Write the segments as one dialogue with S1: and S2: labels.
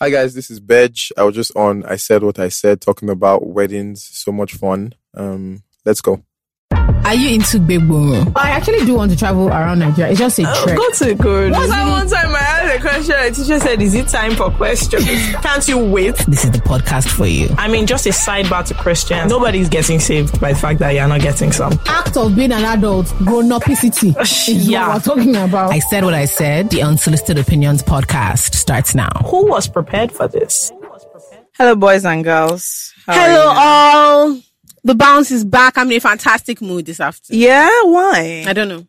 S1: Hi guys, this is Bej. I was just on I Said What I Said talking about weddings. So much fun. Um, let's go.
S2: Are you into Begboro?
S3: I actually do want to travel around Nigeria. It's just a
S2: Oh,
S3: trek.
S4: Go to Ikorodu.
S5: One time, one time, I asked a question. The teacher said, "Is it time for questions? Can't you wait?"
S2: This is the podcast for you.
S5: I mean, just a sidebar to Christians. Nobody's getting saved by the fact that you're not getting some.
S3: Act of being an adult, grown up city is
S5: Yeah.
S3: what we're talking about.
S2: I said what I said. The Unsolicited Opinions podcast starts now.
S5: Who was prepared for this?
S4: Hello, boys and girls. How are
S6: Hello,
S4: you?
S6: all. The bounce is back. I'm in a fantastic mood this afternoon.
S4: Yeah, why?
S6: I don't know.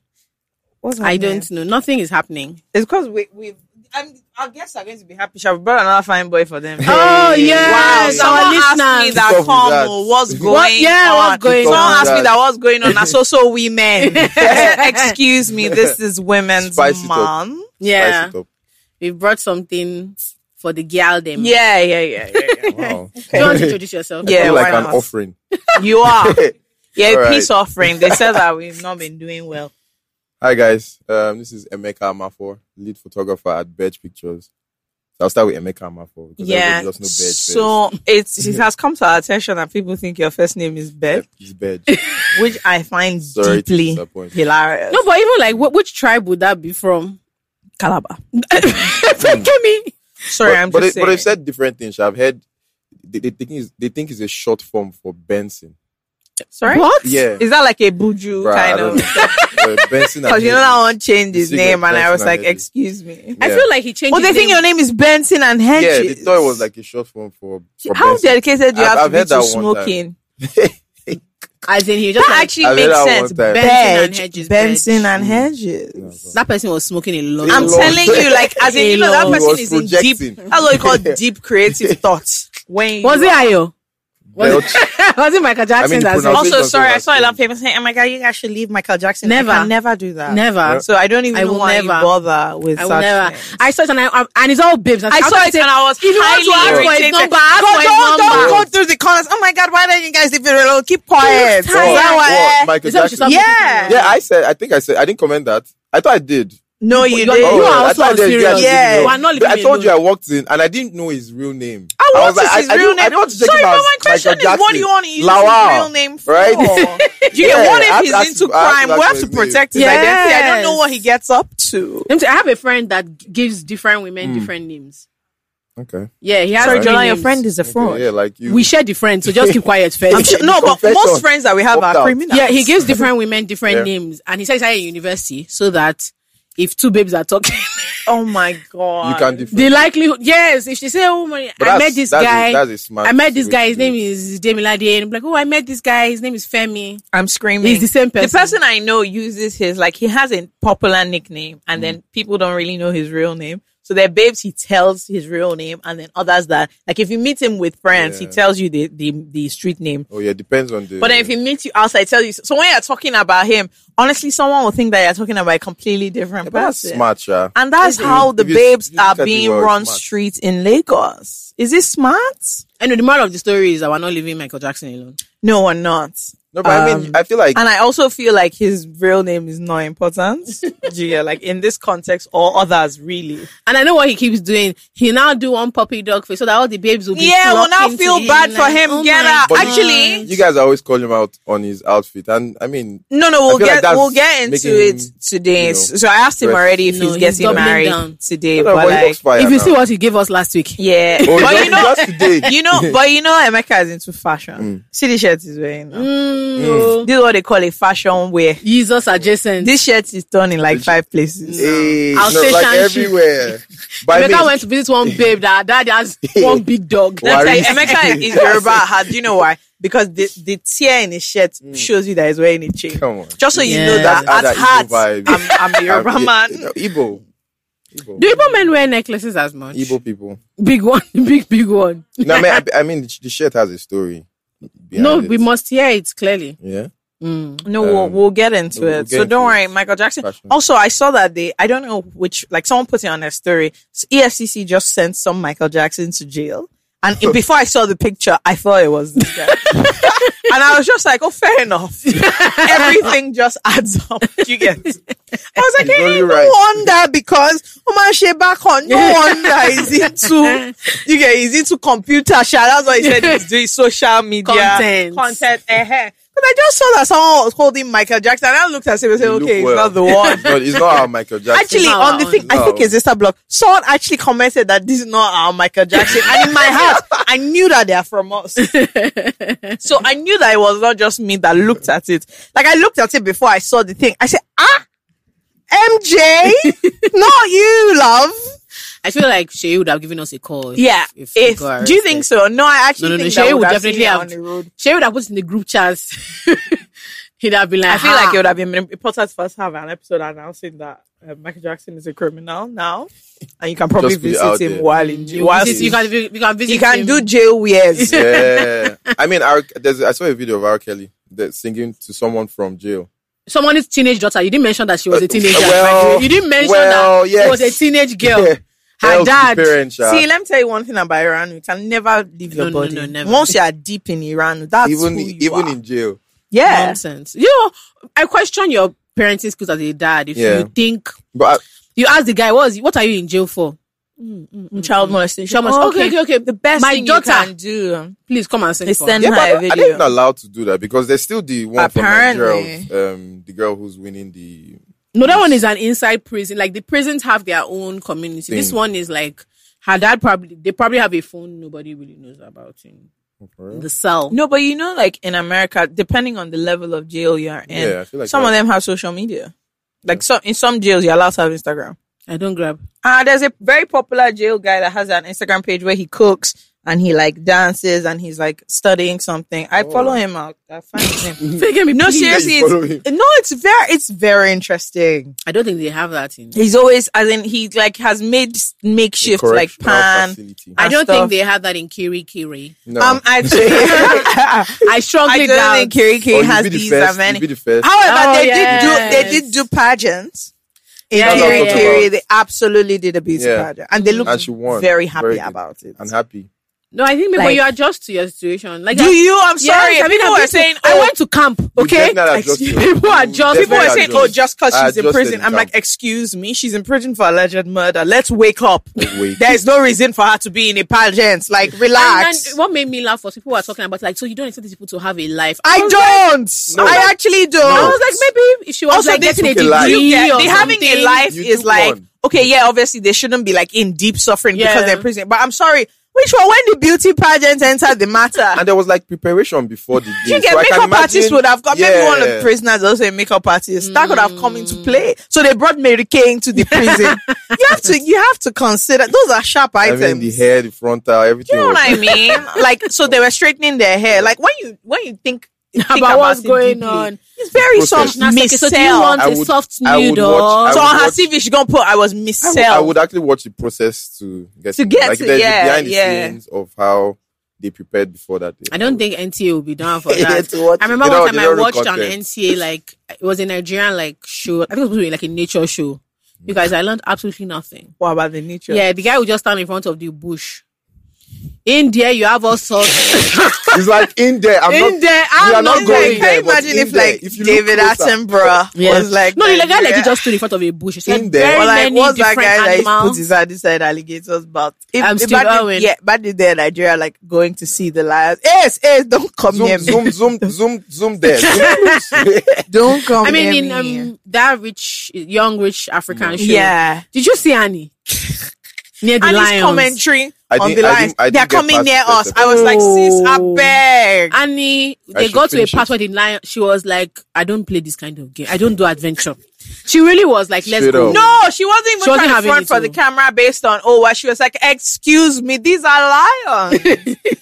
S4: What's
S6: I
S4: happening?
S6: don't know. Nothing is happening.
S4: It's because we we. I'm, our guests are going to be happy. Shall we brought another fine boy for them?
S6: Oh,
S4: Wow,
S6: yes.
S4: someone
S6: Our
S4: asked me
S6: listeners.
S1: Keep up
S4: that,
S1: with that.
S4: come, oh, what's going
S6: What? Yeah,
S4: on?
S6: what's going
S4: Someone
S1: on?
S4: asked me that, what's going on? I so so women. I said, Excuse me, this is women's
S1: Spice it up.
S4: month.
S6: Yeah.
S1: Spice it up.
S6: We brought something for the girl them.
S4: Yeah, yeah, yeah, yeah. yeah.
S1: Wow.
S6: Do you want to introduce yourself?
S4: Yeah,
S1: Feel like
S4: why
S1: an
S4: not?
S1: offering.
S4: you are. Yeah,
S1: All right.
S4: peace offering. They said that we've not been doing well.
S1: Hi guys, um, this is Emeka Amafor, lead photographer at Bej Pictures. So I'll start with Emeka Amafor because
S4: yeah.
S1: everybody just know Bej. first.
S4: So it's, it has come to our attention that people think your first name is Beth,
S1: it's Bej.
S4: which I find
S1: Sorry to
S4: deeply
S1: disappoint.
S4: hilarious.
S6: No, but even like, what, which tribe would that be from?
S4: Calabar.
S1: Hmm.
S6: Femi.
S4: Sorry,
S1: but,
S4: I'm
S1: but
S4: just
S1: they,
S4: saying.
S1: but they've said different things. I've heard they, they think it's, they think it's a short form for Benson.
S4: Sorry?
S6: What?
S1: Yeah,
S4: Is that like a buju
S1: Bruh, I
S4: kind
S1: don't
S4: of?
S1: know. But Benson.
S4: Because you know that one changed his
S1: The secret
S4: name, and I
S1: person
S4: was
S1: and
S4: like,
S1: Hedges.
S4: "Excuse me."
S6: I
S1: Yeah.
S6: feel like he changed
S4: Oh, they
S6: his
S4: think
S6: name.
S4: your name is Benson and
S1: Yeah,
S4: Hedges.
S1: they thought it was like a short form for. for
S4: How
S1: Benson.
S4: dedicated do you
S1: I've-
S4: have
S1: I've
S4: to be
S1: heard
S4: to
S1: that one time.
S4: smoking?
S6: As in, he just
S4: That
S6: like,
S4: actually
S1: I've heard
S4: makes
S1: that one time.
S4: sense.
S6: Benson and
S4: Benj,
S6: Hedges,
S4: Benson
S6: Benj.
S4: and
S1: Yeah, but-
S4: Hedges.
S6: that person was smoking a lot.
S4: I'm
S1: Lord.
S4: telling you, like, as in, you know, that
S6: He
S4: person
S1: was
S4: is in deep.
S1: projecting.
S4: That's what you call deep creative thoughts. When
S6: Was
S4: you
S6: it Ayo?
S1: Belch.
S6: was it Michael Jackson
S1: I mean,
S6: as well?
S1: pronounce-
S4: Also,
S1: Because
S4: sorry,
S1: of
S4: I saw a
S1: that
S4: lot of people saying, "Oh my god, you guys should leave Michael Jackson."
S6: Never.
S4: I can never do that.
S6: Never.
S4: So I don't even
S6: I
S4: know
S6: will
S4: why you
S6: never.
S4: bother with
S6: I will
S4: such
S6: never.
S4: things.
S6: I saw it and I, I and it's all babes.
S4: I saw
S6: can't
S4: it
S6: say-
S4: and I was
S6: If you want to ask
S4: highly
S6: for his
S4: irritated.
S6: number, ask
S4: don't,
S6: for his
S4: don't,
S6: number.
S4: don't go through the corners. Oh my god, why don't you guys leave it alone? Keep
S6: tired.
S4: quiet. Is
S1: What,
S4: that why-
S1: Michael
S6: Is that what she
S1: Jackson?
S6: said?
S4: Yeah.
S1: Yeah, I said. I think I said. I didn't comment that. I thought I did. Oh,
S4: No, you
S6: You're-
S4: did.
S6: you are
S1: I
S6: also
S1: thought I did,
S6: serious.
S1: I didn't
S4: Yeah.
S1: know.
S6: You are not leaving
S1: I
S6: me
S1: told
S6: alone.
S1: you I walked in and I didn't know his real name.
S4: I
S1: was
S4: want
S1: like,
S4: his
S1: I, I,
S4: real
S1: didn't- I
S4: name.
S1: didn't want to check
S4: Sorry,
S1: him out.
S4: but my question
S1: Michael
S4: is, what do you
S1: Jackson,
S4: want to use
S1: Lawal,
S4: his real name for?
S1: Right?
S4: You get
S1: Yeah,
S4: what
S1: I
S4: if
S1: had
S4: he's
S1: to ask-
S4: into
S1: I had to ask
S4: crime? We have
S1: for
S4: to
S1: his name.
S4: protect his identity. I don't know
S6: Yes.
S4: what he gets up to.
S6: Let me tell you, I have a friend that g- gives different women
S1: Hmm.
S6: different names.
S1: okay.
S6: Yeah, he has.
S1: Sorry,
S6: three
S1: Jola,
S6: names.
S4: is a
S1: Okay, yeah, like you.
S6: We share different, so just keep quiet first.
S4: I'm sure, no, but
S1: Confession.
S4: most friends that we have
S1: Opt
S4: are
S1: out.
S4: criminals.
S6: yeah, he gives different women different
S1: Yeah.
S6: names, and he says at university so that if two babes are talking,
S4: Oh my god.
S1: you can differ.
S6: the likelihood. Yes, if she say, "Oh my,
S1: But
S6: I
S1: that's-
S6: met this
S1: that's a-
S6: guy."
S1: that's a smart
S6: I met this guy.
S1: way
S6: His
S1: to do
S6: name
S1: it.
S6: is Demilade, and I'm like, "Oh, I met this guy. His name is Femi."
S4: I'm screaming.
S6: He's the same person.
S4: The person I know uses his like he has a popular nickname, and
S1: Mm.
S4: then people don't really know his real name. So there are babes he tells his real name, and then others that like if you meet him with friends,
S1: Yeah.
S4: he tells you the, the the street name.
S1: Oh yeah, depends on the.
S4: But then if he meets you outside, he tells you. So when you're talking about him, honestly, someone will think that you're talking about a completely different
S1: Yeah, but that's
S4: person.
S1: smart, yeah.
S4: And that's
S1: If you-
S4: how the
S1: if you-
S4: babes
S1: if you
S4: are
S1: look at the
S4: being
S1: world,
S4: run
S1: smart.
S4: street in Lagos. Is it smart?
S6: Anyway, the moral of the story is that we're not leaving Michael Jackson alone.
S4: No, we're not.
S1: No, but I mean, I feel like
S4: um, And I also feel like his real name is not important. Do you get, like in this context or others really?
S6: And I know what he keeps doing. He now do one puppy dog face so that all the babes will be.
S4: Yeah, well now
S6: flocking to
S4: feel
S6: him,
S4: bad for
S6: like,
S4: him.
S6: "Oh
S4: get
S6: my
S4: out.
S1: But
S6: God."
S4: Actually,
S1: you guys always call him out on his outfit, and I mean,
S4: no, no, we'll
S1: feel like
S4: get
S1: that's
S4: we'll get into
S1: making,
S4: it today.
S1: you know,
S4: so I asked him
S1: stress.
S4: already if
S6: No,
S4: he's
S6: he's
S4: getting
S6: doubling
S4: married
S6: down.
S4: today,
S1: no,
S4: but
S1: but he
S4: like,
S1: looks fire
S6: if you
S1: now.
S6: see what he gave us last week,
S4: yeah,
S1: Oh,
S4: but
S1: just,
S4: you know,
S1: just today,
S4: you know, but you know, Emeka is into fashion.
S1: Mm.
S4: See the shirt he's wearing. Now.
S6: Mm,
S4: This is what they call a fashion wear.
S6: Jesus adjacent.
S4: This shirt is done in like five places.
S1: Hey,
S6: I'll
S1: no,
S6: say
S1: like
S6: Shanshi.
S1: everywhere. By
S6: Emeka
S1: me,
S6: went to visit one babe that dad has one big dog.
S1: Why?
S4: That's why
S1: Wari.
S4: Emeka is Yoruba at heart. Do you know why? Because the, the tear in his shirt shows you that he's wearing a chain.
S1: Mm. come on,
S4: Just so you know
S6: Yeah.
S4: that
S1: That's
S4: at
S1: how
S4: heart,
S1: that Igbo vibe.
S4: I'm, I'm a Yoruba
S1: Um,
S4: man.
S1: yeah, Igbo, Igbo,
S6: Do Igbo men wear necklaces as much?
S1: Igbo people.
S6: Big one, big big one.
S1: No, I mean, I, I mean, the, the shirt has a story. behind
S6: no,
S1: it.
S6: we must hear it clearly.
S1: Yeah,
S6: Mm.
S4: No, we'll,
S1: Um,
S4: we'll get into
S1: we'll get
S4: it. so
S1: into
S4: don't
S1: it.
S4: worry, Michael Jackson.
S1: Fashion.
S4: Also, I saw that they, I E don't know which, like someone put it on their story. So EFCC just sent some Michael Jackson to jail. And it- before I saw the picture, I thought it was this guy. and I was just like, oh, fair enough. Everything just adds up. Do you get? I was like,
S1: It's
S4: hey,
S1: only
S4: no
S1: right."
S4: wonder because Oman Shebakon, no wonder he's into, you get, he's into computer. Shit. That's why he said he's doing social media.
S7: Content.
S4: Content. Because I just saw that someone was holding Michael Jackson. And I looked at him and said,
S1: You look
S4: okay,
S1: well."
S4: it's not the one.
S1: No, it's not our Michael Jackson.
S4: Actually,
S7: not
S4: on
S7: our
S4: the thing,
S1: own.
S4: I think
S1: No.
S4: it's Insta blog. Someone actually commented that this is not our Michael Jackson, and in my heart, I knew that they are from us. so I knew that it was not just me that looked at it. Like I looked at it before I saw the thing. I said, "Ah, MJ, not you, love."
S6: I feel like Shay would have given us a call. if-
S4: Yeah.
S6: If,
S4: If, do you think so? No, I
S6: No,
S4: actually
S6: no, no.
S4: think
S6: Shay
S4: that
S6: would
S4: would
S6: definitely
S4: have.
S6: have.
S4: seen it on the road.
S6: Shay would have put in the group chats. He'd have been like,
S4: I feel
S6: "Ha."
S4: like it would have been important for us to have an episode announcing that uh, Michael Jackson is a criminal now, and you can probably
S1: Just put it out
S4: visit him
S1: there.
S4: while in
S6: You
S4: jail. while
S6: visit- you can, vi- you can visit.
S4: You can
S6: him.
S4: do jail wears.
S1: yeah. I mean, R, there's, I saw a video of R. Kelly that singing to someone from jail.
S6: someone's teenage daughter. You didn't mention that she was a teenager.
S1: well,
S6: you didn't mention
S1: well,
S6: that
S1: yes.
S6: she was a teenage girl.
S1: Yeah.
S6: Her
S1: Help the
S6: dad.
S1: parents, ah, yeah.
S4: See, let me tell you one thing about Iran. You can never leave your
S6: No, no,
S4: body.
S6: no, never.
S4: Once you are deep in Iran, that's
S1: even
S4: who you
S1: even
S4: are.
S1: in jail.
S4: yeah.
S6: Nonsense. You know, I question your parenting skills as a dad. If
S1: Yeah.
S6: you think
S1: But uh,
S6: you ask the guy, what, was, what are you in jail for?
S4: Child molestation.
S6: Child molest- Oh, okay, okay, okay.
S4: The Oh, best
S6: My
S4: thing
S6: daughter-
S4: you can do
S6: Please come and sing
S4: is
S6: for
S4: send
S1: I, yeah,
S4: her
S1: but
S4: a
S1: I- are they
S4: video.
S1: even allowed to do that? Because there's still the one
S4: Apparently.
S1: from Nigeria, um, the girl who's winning the.
S6: No, that one is an inside prison. Like the prisons have their own community. This
S1: Thing.
S6: one is like her dad probably they probably have a phone nobody really knows about in
S1: Oh,
S6: the cell.
S4: No, but you know, like in America, depending on the level of jail you are in,
S1: Yeah, I feel like
S4: some of
S1: that-
S4: them have social media. Like so, in some jails, you're allowed to have Instagram.
S6: I don't grab.
S4: Uh, there's a very popular jail guy that has an Instagram page where he cooks and he like dances and he's like studying something. I follow him out. I find him.
S6: Figure me,
S4: no,
S6: please.
S4: seriously,
S1: Oh. You follow him.
S4: it's, no, it's very, it's very interesting.
S6: I don't think they have that in.
S4: He's always, as in, he like has made makeshift like
S1: correctional
S4: pan.
S1: facility.
S6: I don't
S4: stuff.
S6: think they have that in Kiri Kiri.
S1: No.
S4: Um, I,
S6: I strongly
S4: I
S6: doubt.
S4: don't think Kiriki
S1: Or Oh, you
S4: has
S1: be the
S4: these
S1: first,
S4: as
S1: you
S4: many.
S1: be the first.
S4: However,
S6: Oh,
S4: they did do
S6: yes.
S4: they did do pageants. In
S6: Yeah,
S4: Kiri
S1: yeah, yeah.
S4: Kiri, they absolutely did a beauty
S1: Yeah.
S4: pageant, and they looked
S1: And she won.
S4: very happy
S1: Very good.
S4: about it.
S1: I'm happy.
S6: No, I think maybe
S4: Like-
S6: you adjust to your situation. Like
S4: Do
S6: I-
S4: you? I'm
S6: Yes,
S4: sorry.
S6: I mean,
S4: people
S6: I've
S4: were
S6: been to-
S4: saying,
S6: I
S4: oh,
S6: went to camp.
S1: You
S6: Okay,
S1: definitely adjust
S6: Excuse-
S1: your-
S6: people are
S1: you
S6: just
S4: people were
S1: definitely
S4: saying, oh,
S1: adjust.
S4: just because
S1: I
S4: she's in
S1: adjusted
S4: prison.
S1: in
S4: I'm like,
S1: camp.
S4: excuse me, she's in prison for alleged murder. Let's wake up.
S1: wake.
S4: There's no reason for her to be in a pageant. Like,
S6: "Oh, And
S4: relax.
S6: then what made me laugh was people were talking about like, so you don't expect these people to have a life.
S4: I
S6: was like-
S4: don't. I actually don't.
S6: I was like, maybe if she was
S4: Oh. also
S6: like
S4: this
S6: getting a
S1: took a life.
S6: degree,
S4: you get-
S6: or
S4: they having a
S6: something.
S4: life
S1: You
S4: is
S1: took
S4: like
S1: one.
S4: okay, yeah, obviously they shouldn't be like in deep suffering because
S6: Yeah.
S4: they're in prison. But I'm sorry, which one when the beauty pageant entered the matter?
S1: And there was like preparation before the day.
S4: You get
S1: so I can
S4: makeup
S1: imagine-
S4: artists would have come. Maybe one of the
S1: Yeah. Hmm.
S4: prisoners also a makeup artist that could have come into play. So they brought Mary Kay into the prison. you have to, you have to consider those are sharp
S1: I
S4: items.
S1: mean, the hair, the frontal, everything.
S4: You know
S1: was-
S4: what I mean? like, so they were straightening their hair. Like when you when you think, think
S6: About
S4: about
S6: what's
S4: it
S6: going
S4: deeply,
S6: on.
S4: it's very
S1: Process.
S4: soft.
S6: Now, okay,
S4: Miss
S6: so do you
S4: Sell.
S6: want
S1: I
S6: a
S1: would-
S6: soft
S1: I would
S6: nude
S1: watch- I
S6: or
S4: So on her
S1: watch-
S4: CV, she gonna put I was Miss
S1: I would-
S4: Self.
S1: I would actually watch the process to get
S4: To get
S1: like,
S4: to-
S1: there's the
S4: yeah,
S1: behind the
S4: yeah.
S1: scenes of how they prepared before that day.
S6: I don't think NTA will be down for
S1: Yeah,
S6: that.
S1: to watch
S6: I
S1: it.
S6: remember
S1: They
S6: one
S1: don't-
S6: time
S1: they
S6: I
S1: don't do
S6: watched on
S1: content.
S6: NTA like it was a Nigerian like show. I think it was supposed to be like a nature show. You guys, I learned absolutely nothing.
S4: What about the nature?
S6: Yeah, the guy would just stand in front of the bush. In there, you have all sorts.
S1: it's like in there. I'm
S6: in
S1: not,
S6: there,
S1: we are not
S6: I'm not
S1: going there,
S6: going.
S4: Can you
S1: but
S4: imagine
S1: in
S4: if
S1: there,
S4: like
S1: if you look
S4: David
S1: closer-
S4: Attenborough
S6: Yeah.
S4: was like
S6: no, the guy like he
S4: Nigeria?
S6: just stood in front of a bush. He said,
S1: In there.
S6: very
S4: or like
S6: many
S4: what's that
S6: different
S4: guy that he
S6: animals.
S4: put his hand inside alligators' mouth? If,
S6: I'm
S4: if
S6: Steve
S4: back in-
S6: Irwin.
S4: Yeah, back in there, Nigeria like going to see the lions. Yes, yes, don't come near
S1: Zoom,
S4: me.
S1: zoom, zoom, zoom, zoom there. Zoom-
S4: Don't come.
S6: I mean, in
S4: near me.
S6: um, that rich, young, rich
S4: Mm.
S6: African show.
S4: yeah.
S6: Did you see Annie? Near the
S4: And his
S6: lions.
S4: commentary
S1: I
S4: on
S1: didn't-
S4: the
S1: I
S4: lions.
S1: didn't- I
S4: They're
S1: didn't get
S4: coming
S1: past
S4: near
S1: the first
S4: us. I was like, sis, I
S6: Oh.
S4: beg.
S6: Annie, they
S1: should
S6: got to a
S1: finish
S6: part
S1: it.
S6: where the lion, she was like, I don't play this kind of game. I don't do adventure. She really was like, let's
S1: Straight
S6: go.
S1: up.
S4: No, she wasn't even
S6: She wasn't
S4: trying to
S6: having
S4: front
S6: it
S4: for the
S6: too.
S4: camera based on oh what she was like, excuse me, these are lions.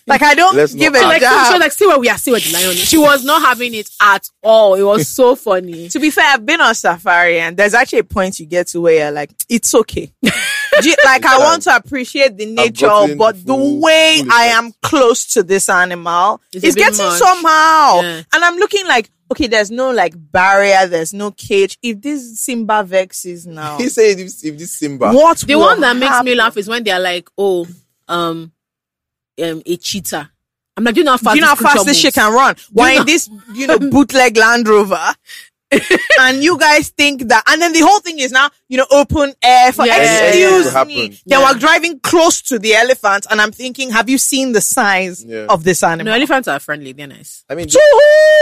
S4: like I don't
S1: Let's
S4: give a
S1: not
S6: Like,
S4: damn.
S6: she was like, see where we are, see where the lion is. She was not having it at all. It was so funny.
S4: to be fair, I've been on safari and there's actually a point you get to where you're like, it's okay. Do you- like I want to appreciate the nature,
S1: gotten
S4: but the
S1: full-
S4: way
S1: full
S4: I
S1: effect.
S4: am close to this animal
S6: It's
S4: is
S6: a bit
S4: getting
S6: much.
S4: somehow.
S6: Yeah.
S4: And I'm looking like, okay, there's no like barrier, there's no cage. If this Simba vexes now,
S1: he said, if, if this Simba.
S4: what
S6: The
S4: will
S6: one that makes
S4: happen?
S6: me laugh is when they are like, oh, um, um, a cheetah. I'm like, do you know how fast
S4: you know how
S6: this creature
S4: fast this
S6: moves?
S4: shit can run. Why
S6: know-
S4: in this, you know, bootleg Land Rover? and you guys think that, and then the whole thing is now, you know, open air for,
S6: Yeah.
S1: Anything could
S4: excuse
S1: happen.
S4: me. They were driving close to the elephant and I'm thinking, have you seen the size
S1: Yeah.
S4: of this
S6: No,
S4: animal?
S6: elephants are friendly. They're nice.
S1: I mean,
S4: To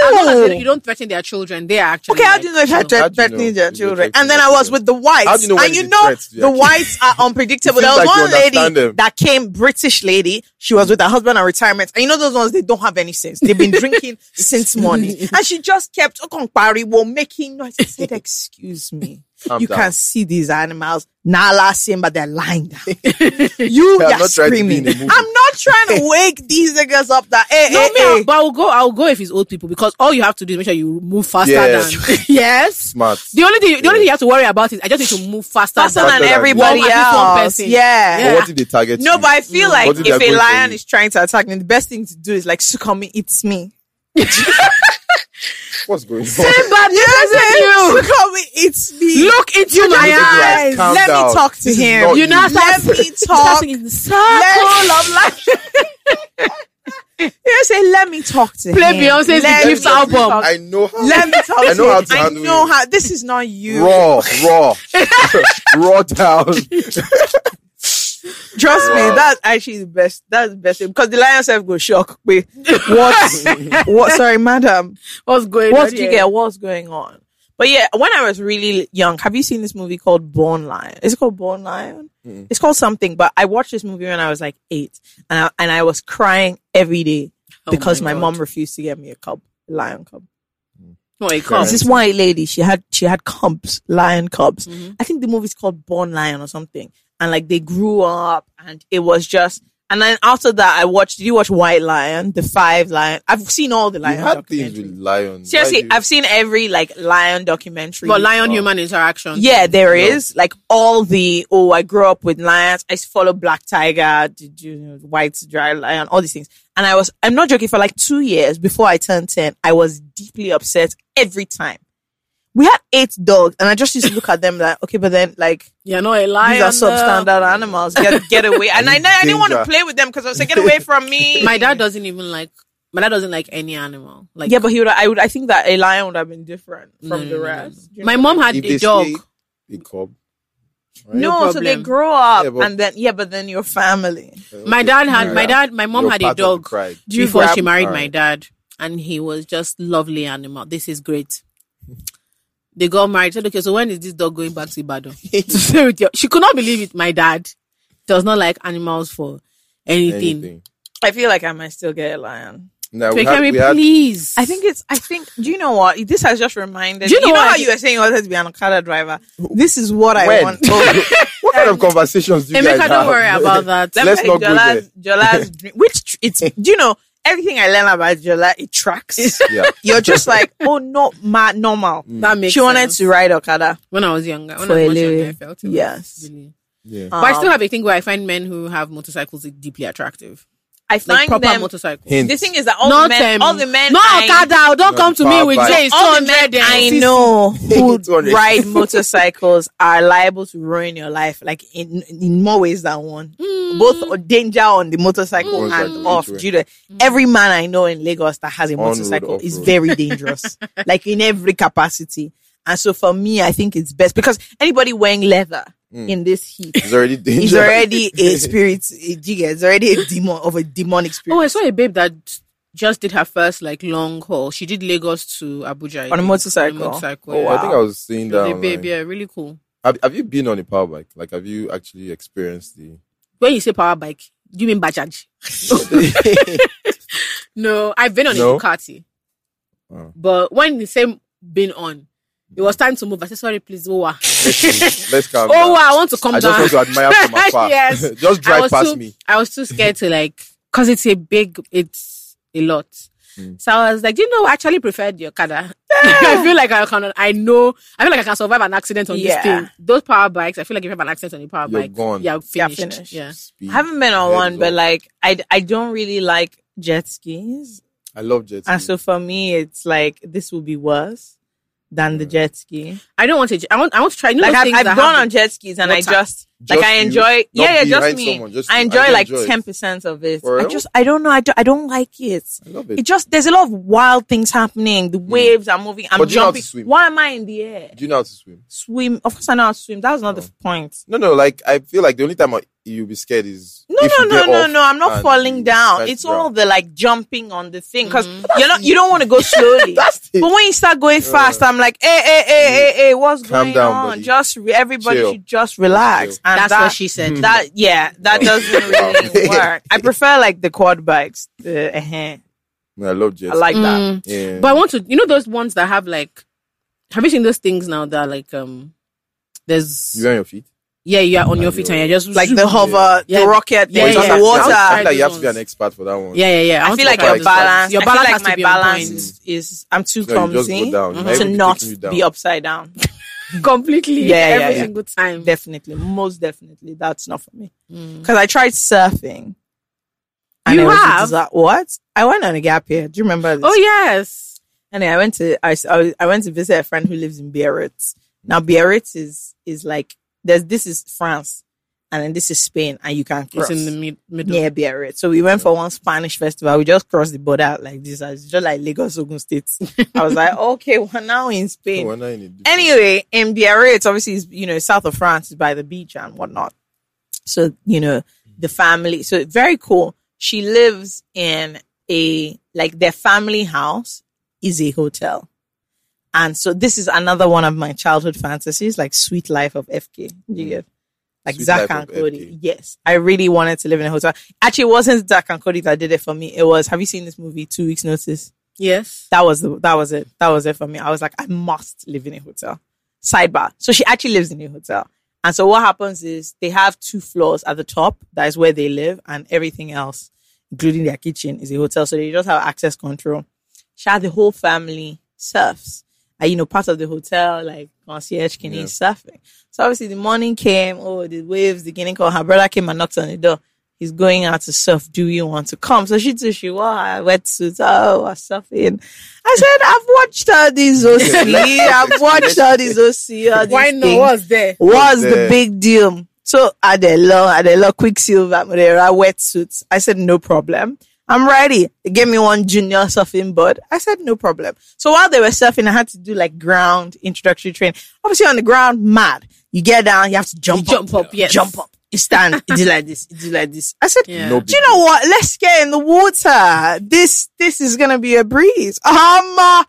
S6: As
S4: who?
S6: long as you don't- you don't threaten their children, they are actually.
S4: Oh. Okay, how
S6: like-
S4: do you know if I
S1: How
S4: threat-
S1: do you know
S4: threatening
S1: if you're
S4: your children?
S1: threatening
S4: And then I
S1: your
S4: was
S1: children?
S4: with the whites.
S1: How do you know when
S4: and you
S1: it's a
S4: know
S1: threat to
S4: the
S1: your children?
S4: whites are unpredictable.
S1: It
S4: There was
S1: seems like you
S4: one lady
S1: understand them.
S4: that came, British lady. She was with her husband on retirement. And you know those ones, they don't have any sense. They've been drinking since morning. And she just kept "Oh, Okonkpari were making noise. I said, excuse me.
S1: Calm
S4: you
S1: down.
S4: can see these animals. Nala Simba, they're lying down. you
S1: They are
S4: are
S1: not trying to be in
S4: screaming.
S1: the movie.
S4: I'm not trying to wake these niggas up that hey,
S6: No,
S4: hey,
S6: me, I'll-
S4: hey.
S6: but I'll go. I'll go if it's old people because all you have to do is make sure you move faster
S1: Yeah.
S6: than. yes.
S1: smart.
S6: The only thing, the only thing you have to worry about is I just need to move faster.
S4: Faster
S6: than-
S4: than
S1: than
S4: everybody
S6: one
S4: else.
S6: person.
S4: Yeah.
S1: But what if they target
S4: No,
S1: you? Mm.
S4: but I feel like
S1: What if
S4: if
S1: they're
S4: a
S1: going for
S4: lion
S1: you?
S4: is trying to attack me, the best thing to do is like Sukomi eats me.
S1: what's going on?
S4: But yes, Sukomi eats me.
S6: Look into my
S1: just
S6: eyes.
S1: realize, calm
S4: Let
S1: down.
S4: me talk to
S1: This is
S4: him.
S1: not
S4: You
S1: you.
S4: know, let me talk.
S6: Starting in
S4: Let of life. you say, let me talk to
S6: Play
S4: him.
S6: Beyonce's
S4: Let
S6: The Gifts
S4: me
S6: album.
S4: talk-
S1: I know how.
S4: Let me talk
S1: I
S4: to
S1: know how
S4: him.
S1: to
S4: I
S1: handle
S4: know
S1: it.
S4: how. This is not you.
S1: raw, raw, raw down.
S4: Trust me, that's actually the best. That's the best thing because the lion self go shock. Wait, what? what? Sorry, madam.
S6: What's going
S4: What
S6: on?
S4: did you
S6: here? Oh
S4: get? What's going on? But yeah, when I was really young, have you seen this movie called Born Lion? Is it called Born Lion?
S1: Mm.
S4: It's called something, but I watched this movie when I was like eight, and I, and I was crying every day
S1: Oh
S4: because my, mom refused to get me a cub, a lion cub.
S6: No, it
S4: There's
S6: comes.
S4: this white lady. She had she had cubs, lion cubs.
S1: Mm-hmm.
S4: I think the movie's called Born Lion or something. And like they grew up, and it was just. And then after that, I watched. Did you watch White Lion? The Five Lion. I've seen all the
S1: I
S4: lion
S1: had
S4: documentaries.
S1: things with lions.
S4: Seriously,
S1: Why do you-
S4: I've seen every like lion documentary.
S6: But lion human interaction.
S4: yeah, there is like all the oh, I grew up with lions. I follow black tiger, did you know, white dry lion, all these things. And I was, I'm not joking, for like two years before I turned ten, I was deeply upset every time. We had eight dogs, and I just used to look at them like, okay, but then like
S6: You're not a
S4: these
S6: lion.
S4: are
S6: uh,
S4: substandard animals. Get get away! And I, I didn't want to
S1: Danger.
S4: play with them because I was like, get away from me.
S6: My dad doesn't even like. My dad doesn't like any animal. Like
S4: yeah, but he would. I would. I think that a lion would have been different from
S6: No, no,
S4: the
S6: no, no, no.
S4: rest. Do you
S6: Mm. my
S4: know?
S6: mom had
S1: If
S6: a
S1: they
S6: dog.
S1: say A cub.
S4: No,
S6: No
S4: so they
S6: problem.
S4: grow up
S1: Yeah, but-
S4: and then yeah, but then your family.
S6: My dad had. My
S1: Yeah.
S6: dad. My mom
S1: You're
S6: had a
S1: part of the
S6: dog.
S1: crowd.
S4: you
S6: before
S4: grab-
S6: she married
S1: All
S6: my
S1: right.
S6: dad, and he was just lovely animal. This is great. They got married. Said, okay, so when is this dog going back to Ibadan to stay with you? She could not believe it. My dad does not like animals for anything.
S1: Anything.
S4: I feel like I might still get a lion.
S1: Now, we
S6: Can
S1: had,
S6: we
S1: we had,
S6: please?
S4: I think it's. I think. Do you know what? This has just reminded.
S6: Do you
S4: me-
S6: know what
S4: how
S6: I
S4: you
S6: did-
S4: were saying you wanted to be an Okada driver? This is what I
S1: when?
S4: want.
S1: what kind of conversations do you guys
S6: Emeka,
S1: have?
S6: don't worry about that.
S4: Let me
S1: Let's
S4: tell
S1: not
S4: you
S1: go there.
S4: Jola's, Jola's dream, which tr- it's. Do you know everything I learned about Jola? It tracks.
S1: Yeah. Mm.
S4: You're just like, oh no, ma- normal.
S6: that makes
S4: She wanted
S6: sense.
S4: to ride Okada.
S6: when I was younger. When
S4: For
S6: I was
S4: a
S6: much younger, I
S4: living.
S6: felt it. was
S4: Yes.
S6: really-
S1: Yeah.
S4: um,
S6: but I still have a thing where I find men who have motorcycles deeply attractive,
S4: I
S6: like
S4: find
S6: proper
S4: them.
S6: motorcycles.
S1: Hint.
S4: The thing is that all the
S6: Not um,
S4: men, all the men,
S6: not
S4: I-
S6: Okada. oh, Don't
S1: Not
S6: come to me
S1: power
S6: with
S1: bike.
S6: J's.
S4: all the men I know who
S1: 200.
S4: ride motorcycles are liable to ruin your life, like in in more ways than one. Both danger on the motorcycle
S1: Motorcycle,
S4: and
S1: which
S4: off.
S1: way?
S4: Do you know- Every man I know in Lagos that has a
S1: road,
S4: motorcycle
S1: off
S4: is
S1: road.
S4: very dangerous, like in every capacity. And so for me, I think it's best because anybody wearing leather
S1: Mm.
S4: in this heat.
S1: It's already dangerous.
S4: is already a spirit, a jigger, it's already a demon of a demonic
S6: Oh,
S4: spirit
S6: I saw a babe that just did her first like long haul. She did Lagos to Abuja I
S4: on a
S6: think,
S4: motorcycle.
S6: motorcycle,
S4: Oh,
S6: yeah.
S1: I think I was seeing
S6: She was
S1: that.
S6: a babe,
S1: online.
S6: yeah, really cool.
S1: Have, have you been on a power bike? Like, have you actually experienced the?
S6: When you say power bike, do you mean Bajaj? no, I've been on
S1: No?
S6: a Ducati,
S1: Oh.
S6: but when the same been on, it was time to move. I said, "Sorry, please, Owa,
S1: Let's
S4: Oh,
S1: calm down.
S6: Owa, I want to come
S1: I
S6: down."
S1: just want to admire from afar.
S6: Yes.
S1: just
S6: I
S1: drive
S6: was
S1: past
S6: too,
S1: me.
S6: I was too scared to like, cause it's a big, it's a lot.
S1: Mm.
S6: So I was like, "Do you know, I actually preferred your Okada. I feel like I can, I know, I feel like I can survive an accident on
S4: Yeah.
S6: this thing. Those power bikes, I feel like if you have an accident on a power
S1: You're
S6: bike,
S1: gone.
S6: you're
S4: You're
S6: finished.
S4: finished.
S6: Yeah.
S1: Speed.
S4: I haven't been on
S1: Head
S4: one,
S1: is
S4: but
S1: up.
S4: like I, I don't really like jet skis,
S1: I love jet
S4: and
S1: ski.
S4: so for me it's like this will be worse than the jet ski.
S6: I don't want to, I want, I want to try. You know
S4: Like
S6: those
S4: I've,
S6: things
S4: I've
S6: that
S4: gone
S6: have
S4: on jet skis and I
S6: water?
S4: just Like I
S1: you,
S4: enjoy,
S1: not
S4: yeah, yeah, just
S1: behind
S4: me.
S1: someone, just
S4: I
S1: you.
S4: enjoy
S1: do
S4: like
S1: it.
S4: ten percent of it.
S1: For
S4: I
S1: real?
S4: just, I don't know, I don't, I don't like it.
S1: I love
S4: It
S1: it. Hmm.
S4: just, there's a lot of wild things happening. The waves are moving. I'm
S1: But do you know how to
S4: jumping.
S1: swim?
S4: Why am I in the air?
S1: Do you know how to swim?
S4: Swim. Of course, I know how to swim. That was not
S1: Oh.
S4: the point.
S1: No, no. Like I feel like the only time I, you'll be scared is
S4: No,
S1: if
S4: no,
S1: you
S4: no,
S1: get
S4: no,
S1: off
S4: no. I'm not
S1: and
S4: falling
S1: you
S4: down.
S1: strike
S4: It's
S1: the ground. Hmm.
S4: all the like jumping on the thing because you're not, you don't want to go slowly.
S1: That's it. Uh,
S4: But when you start going fast, I'm like, hey, hey, hey, hey, hey, what's
S1: Calm
S4: going
S1: down,
S4: on?
S1: buddy.
S4: Just re- everybody
S1: Chill.
S4: should just relax.
S1: Chill. Hmm.
S4: And
S6: That's
S4: that, Mm.
S6: what
S1: Mm.
S6: she said.
S4: That yeah, that doesn't really work. I prefer like the quad bikes. The, uh-huh.
S1: Man, I love jets.
S4: I like that.
S6: Mm.
S1: Yeah.
S6: But I want to, you know, those ones that have like, have you seen those things now that are like, um, there's,
S1: you on your feet.
S6: yeah, you are on your feet and you're just
S4: Like the hover,
S6: Yeah.
S4: the rocket,
S6: Yeah,
S4: yeah,
S6: yeah,
S4: the
S6: yeah.
S4: water.
S1: I feel
S6: Outside
S1: like you
S6: those
S1: have to be an
S6: ones.
S1: expert for that one.
S6: Yeah, yeah, yeah.
S4: I
S6: want
S4: feel
S6: to
S4: like
S6: try
S4: your
S6: those ones.
S4: balance.
S6: Your
S4: I feel
S6: balance
S4: like
S6: has
S4: my
S6: to be
S4: balance
S6: on point.
S4: is, is I'm
S1: No, you
S4: too
S1: just
S4: clumsy
S1: go down.
S4: to
S1: Everything
S4: not
S1: taking you down.
S4: be upside down.
S6: completely
S4: Yeah, yeah,
S6: every
S4: yeah.
S6: single time.
S4: definitely, most definitely, that's not for me. Because I tried surfing.
S6: Mm. You
S4: it was a
S6: have?
S4: disa- what? I went on a gap year. Do you remember? This?
S6: Oh yes,
S4: And I went to I, s- I was- I went to visit a friend who lives in Biarritz. Now Biarritz is is like there's this is France, and then this is Spain, and you can cross
S6: it's in the mid- middle.
S4: near Biarritz. So we went for one Spanish festival. We just crossed the border like this. It's just like Lagos Ogun State. I was like, okay, we're now in
S1: No,
S4: Spain.
S1: we're not in it.
S4: Anyway, in Biarritz, obviously, it's, you know, south of France is by the beach and whatnot. So, you know, the family. So very cool. She lives in a, like their family house is a hotel. And so this is another one of my childhood fantasies, like sweet life of FK. You get like
S1: Mm. Sweet
S4: Zach
S1: Life
S4: and
S1: of
S4: Cody.
S1: FK.
S4: Yes. I really wanted to live in a hotel. Actually, it wasn't Zach and Cody that did it for me. It was, have you seen this movie, Two Weeks Notice?
S6: Yes,
S4: that was the, that was it. That was it for me. I was like, I must live in a hotel. Sidebar. So she actually lives in a hotel. And so what happens is they have two floors at the top. That is where they live and everything else, including their kitchen, is a hotel. So they just have access control. She had the whole family surfs. And, you know, part of the hotel, like concierge can
S1: Yeah.
S4: surfing. So obviously the morning came, oh, the waves, the guinea call. Her brother came and knocked on the door he's going out to surf. Do you want to come? So she too, she wore her wetsuit. Oh, I'm surfing. I said, I've watched all these OC. I've watched all these OC. All these
S6: why not?
S4: things.
S6: What's there?
S4: What's the
S1: Yeah.
S4: big deal? So Adela, Adela, Quicksilver, Moreira, wetsuits. I said, no problem. I'm ready. They gave me one junior surfing board. I said, no problem. So while they were surfing, I had to do like ground introductory training. Obviously on the ground, mad. You get down, you have to jump
S6: jump
S4: up.
S6: up, yes.
S4: Jump up. You stand. You do like this. You do like this. I said,
S6: Yeah.
S1: No
S4: do you know what? Let's get in the water. This this is gonna be a breeze. Um, uh,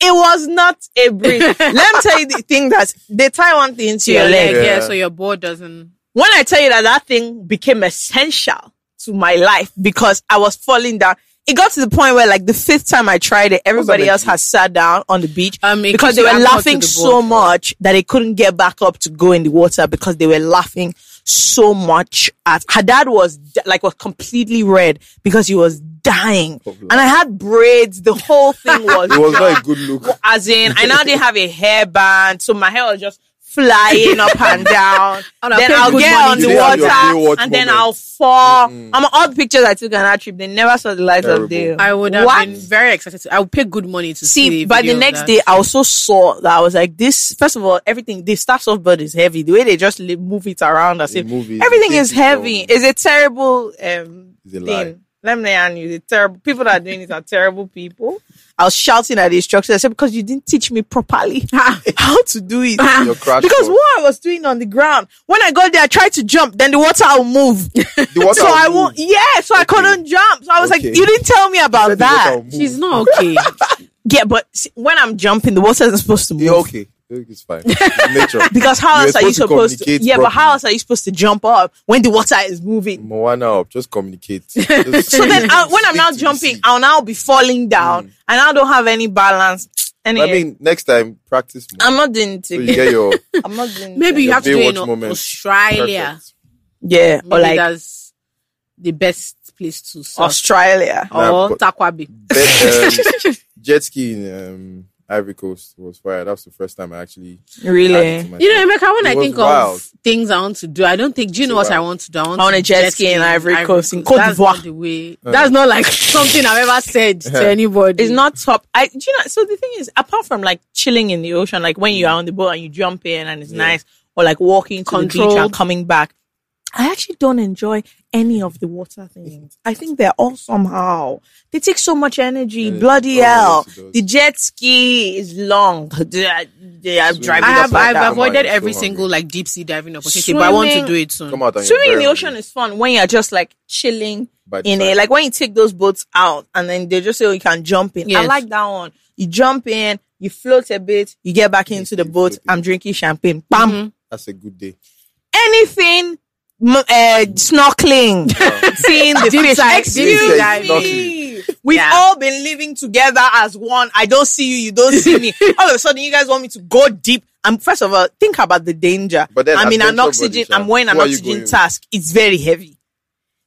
S4: it was not a breeze. Let me tell you the thing that they tie one thing to your leg.
S6: yeah.
S1: Yeah.
S6: so your board doesn't.
S4: When I tell you that that thing became essential to my life because I was falling down. It got to the point where like the fifth time I tried it, everybody
S1: that
S4: else
S1: like?
S4: had sat down on the beach
S6: Um, it
S4: because
S6: keeps
S4: they
S6: you
S4: were
S6: anchored to
S4: laughing
S6: the
S4: so
S6: board.
S4: much that they couldn't get back up to go in the water because they were laughing so much at her dad was d- like was completely red because he was dying and I had braids the whole thing was,
S1: It was not a good look.
S4: as in I now didn't have a hairband so my hair was just flying up and down then
S6: paid
S4: I'll
S6: good
S4: get
S6: money
S4: on
S6: to
S4: the
S1: have your Baywatch
S4: water and then
S1: moment.
S4: I'll fall I'm all the pictures I took on that trip they never saw the light
S1: Terrible.
S4: of day
S6: I would have
S4: What?
S6: been very excited. To, I would pay good money to see.
S4: See,
S6: a
S4: by
S6: video
S4: the
S6: of
S4: next
S6: that.
S4: day, I was so sore that I was like, this, first of all, everything, the staff softboard is heavy. The way they just li- move it around as
S1: They
S4: if
S1: move it,
S4: everything
S1: they take
S4: is
S1: it
S4: heavy.
S1: from-
S4: It's a terrible, um,
S1: It's a lie.
S4: thing. Let me tell you, the terrible people that are doing it are terrible people. I was shouting at the instructor. I said, because you didn't teach me properly how to do it.
S1: Your crash
S4: because
S1: course.
S4: what I was doing on the ground, when I got there, I tried to jump, then the water will move.
S1: The water
S4: so I
S1: will
S4: won't,
S1: move.
S4: yeah, so I
S1: Okay.
S4: couldn't jump. So I was
S1: Okay.
S4: like, you didn't tell me
S1: The
S4: about
S1: water
S4: that.
S1: will move.
S6: she's not okay.
S4: Yeah, but see, when I'm jumping, the water isn't supposed to move.
S1: Yeah, okay. It's fine. Nature.
S4: Because how
S1: You're
S4: else are you supposed to?
S1: communicate
S4: yeah, but how
S1: properly.
S4: else are you supposed to jump up when the water is moving?
S1: Moana up. Just communicate. Just
S4: So then, I, when I'm now
S1: Speak to the
S4: jumping,
S1: sea.
S4: I'll now be falling down, and I don't have any balance. Anyway,
S1: Mm. I mean, next time practice more.
S4: I'm not doing it.
S1: so you get your
S4: I'm not doing.
S6: Maybe you
S1: Your
S6: have to do it in
S1: Baywatch moment.
S6: Australia.
S1: Perfect.
S4: Yeah,
S6: Maybe
S4: or like
S6: that's the best place to surf.
S4: Australia.
S1: Nah,
S6: or
S1: but-
S6: Takwabi.
S1: Bet, um, jet ski in um, Ivory Coast was fire. That was the first time I actually. added to
S4: Really,
S1: my
S6: You know,
S1: trip.
S6: America, when
S1: It
S6: I
S1: was
S6: think
S1: wild.
S6: of things I want to do, I don't think, do you know what I
S1: wild.
S6: want to do? I want,
S4: I want
S6: to
S4: a jet ski in Ivory Coast, in Cote
S6: That's
S4: d'Ivoire.
S6: not the way. That's not like something I've ever said to anybody.
S4: it's not top. I do you know. So the thing is, apart from like chilling in the ocean, like when you are on the boat and you jump in and it's nice, or like walking to the beach
S6: Controlled.
S4: and coming back. I actually don't enjoy any of the water things. I think they're all somehow. They take so much energy.
S1: Yeah,
S4: Bloody
S1: oh, yes,
S4: hell.
S1: it does.
S4: The jet ski is long. They are, they are
S1: Swim.
S4: driving
S6: I
S1: Because
S6: have
S1: like that,
S6: I've avoided
S1: somebody is
S6: every
S1: so
S6: single
S1: hungry.
S6: like deep sea diving opportunity, but I want to
S4: Swimming.
S6: do it soon.
S1: Come out and you're
S4: Swimming in
S1: very
S4: the ocean
S1: hungry.
S4: is fun when you're just like chilling
S1: By the
S4: in
S1: side.
S4: it. Like when you take those boats out and then they just say, oh, you can jump in. I
S6: Yes.
S4: like that one. You jump in, you float a bit, you get back into the
S1: you
S4: boat.
S1: float
S4: I'm drinking champagne. Bam.
S1: That's a good day.
S4: Anything. m- Uh, snorkeling, seeing the
S6: Deep
S4: fish.
S6: dive, deep
S4: Excuse
S1: dive.
S4: me. We've all been living together as one. I don't see you. You don't see me. all of a sudden, you guys want me to go deep. And first of all, think about the danger.
S1: But then
S4: I'm in
S1: adventure
S4: an
S1: body,
S4: oxygen.
S1: sha.
S4: I'm wearing an
S1: Who are you
S4: oxygen
S1: going with?
S4: task. It's very heavy.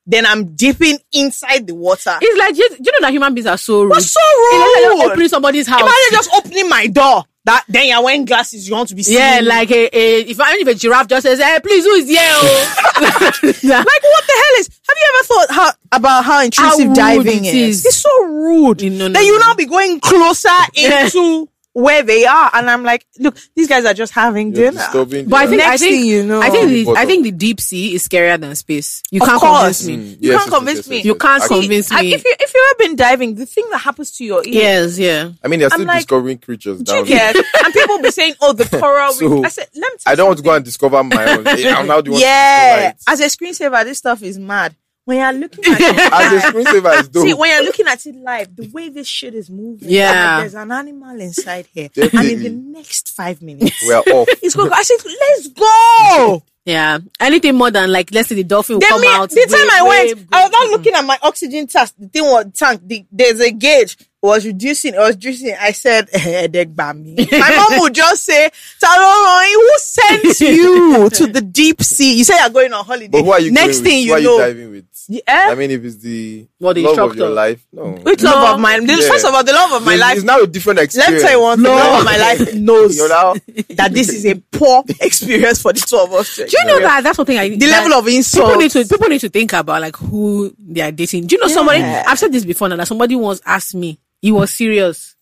S4: Then I'm dipping inside the water.
S6: It's like you, you know that human beings are so rude.
S4: What's so
S6: It's like
S4: rude?
S6: you're opening somebody's house.
S4: Imagine just opening my door. That then you're wearing glasses. You want to be seen.
S6: yeah, like a, a, if I if a giraffe just says, "Hey, please, who is here?" oh?"
S4: Like what the hell is? Have you ever thought how, about how intrusive
S6: rude
S4: diving
S6: it
S4: is?
S6: is.
S4: It's so rude.
S6: No, no,
S4: then you
S6: no.
S4: now be going closer
S6: Yeah.
S4: into where they are, and I'm like, look, these guys are just having
S1: You're
S4: dinner.
S1: disturbing
S6: But I
S1: the-
S6: think I
S4: Next
S6: think
S4: thing you know-
S6: I think the,
S1: Bottom.
S6: I think the deep sea is scarier than space. You
S4: Of
S6: can't
S4: course.
S6: convince
S1: Mm,
S6: me.
S4: You
S1: yes,
S4: can't
S1: yes,
S4: convince
S1: yes,
S4: me.
S1: yes,
S6: You
S1: yes.
S6: can't
S1: I-
S6: convince
S4: I-
S6: me.
S4: if you if you have been diving, the thing that happens to your ear,
S6: yes, yeah.
S1: I mean, they're still
S4: I'm like-
S1: discovering creatures
S4: do you
S1: down
S4: get?
S1: there.
S4: and people be saying, "Oh, the coral." reef."
S1: So,
S4: I said, "Let me."
S1: I don't want to go and discover my own. Eh, How do you want
S4: Yeah,
S1: to
S4: as a screensaver, this stuff is mad. When you're looking at it,
S1: discover it? As a screensaver, it's dope.
S4: See, when you're looking at it live, the way this shit is moving,
S6: Yeah.
S4: like, there's an animal inside here, and in
S1: Definitely.
S4: the next five minutes,
S1: We're off.
S4: it's going. to I said, let's go.
S6: Yeah, anything more than like let's say the dolphin will
S4: Then
S6: come
S4: me,
S6: out.
S4: the time
S6: wave,
S4: I went,
S6: wave,
S4: I was not looking at my oxygen tank. The thing was tank. The, there's a gauge It was reducing. It was reducing. I said, headache by me. My mom would just say, Talon, who sent you to the deep sea? You say you're going on holiday.
S1: But who are you
S4: Next
S1: going
S4: thing
S1: with?
S4: you
S1: who
S4: know,
S1: are you diving with?
S4: yeah.
S1: I mean, if it's the,
S6: What, the
S1: love of
S6: instructor?
S1: your life, no.
S4: Which love of my the,
S1: Yeah.
S4: first of all, the love of my
S1: It's-
S4: life.
S1: It's now a different
S4: Let me
S1: experience.
S4: tell you one thing.
S1: No.
S4: The love of my life knows
S1: You're now
S4: that this is a poor experience for the two of us. Do
S6: Do you know that that's something I
S4: the level of insult?
S6: people need to people need to think about like who they are dating. Do you know somebody? I've said this before now. That somebody once asked me, he was serious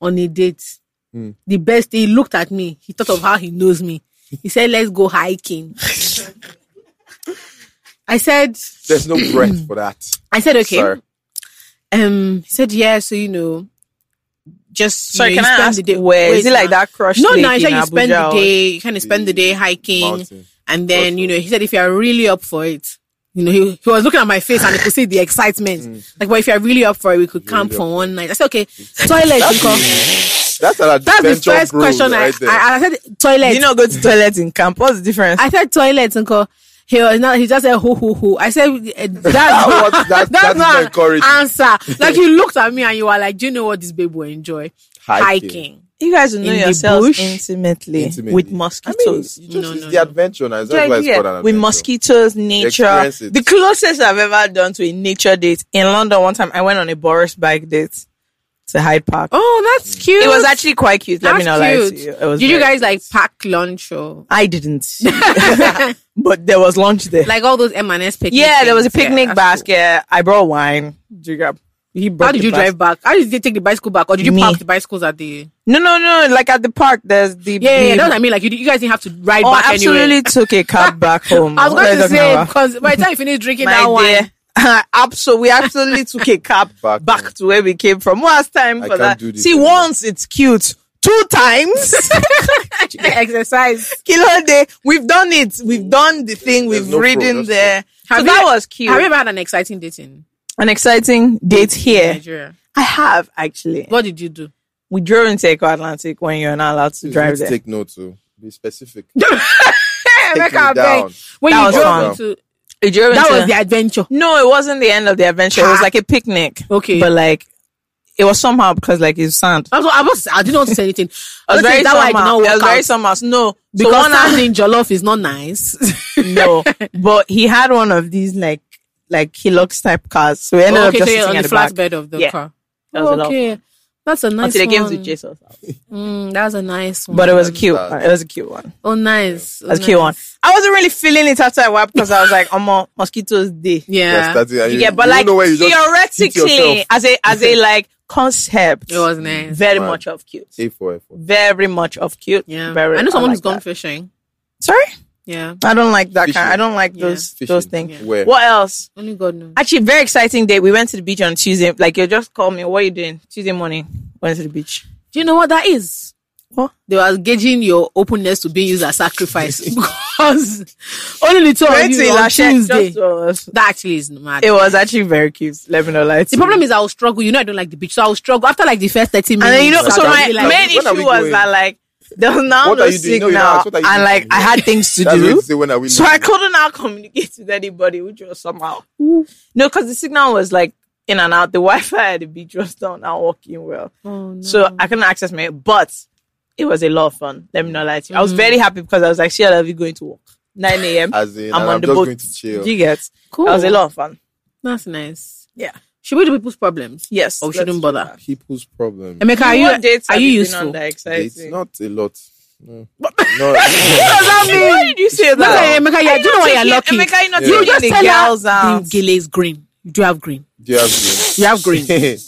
S6: on a date.
S4: Hmm.
S6: The best he looked at me, he thought of how he knows me. He said, "Let's go hiking." I said,
S1: There's no breath for that.
S6: "I said okay."
S1: Sorry.
S6: Um, he said, "Yeah." So you know, just you
S4: Sorry,
S6: know,
S4: can
S6: you
S4: I
S6: spend
S4: ask
S6: the day.
S4: where? Is
S6: wait,
S4: it like
S6: nah.
S4: that crush?
S6: No,
S4: lake
S6: no. He said
S4: in
S6: you spend
S4: Abuja
S6: the
S4: or-
S6: day. You kind of spend
S1: The
S6: the day hiking.
S1: mountain.
S6: And then, you know, he said if you are really up for it, you know, he, he was looking at my face and he could see the excitement. Like, well, if you are really up for it, we could camp for one night. I said, okay, toilet. Because
S1: That's an
S6: that's
S1: adventure
S6: the first
S1: bros
S6: question I,
S1: right there.
S6: I, I said, toilet.
S4: Did you not go to toilet in camp? What's the difference?
S6: I said, toilet. And co- he was not, he just said, ho, ho, ho. I said, eh, that's, not,
S1: What- that-
S6: that's,
S1: that is
S6: not an
S1: encouraging.
S6: answer. Like, you looked at me and you were like, do you know what this babe will enjoy?
S1: Hiking.
S4: you guys will know
S6: in the
S4: yourselves
S6: bush?
S4: intimately,
S1: Intimately.
S4: with
S1: I mean, you
S4: mosquitoes.
S1: just,
S6: No,
S1: it's
S6: no,
S1: the adventure now. It's not why it's called an adventure.
S4: with mosquitoes, nature.
S1: experience it.
S4: The closest I've ever done to a nature date in London one time, I went on a Boris bike date to Hyde Park.
S6: Oh,
S1: Mm.
S6: that's cute.
S4: It was actually quite cute. Let me
S6: That's
S4: not lie to
S6: cute.
S4: you. It was
S6: Did you
S4: very
S6: guys like pack lunch or
S4: I didn't. but there was lunch there.
S6: like all those M&S picnic?
S4: yeah, there was a
S6: things? Yeah,
S4: picnic
S6: that's cool.
S4: basket. I brought wine. Did you grab- He brought
S6: How did
S4: the
S6: you
S4: bas-
S6: drive back? How did you take the bicycle back, or did you
S4: Me.
S6: park the bicycles at the?
S4: No, no, no. Like at the park, there's the.
S6: Yeah, yeah,
S4: the-
S6: yeah, that's what I mean. Like you, di- you guys didn't have to ride
S4: Oh,
S6: back
S4: I absolutely
S6: anyway.
S4: took a cab back home.
S6: I was
S4: What are
S6: going
S4: you
S6: to
S4: talking
S6: say
S4: about?
S6: because by the time you finish drinking that
S4: My
S6: wine,
S4: dear. Absolutely, we absolutely took a cab
S1: Back
S4: back, to where we came from. Last time
S1: I
S4: for
S1: can't
S4: that.
S1: do this
S4: See,
S1: anymore.
S4: once it's cute. Two times,
S6: exercise.
S4: killer day. We've done it. We've done the thing.
S1: There's
S4: We've
S1: no pro,
S4: ridden
S1: that's
S4: there. So
S6: Have
S4: that
S6: you-
S4: was cute.
S6: Have you ever had an exciting date in
S4: An exciting date
S1: Eh.
S4: here.
S6: Nigeria?
S4: I have actually.
S6: What did you do?
S4: we drove into Eco Atlantic when you're not allowed to
S1: Please
S4: drive
S1: let's
S4: there.
S1: Take note too. Be specific. Take me down.
S6: When
S4: That
S6: you
S4: was
S6: drove
S4: fun.
S6: into
S4: We drove
S6: that
S4: into-
S6: was the adventure.
S4: no, it wasn't the end of the adventure. It was
S6: Ha.
S4: like a picnic.
S6: Okay.
S4: But like, it was somehow because like it's sand.
S6: I was, I was I didn't want to say anything.
S4: It was
S6: Honestly,
S4: very
S6: that why I did not
S4: somehow. It was
S6: work
S4: very
S6: out.
S4: somehow. No,
S6: because
S4: because
S6: standing in jollof is not nice.
S4: no. But he had one of these like like Hilux type cars, so we ended
S6: Oh, okay,
S4: up
S6: so
S4: just
S6: you're
S4: sitting
S6: on
S4: at
S6: the
S4: the back.
S6: flatbed of the
S4: Yeah.
S6: car.
S4: That was a lot of
S6: okay, that's a nice
S4: Until they came
S6: one.
S4: to Jesus,
S6: Mm, that's a nice one.
S4: but it was a cute.
S1: sad.
S4: One. It was a cute one.
S6: oh nice. Oh,
S4: It was a cute
S6: nice.
S4: one. I wasn't really feeling it after a while because I was like, "Oh, mosquitoes day."
S1: Yes,
S6: Yeah,
S1: that's it. And
S4: You get, but
S1: Uh, you
S4: like
S1: know where you just hit
S4: theoretically,
S1: yourself.
S4: as a as a like concept,
S6: it was nice.
S4: very
S1: Wow.
S4: much of cute.
S1: A for effort.
S4: Very much of cute.
S6: Yeah,
S4: very.
S6: I know someone
S4: like
S6: who's gone
S4: that.
S6: fishing.
S4: Sorry,
S6: Yeah.
S4: I don't like that
S1: Fishing.
S4: kind. I don't like
S6: Yeah.
S4: those
S1: Fishing.
S4: those things.
S6: Yeah.
S1: Where?
S4: What else?
S6: Only God knows.
S4: Actually, very exciting day. We went to the beach on Tuesday. Like you just called me. What are you doing Tuesday morning? Went to the beach.
S6: Do you know what that is?
S4: What?
S6: They were gauging your openness to being used as sacrifice because only the two of
S4: Went to
S6: you on
S4: Ilashe,
S6: Tuesday.
S4: just was-
S6: That actually is mad.
S4: It was actually very cute. Let me not lie.
S6: the problem is I will struggle. You know I don't like the beach, so I will struggle after like the first thirty minutes.
S4: And then, you know,
S6: I
S4: so
S6: will
S4: my
S6: be like,
S4: main
S1: when are we
S4: issue was
S1: going?
S4: that like there was now
S1: What
S4: no
S1: are you doing? No,
S4: signal,
S1: you don't ask. What are you
S4: and
S1: doing
S4: like
S1: from
S4: I
S1: here?
S4: had things to
S1: That's what
S4: do,
S1: you say when are we
S4: so I
S1: leaving?
S4: couldn't now communicate with anybody, which was somehow no, because the signal was like in and out. The Wi-Fi at the beach was not now working well,
S6: oh, no.
S4: so I couldn't access my. But it was a lot of fun. Let me not lie to you. I was
S6: Mm.
S4: very happy because I was like, "Shit, I'll be going to work 9 a.m.
S1: As in,
S4: I'm
S1: I'm,
S4: on
S1: I'm
S4: the
S1: just
S4: boat.
S1: going to
S4: Do
S1: chill.
S4: you get?
S6: cool.
S4: That was a lot of fun.
S6: That's nice.
S4: Yeah.
S6: Should we do people's problems?
S4: Yes,
S6: Or we
S4: let's
S6: shouldn't
S4: do
S6: Oh, bother.
S4: that.
S1: People's problem.
S6: Emeka, are
S4: What
S6: you
S4: dates
S6: are
S4: have
S6: you
S4: been
S6: useful?
S4: on that
S1: It's
S4: exciting?
S1: not a lot. No. no.
S4: Why did you say
S6: Emeka,
S4: that?
S6: Emeka, yeah, do you know why you're lucky?
S4: Emeka, you're not
S1: Yeah. You
S4: taking
S6: just
S4: the
S6: tell her
S4: girls
S6: The
S4: out.
S6: gele is green. You do have green.
S1: Do you have green?
S6: You have green.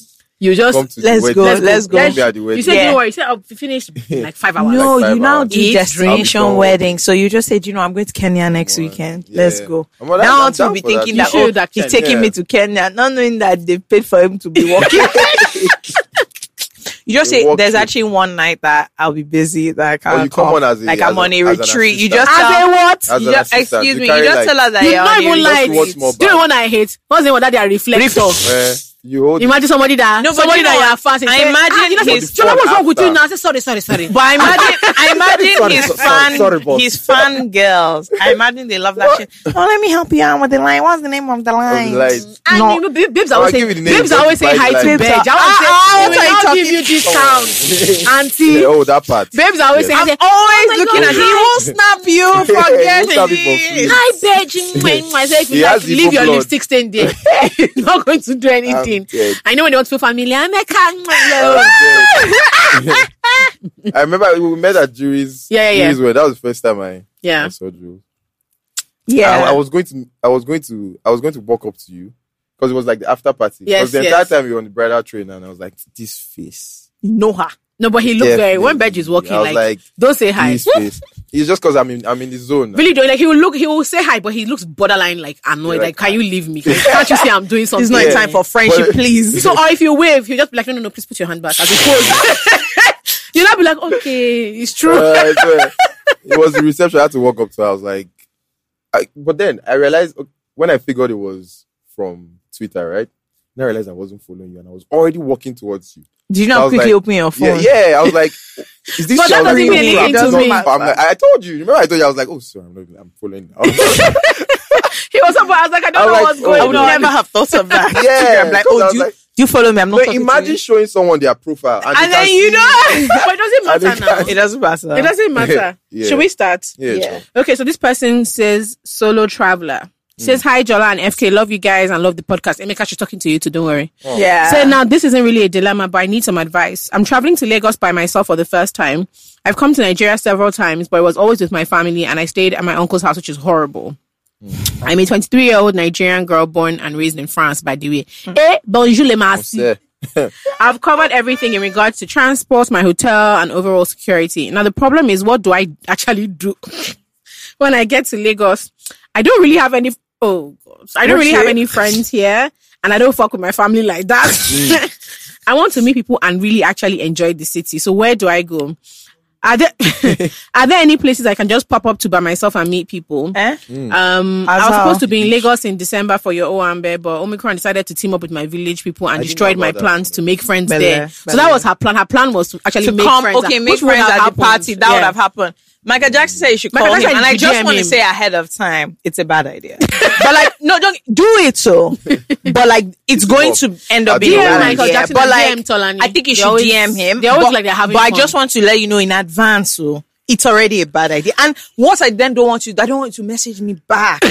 S6: You
S1: Come
S6: just
S1: to
S4: let's
S1: the
S4: go,
S1: wedding.
S4: let's go.
S1: Come be at the wedding.
S6: you said
S4: Yeah.
S6: don't worry. You said I'll be finished in like five hours.
S4: No,
S1: Like five
S4: you now
S1: hours.
S4: do
S6: Eat,
S1: drink.
S4: destination wedding. So you just said, you know, I'm going to Kenya next
S1: Right.
S4: weekend.
S1: Yeah.
S4: Let's go.
S1: I'm all-
S4: now
S1: I'm
S4: on to
S1: down
S4: be
S1: for that.
S4: thinking
S1: You
S4: that,
S6: should
S4: oh,
S6: actually.
S4: he's taking
S1: Yeah.
S4: me to Kenya, not knowing that they paid for him to be working. you just
S1: They
S4: say
S1: walk
S4: there's
S1: you.
S4: actually one night that I'll be busy that I can't
S1: Or you come on as a-
S4: like
S1: as
S4: I'm
S1: a-
S4: on a
S1: as an
S4: retreat. You just
S1: assistant.
S4: tell,
S6: what?
S1: As
S4: you
S1: an
S4: just-
S1: assistant,
S4: excuse
S1: you
S4: me.
S1: carry,
S4: You just
S1: like-
S4: tell her that
S6: You
S4: you're
S6: not
S4: on a
S6: even
S4: retreat.
S6: lie.
S1: Just watch more
S6: Do you know what I hate? What's the one that they are reflector?
S1: Eh, you hold
S6: Imagine somebody that
S4: No, but
S6: somebody
S4: you know
S6: that
S4: what?
S6: you're fast.
S4: I imagine his
S6: Shola, what's wrong with
S1: after.
S6: you now? I say sorry, sorry, sorry.
S4: But I imagine, I imagine
S1: Sorry,
S4: his
S1: so- sorry,
S4: fan,
S1: sorry, boss.
S4: his fan girls. I imagine they love that shit. Oh, let me help you out with the line. What's the name of the line?
S1: lights.
S6: And
S4: No.
S6: you know, babe- babes
S1: I'll
S6: always
S1: give
S6: say,
S1: you the name,
S6: babes
S1: but
S6: always say
S1: it's
S6: hi
S1: like-
S6: to
S1: Babes
S6: babes. I
S4: are- Ah,
S6: always
S4: ah,
S6: say,
S4: what
S6: I'll
S4: are you
S6: give you discount,
S1: Yeah,
S6: auntie.
S1: oh, that part.
S6: Babes always say, "Ah,
S1: Yes.
S4: Oh,
S6: hi
S4: Always looking at
S1: God.
S4: you. He won't snap you.
S1: Yeah,
S4: Forget
S1: you snap
S4: it.
S1: it
S6: begging when I say if
S1: He
S6: you
S1: has
S6: like,
S1: evil
S6: leave your
S1: blood.
S6: lipstick stain there. It's not going to do anything.
S1: dead.
S6: I know when they want to feel familiar. I'm like, ah,
S1: I'm dead. I remember we met at Jury's.
S6: Yeah, yeah, yeah.
S1: Jury's wedding. That was the first time I, I
S6: yeah.
S1: saw Drew.
S4: Yeah.
S1: I, I was going to, I was going to, I was going to walk up to you because it was like the after party.
S6: Yes,
S1: Because the
S6: yes.
S1: entire time you were on the bridal train, and I was like, this face.
S4: you know her.
S6: No, but he looked very. When Bej
S1: Definitely.
S6: is walking,
S1: I was
S6: like,
S1: like,
S6: don't say hi.
S1: This face. It's just because I'm in, I'm in the zone.
S6: Really don't like he will look. He will say hi, but he looks borderline like annoyed.
S1: Yeah,
S6: Like,
S1: like,
S6: can you leave me? Can't you see I'm doing something?
S4: It's not
S1: Yeah.
S4: time for friendship,
S1: But-
S4: please.
S6: So, or if you wave, he'll just be like, no, no, no, please put your hand back. I'll be cold. You'll not be like, okay, it's true.
S1: Uh, I swear. it was the reception. I had to walk up to. her. I was like, I, but then I realized okay, when I figured it was from Twitter, right? Then I realized I wasn't following you, and I was already walking towards you.
S4: Do you
S1: I
S4: know
S1: was
S4: quickly
S1: like,
S4: open your
S1: Yeah,
S4: phone?
S1: yeah. I was like, is this?
S6: But that
S1: I was
S6: doesn't
S1: like,
S6: mean
S1: no,
S6: anything
S1: I'm
S6: to
S1: not-
S6: me.
S1: I'm like, I told you. Remember, I told you. I was like, oh, sorry, I'm not. even- I'm following. now.
S6: He was up, I was like, I don't
S1: I
S6: know
S1: was like,
S6: what's
S1: oh,
S4: I
S6: going
S4: would
S1: no,
S6: on.
S4: never have thought of that.
S1: Yeah,
S4: I'm like,
S1: because I
S4: oh,
S1: was
S4: do you,
S1: like-
S4: do you follow me? I'm not
S1: But
S4: talking to
S1: imagine
S4: you.
S1: showing someone their profile, and,
S4: And
S1: they can
S4: then
S1: see-
S4: you know,
S6: But it
S1: I
S6: doesn't matter
S1: think
S6: now.
S1: I-
S4: it doesn't matter.
S6: It doesn't matter.
S1: Yeah.
S6: Should we start?
S1: Yeah,
S4: Yeah.
S6: Okay, so this person says solo traveler. Says
S1: Hmm.
S6: hi Jola and FK, love you guys and love the podcast. Emeka, she's talking to you too. Don't worry.
S4: Yeah.
S6: So now this isn't really a dilemma, but I need some advice. I'm traveling to Lagos by myself for the first time. I've come to Nigeria several times, but it was always with my family, and I stayed at my uncle's house, which is horrible. I'm a 23 year old Nigerian girl born and raised in France, by the way. Eh, bonjour les merci.
S1: Yeah.
S6: I've covered everything in regards to transport, my hotel, and overall security. Now, the problem is, what do I actually do when I get to Lagos? I don't really have any. Oh, God. I don't really have any friends here, and I don't fuck with my family like that. I want to meet people and really actually enjoy the city. So, where do I go? Are there are there any places I can just pop up to by myself and meet people?
S4: Eh?
S6: Um, I
S4: As
S6: was
S4: how?
S6: supposed to be in Lagos in December for your Oambe, but Omicron decided to team up with my village people and destroyed
S1: know
S6: my
S1: about that.
S6: plans to make friends
S4: Bele,
S6: there. So that
S4: bele.
S6: was her plan. Her plan was to actually
S4: to
S6: make
S4: come,
S6: friends.
S4: okay, make
S6: which would
S4: friends
S6: have
S4: at the
S6: happened.
S4: party. That would
S6: Yeah.
S4: have happened. Michael Jackson said you should
S6: Michael
S4: call
S6: Jackson
S4: him, and I
S6: should
S4: just
S6: DM
S4: want to
S6: him.
S4: say ahead of time, it's a bad idea. but like, no, don't do it so. But like, it's going to end up
S1: At the
S4: being a
S1: end.
S4: bad
S1: Yeah,
S6: Michael
S4: idea.
S6: Jackson
S4: but
S6: and
S4: like,
S6: DM Tolani.
S4: I think you
S6: They
S4: should
S6: always-
S4: DM him.
S6: they always
S4: but,
S6: like they're having
S4: But I
S6: fun.
S4: just want to let you know in advance, so. It's already a bad idea. And what I then don't want you, I don't want you to message me back.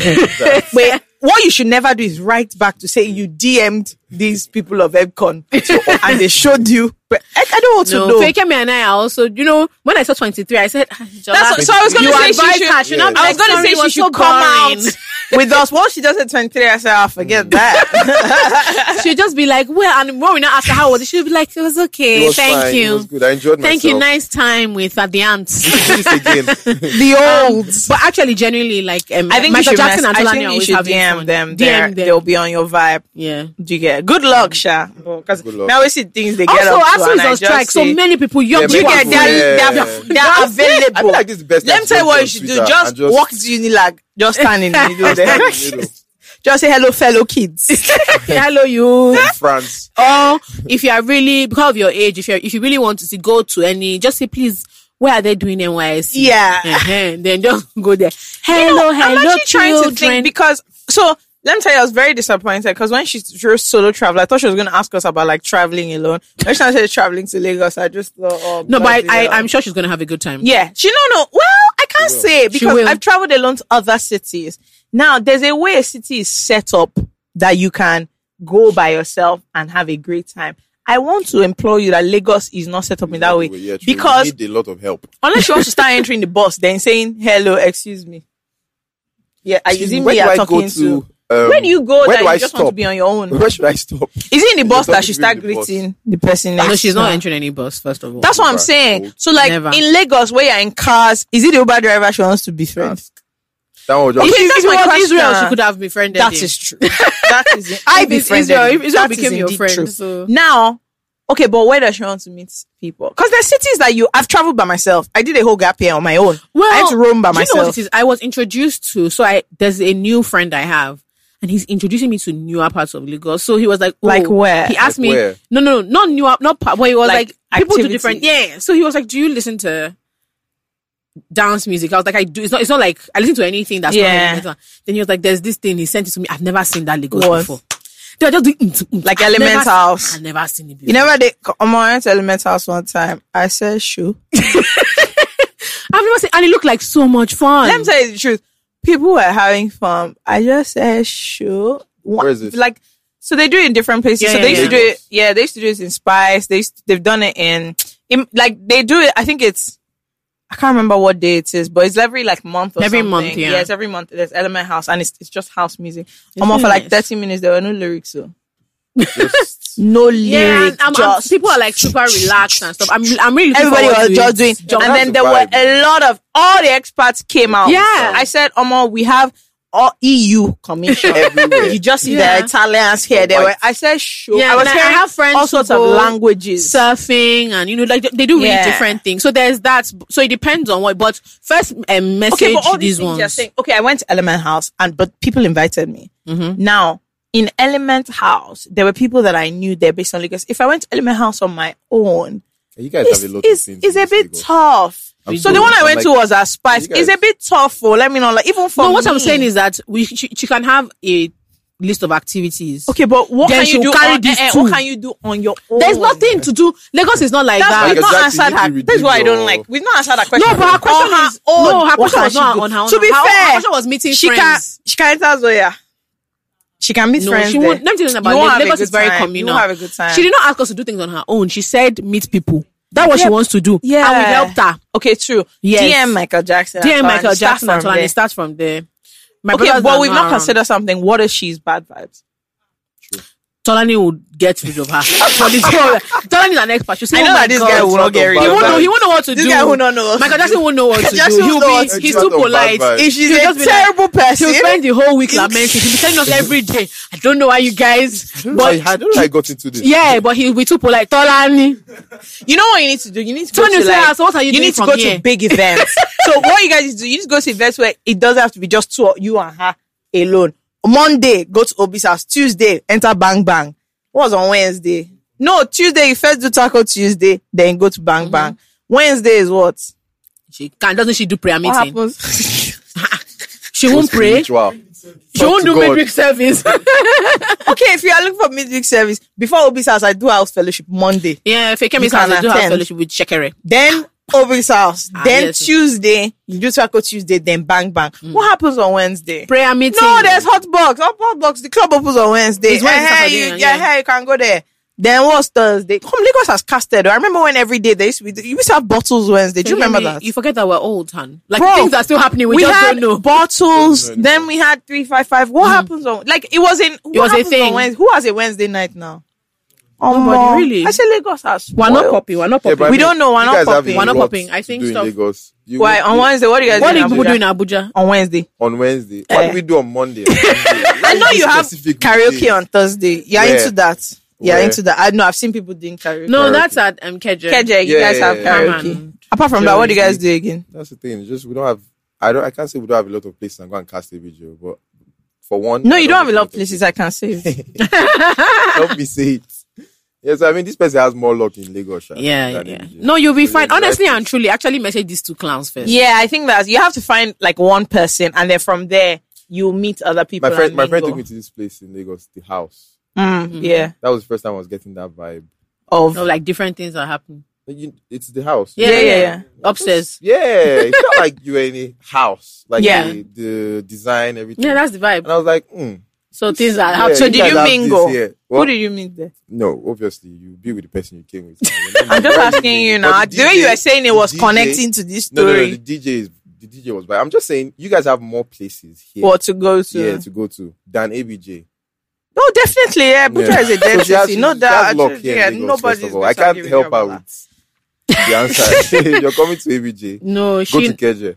S4: Wait, what you should never do is write back to say you DM'd these people of Epcon and they showed you But I, I don't want to
S6: No,
S4: know.
S6: Fake me and I are also, you know, when I saw 23, I said, "Ah,
S5: That's what, so I was going
S6: you
S5: to say she
S6: advised
S5: should.
S6: her, she not be
S5: I was
S6: like,
S5: gonna
S6: "Sorry,
S5: say
S6: it
S5: she
S6: was
S5: should
S6: so
S5: come
S6: boring."
S4: With us, once she does it 23, I say, ah, forget that.
S6: She'll just be like, well, and when we now ask her how was it, she'll be like, it was okay.
S1: It was
S6: Thank
S1: fine. It
S6: you.
S1: was good. I enjoyed
S6: Thank you.
S1: myself.
S6: Nice time with uh, the ants.
S1: you. Nice. again.
S4: the old.
S6: Um, but actually, genuinely, like, um,
S4: I think
S6: Michael
S4: you should,
S6: Jackson
S4: mess-
S6: and Tolani
S4: I think you
S6: always
S4: should
S6: having
S4: DM
S6: fun.
S4: them.
S6: DM
S4: DM They'll be on your vibe.
S6: Yeah.
S4: Do you get good luck, Sha? Because
S1: Good luck.
S4: now we see things they get
S6: Also,
S4: up to,
S6: Asu
S4: and
S6: is
S4: I
S6: on
S4: just
S6: strike, so
S4: say-
S6: many people, young
S1: Yeah,
S4: Do you
S6: people,
S1: but-
S6: are
S4: get
S6: free.
S4: they're,
S1: Yeah.
S4: they're, they're
S1: I
S4: available.
S1: I feel like this is the best.
S4: Let
S1: time
S4: me
S1: to
S4: tell you
S1: go
S4: what
S1: on
S4: you should do.
S1: Twitter
S4: Just,
S1: and just
S4: walk to Unilag. Just stand in the middle there.
S1: you know,
S4: just say hello, fellow kids.
S6: Hello, you.
S1: France.
S6: or if you are really because of your age, if you are if you really want to see, go to any, just say please. Where are they doing NYSC?
S4: Yeah.
S6: uh Then just go there. Hello, hello,
S4: I'm actually trying to
S6: children.
S4: think because so let me tell you, I was very disappointed because when she drew solo travel, I thought she was going to ask us about like traveling alone. When she said traveling to Lagos, I just thought, oh,
S6: no, but
S4: bloody
S6: I,
S4: hell.
S6: I, I'm sure she's gonna have a good time.
S4: Yeah, she no no. Well, I can't say because
S6: will.
S4: I've traveled alone to other cities. Now there's a way a city is set up that you can go by yourself and have a great time. I want to implore you that Lagos is not set up in that way
S1: Yeah, true. We
S4: because
S1: need a lot of help.
S4: unless you want to start entering the bus, then saying hello, excuse me. Yeah, are you
S1: Excuse
S4: see
S1: me,
S4: me?
S1: where do
S4: Are
S1: I go
S4: talking to?
S1: to? Um,
S4: Where do you
S1: where
S4: go that
S1: do
S4: you
S1: I
S4: just
S1: stop?
S4: want to be on your own?
S1: Where should I stop?
S4: Is it in the bus
S1: There's
S4: that she start
S1: nothing to do with the
S4: greeting the person next?
S6: No, she's
S4: to
S6: not
S4: her?
S6: entering any bus. First of all,
S4: That's what I'm
S1: Uber.
S4: saying. So, like
S6: Never.
S4: in Lagos, where you're in cars, is it the Uber driver she wants to befriend?
S1: That one
S6: if,
S1: just.
S4: Okay,
S6: if
S4: that's
S6: it
S4: my
S6: was
S4: question.
S6: Israel, she could have befriended
S4: That
S6: him.
S4: is true. that is. it. I
S6: If it's
S4: befriended
S6: Israel,
S4: him.
S6: if Israel
S4: That is
S6: became your
S4: indeed
S6: friend,
S4: true.
S6: so-
S4: Now, okay, but where does she want to meet people? Because there's cities that you. I've traveled by myself. I did a whole gap year on my own.
S6: Well,
S4: I had to roam by
S6: do You know what
S4: myself.
S6: it is? I was introduced to so I there's a new friend I have, and he's introducing me to newer parts of Lagos. So he was like, oh.
S4: Like where?
S6: He asked
S1: Like
S6: me,
S1: where?
S6: no, no, no, not newer, not part. Where he was
S4: Like
S6: like, people do different,
S4: activities.
S6: yeah. So he was like, do you listen to dance music? I was like, I do. It's not. It's not like I listen to anything that's
S4: Yeah.
S6: Not like- then he was like, there's this thing. He sent it to me. I've never seen that Lagos
S4: What?
S6: before. They were just doing mm, mm,
S4: Like
S6: I've never
S4: Elementals.
S6: seen- I've never seen it before.
S4: You never did. I'm on to Element House one time. I said, "Sure."
S6: I've never seen, and it looked like so much fun.
S4: Let me tell you the truth. People were having fun. I just said, sure. Wha-
S1: Where is this?
S4: Like, so they do it in different places.
S6: Yeah,
S4: so
S6: yeah,
S4: they used to
S6: yeah.
S4: do it. Yeah, they used to do it in Spice. They used they've done it in, in like they do it. I think it's. I can't remember what day it is, but it's every like month or
S6: Every
S4: something.
S6: month, yeah.
S4: it's every month. There's Element House, and it's it's just house music. I'm on for like 30 minutes. There were no lyrics, so
S1: Just,
S4: no lyrics.
S6: Yeah, and I'm, I'm,
S4: just
S6: people are like super relaxed and stuff. I'm, I'm really looking
S4: everybody
S6: forward
S4: was
S6: to
S4: just
S6: it.
S4: doing. and
S1: That's
S4: then
S1: the
S4: there were
S1: vibe.
S4: a lot of all the experts came out.
S6: Yeah.
S4: I said, Omo, we have all EU commission.
S1: Everywhere.
S4: You just see
S6: Yeah.
S4: the Italians
S1: The
S4: here. They were.
S1: whites.
S4: I said, sure.
S6: Yeah,
S4: I was
S6: and I-
S4: hearing
S6: I have friends
S4: all sorts
S6: who
S4: of
S6: go
S4: languages.
S6: surfing and you know like they do really
S4: Yeah.
S6: different things. So there's that. So it depends on what. But first, um, message
S4: okay, but all
S6: these,
S4: these, things
S6: ones.
S4: you're saying. Okay, I went to Element House, and but people invited me. Now in Element House, there were people that I knew there based on Lagos. If I went to Element House on my own,
S1: you guys
S4: it's,
S1: have a lot of
S4: it's,
S1: things.
S4: it's
S1: in
S4: a
S1: this
S4: bit
S1: Lagos.
S4: tough.
S1: I'm
S4: So
S1: sorry.
S4: the one I
S1: I'm
S4: went
S1: like,
S4: to was at Spice.
S1: you guys-
S4: It's a bit tough for. Let me know, like even for.
S6: No, what I'm
S4: me.
S6: saying is that we she, she can have a list of activities.
S4: Okay, but what
S6: Then
S4: can you
S6: she'll
S4: do?
S6: carry
S4: on,
S6: these
S4: eh, eh,
S6: two.
S4: what can you do on your own?
S6: There's nothing to do. Lagos is not like
S4: Oh, That's why
S6: that.
S4: we've
S1: Like,
S4: not
S1: exactly,
S4: answered
S1: you
S4: her.
S1: need to
S4: That's why I
S1: redeem
S4: don't
S1: your-
S4: like. We've not answered her question.
S6: No, but her question
S4: On her
S6: is
S4: own,
S6: no. Her
S4: what
S6: question
S4: can
S6: was
S4: she
S6: not
S4: do?
S6: on her own.
S4: To be
S6: her, her
S4: fair,
S6: question was meeting
S4: she can
S6: friends.
S4: she can enter Zoya. She can meet
S6: No,
S4: friends.
S6: she
S4: there.
S6: won't. Let me tell you something
S4: You won't
S6: about
S4: have a
S6: Lagos.
S4: good
S6: is very
S4: time.
S6: communal.
S4: You won't have a good time.
S6: She did not ask us to do things on her own. She said meet people. That's what she
S4: Yeah.
S6: wants to do.
S4: Yeah.
S6: and we helped her.
S4: Okay, true.
S6: Yes.
S4: DM Michael Jackson.
S6: DM
S4: and
S6: Michael
S4: start
S6: Jackson
S4: from
S6: and Tolani
S4: there.
S6: starts from there. My
S4: Okay,
S6: brothers
S4: but
S6: are
S4: we've not
S6: around.
S4: considered something. What if she's bad vibes?
S6: Tolani would get rid of her. For this girl. Tolani is an expert. She'll say,
S4: I know
S6: oh my
S4: that this
S6: God.
S4: guy will not get rid
S6: He
S4: of
S6: won't
S1: her.
S6: know. He won't know what to
S4: This
S6: do.
S4: guy will not know what
S6: Michael
S4: to
S6: Jackson won't know what to
S4: Jackson
S6: do. He'll
S4: will know
S6: be.
S4: what to
S6: He's
S1: do.
S6: too
S1: That's a bad
S6: polite.
S1: vibe.
S6: He'll
S4: She's
S6: just be
S4: a
S6: like-
S4: terrible person.
S6: He'll spend the whole week lamenting. He'll be telling us every day. I don't know why you guys.
S1: I
S6: But
S1: had how I got into this.
S6: yeah, but he'll be too polite. Tolani.
S4: You know what you need to do? You need to go
S6: Tony
S4: to
S6: say,
S4: like,
S6: "Ah, so what are you doing
S4: need to
S6: from
S4: go
S6: here?"
S4: to big events. so what you guys need to do, you need to go to events where it doesn't have to be just two of you and her alone. Monday, go to Obi's house. Tuesday, enter Bang Bang. What's on Wednesday? No, Tuesday, you first do Taco Tuesday, then go to Bang Bang. Wednesday is what?
S6: She can doesn't she do prayer
S4: What
S6: Mm-hmm. meeting?
S4: happens?
S6: She won't pray. She
S1: Ritual.
S6: won't
S1: to
S6: do
S1: God.
S6: midweek service.
S4: okay, if you are looking for midweek service, before Obi's house, I do house fellowship Monday.
S6: yeah, Fake
S4: You
S6: Miss
S4: can
S6: has to do her
S4: attend.
S6: fellowship with Shekere.
S4: Then Obi's house.
S6: Ah,
S4: then
S6: yes. Hmm.
S4: Tuesday, you do Taco Tuesday, then Bang Bang. What happens on Wednesday?
S6: Prayer meeting.
S4: No, there's hot box. Hot, hot box. The club opens on Wednesday.
S6: It's Wednesday,
S4: Eh,
S6: Saturday,
S4: you,
S6: yeah.
S4: yeah, eh, you can go there. Then what's Thursday? Come, Lagos has casted. I remember when every day they used to, be, you used to have bottles Wednesday. Do you remember that?
S6: You forget that we're old, hon. Like
S4: Bro,
S6: things are still happening. We,
S4: we
S6: just
S4: had
S6: don't know. Hmm.
S4: bottles.
S1: Don't know
S4: Then we had three five five. What happens on like it was in what
S6: was a
S4: happens on
S6: thing.
S4: Wednes- who has a Wednesday night now? Oh
S6: Nobody, really?
S4: I say Lagos has.
S6: We're not
S4: spoiled.
S6: popping. We're not
S1: Yeah,
S6: popping.
S1: but I
S4: We
S1: mean,
S4: don't know. We're
S1: you
S4: not
S1: guys have
S4: popping.
S1: a
S6: We're not
S1: lot
S6: popping. I
S1: to
S6: think
S1: do in
S6: stuff-
S1: Lagos. You-
S4: Why on Wednesday? What do you guys
S6: what
S4: do
S6: do
S4: in
S6: people
S4: Abuja?
S6: do in Abuja?
S4: on Wednesday?
S1: on Wednesday? What
S4: Eh.
S1: do we do on Monday? I
S4: I know you have karaoke on Thursday. You're
S1: Where?
S4: into that. You're
S1: Where?
S4: into that. I know. I've seen people doing karaoke.
S6: No,
S1: Karaoke.
S6: that's at um, Keje.
S4: Keje, you
S1: Yeah,
S4: guys
S1: yeah,
S4: have
S1: yeah,
S6: yeah.
S4: karaoke. Apart from that, what do you guys do again?
S1: That's the thing. It's just we don't have. I don't. I can't say we don't have a lot of places and go and cast a video. But for one,
S4: No,
S1: I
S4: you don't have a lot of
S1: places.
S4: places I can say.
S1: Help me say it. Yes, I mean this person has more luck in Lagos. sha,
S6: Yeah, yeah,
S1: than
S6: yeah.
S1: in Nigeria.
S6: No, you'll be
S1: So
S6: fine.
S1: it's like-
S6: Honestly and truly, actually message these two clowns first.
S4: yeah, I think that you have to find like one person, and then from there you meet other people.
S1: my friend,
S4: and
S1: my friend
S4: mingle.
S1: took me to this place in Lagos, the house.
S4: Mm, Yeah.
S1: That was the first time I was getting that vibe.
S4: Of
S6: No, like different things are happening.
S1: Like, you- It's the house.
S6: Yeah,
S4: yeah,
S6: yeah,
S4: yeah.
S6: Upstairs.
S1: Yeah, it felt like you were in a house, like
S4: Yeah.
S1: the, the design, everything.
S6: Yeah, that's the vibe.
S1: and I was like, mm,
S6: So things are
S1: yeah,
S6: happening.
S4: So did
S1: guys
S4: you
S1: have
S4: mingle?
S1: This, yeah.
S4: Who
S1: Well,
S4: did you meet there?
S1: no, obviously you be with the person you came with.
S4: I'm just asking you now.
S1: But
S4: The way you
S1: DJ
S4: were saying it was
S1: the DJ
S4: connecting to this
S1: No, no, no, the
S4: story.
S1: DJ is the DJ was by. I'm just saying you guys have more places here,
S4: What to go to?
S1: here to go to than ABJ.
S4: No, definitely. Yeah, Buja
S1: Yeah.
S4: is a
S1: So she
S4: dentist.
S1: has-
S4: you know
S1: she
S4: that.
S1: has luck
S4: actually,
S1: here in
S4: yeah,
S1: Lagos,
S4: nobody's
S1: first of all.
S4: gonna
S1: I can't
S4: give you
S1: help
S4: about
S1: her with the answer. You're coming to ABJ.
S6: No,
S1: Go
S6: she
S1: to Keje.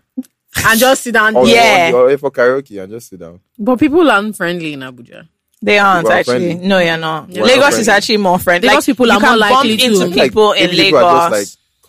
S6: and just sit down.
S1: Or,
S4: Yeah.
S1: Or, or, for karaoke and just sit down.
S6: But people are unfriendly in Abuja.
S4: They aren't
S1: We're
S4: actually.
S1: friendly.
S4: No, you're not.
S1: We're
S4: Lagos
S1: not
S4: is
S1: friendly.
S4: actually more friendly.
S6: Lagos people
S4: you
S6: are
S4: can
S6: more likely
S4: bump into
S6: to-
S1: Like,
S4: people in
S1: ABJ people
S4: Lagos.
S1: are just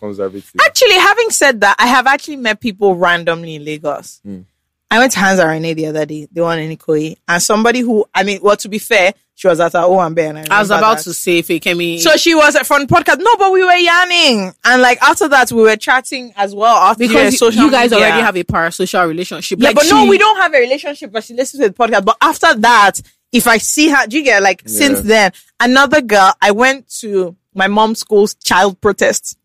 S1: like conservative.
S4: actually, having said that, I have actually met people randomly in Lagos.
S1: Hmm.
S4: I went to Hans Arene the other day, the one in Ikoyi, and somebody who, I mean, well, to be fair, she was at her own and I,
S6: I was
S4: remember
S6: about
S4: that.
S6: to say, Fekemi.
S4: So she was from the podcast. No, but we were yarning, and like after that, we were chatting as well. After your
S6: because you,
S4: social
S6: you guys
S4: media.
S6: already have a parasocial relationship.
S4: yeah,
S6: Like,
S4: but no,
S6: she-
S4: we don't have a relationship. But she listens to the podcast. But after that, if I see her, do you get like since then another girl? I went to my mom's school's child protest,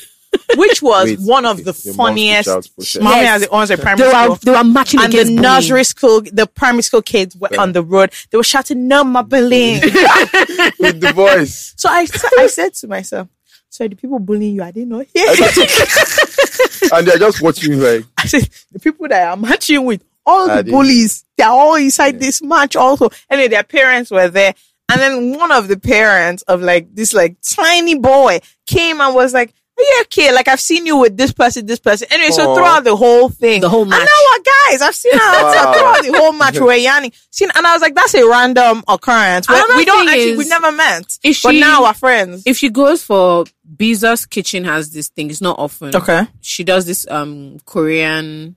S4: which was
S1: Wait,
S4: one of
S1: okay,
S4: the
S1: your mom's
S4: funniest.
S1: child protest.
S4: Mommy
S6: Yes.
S4: has the owns a primary
S6: They
S4: school
S6: were, they were matching
S4: and the
S6: against bullying.
S4: nursery school, the primary school kids were on the road. They were shouting, "No more bullying!"
S1: with the voice.
S4: so I, I said to myself, "So the people bullying you, I didn't know."
S1: and they're just watching you like
S4: I said, the people that I'm matching with, all
S1: Are
S4: the
S1: they-
S4: bullies, they're all inside this match also. And then their parents were there. And then one of the parents of like this like tiny boy came and was like, Are you okay? Like I've seen you with this person, this person. Anyway, so
S1: Aw.
S4: throughout the whole thing.
S6: The whole
S4: And
S6: match.
S4: now our guys, I've seen her
S1: Wow.
S4: throughout the whole match. We're yanning. Seen, and I was like, that's a random occurrence. We,
S6: Another
S4: we don't
S6: thing
S4: actually,
S6: is-
S4: we never met.
S6: Is
S4: but
S6: she-
S4: now we're friends.
S6: If she goes for Biza's Kitchen has this thing, it's not often.
S4: okay.
S6: She does this um Korean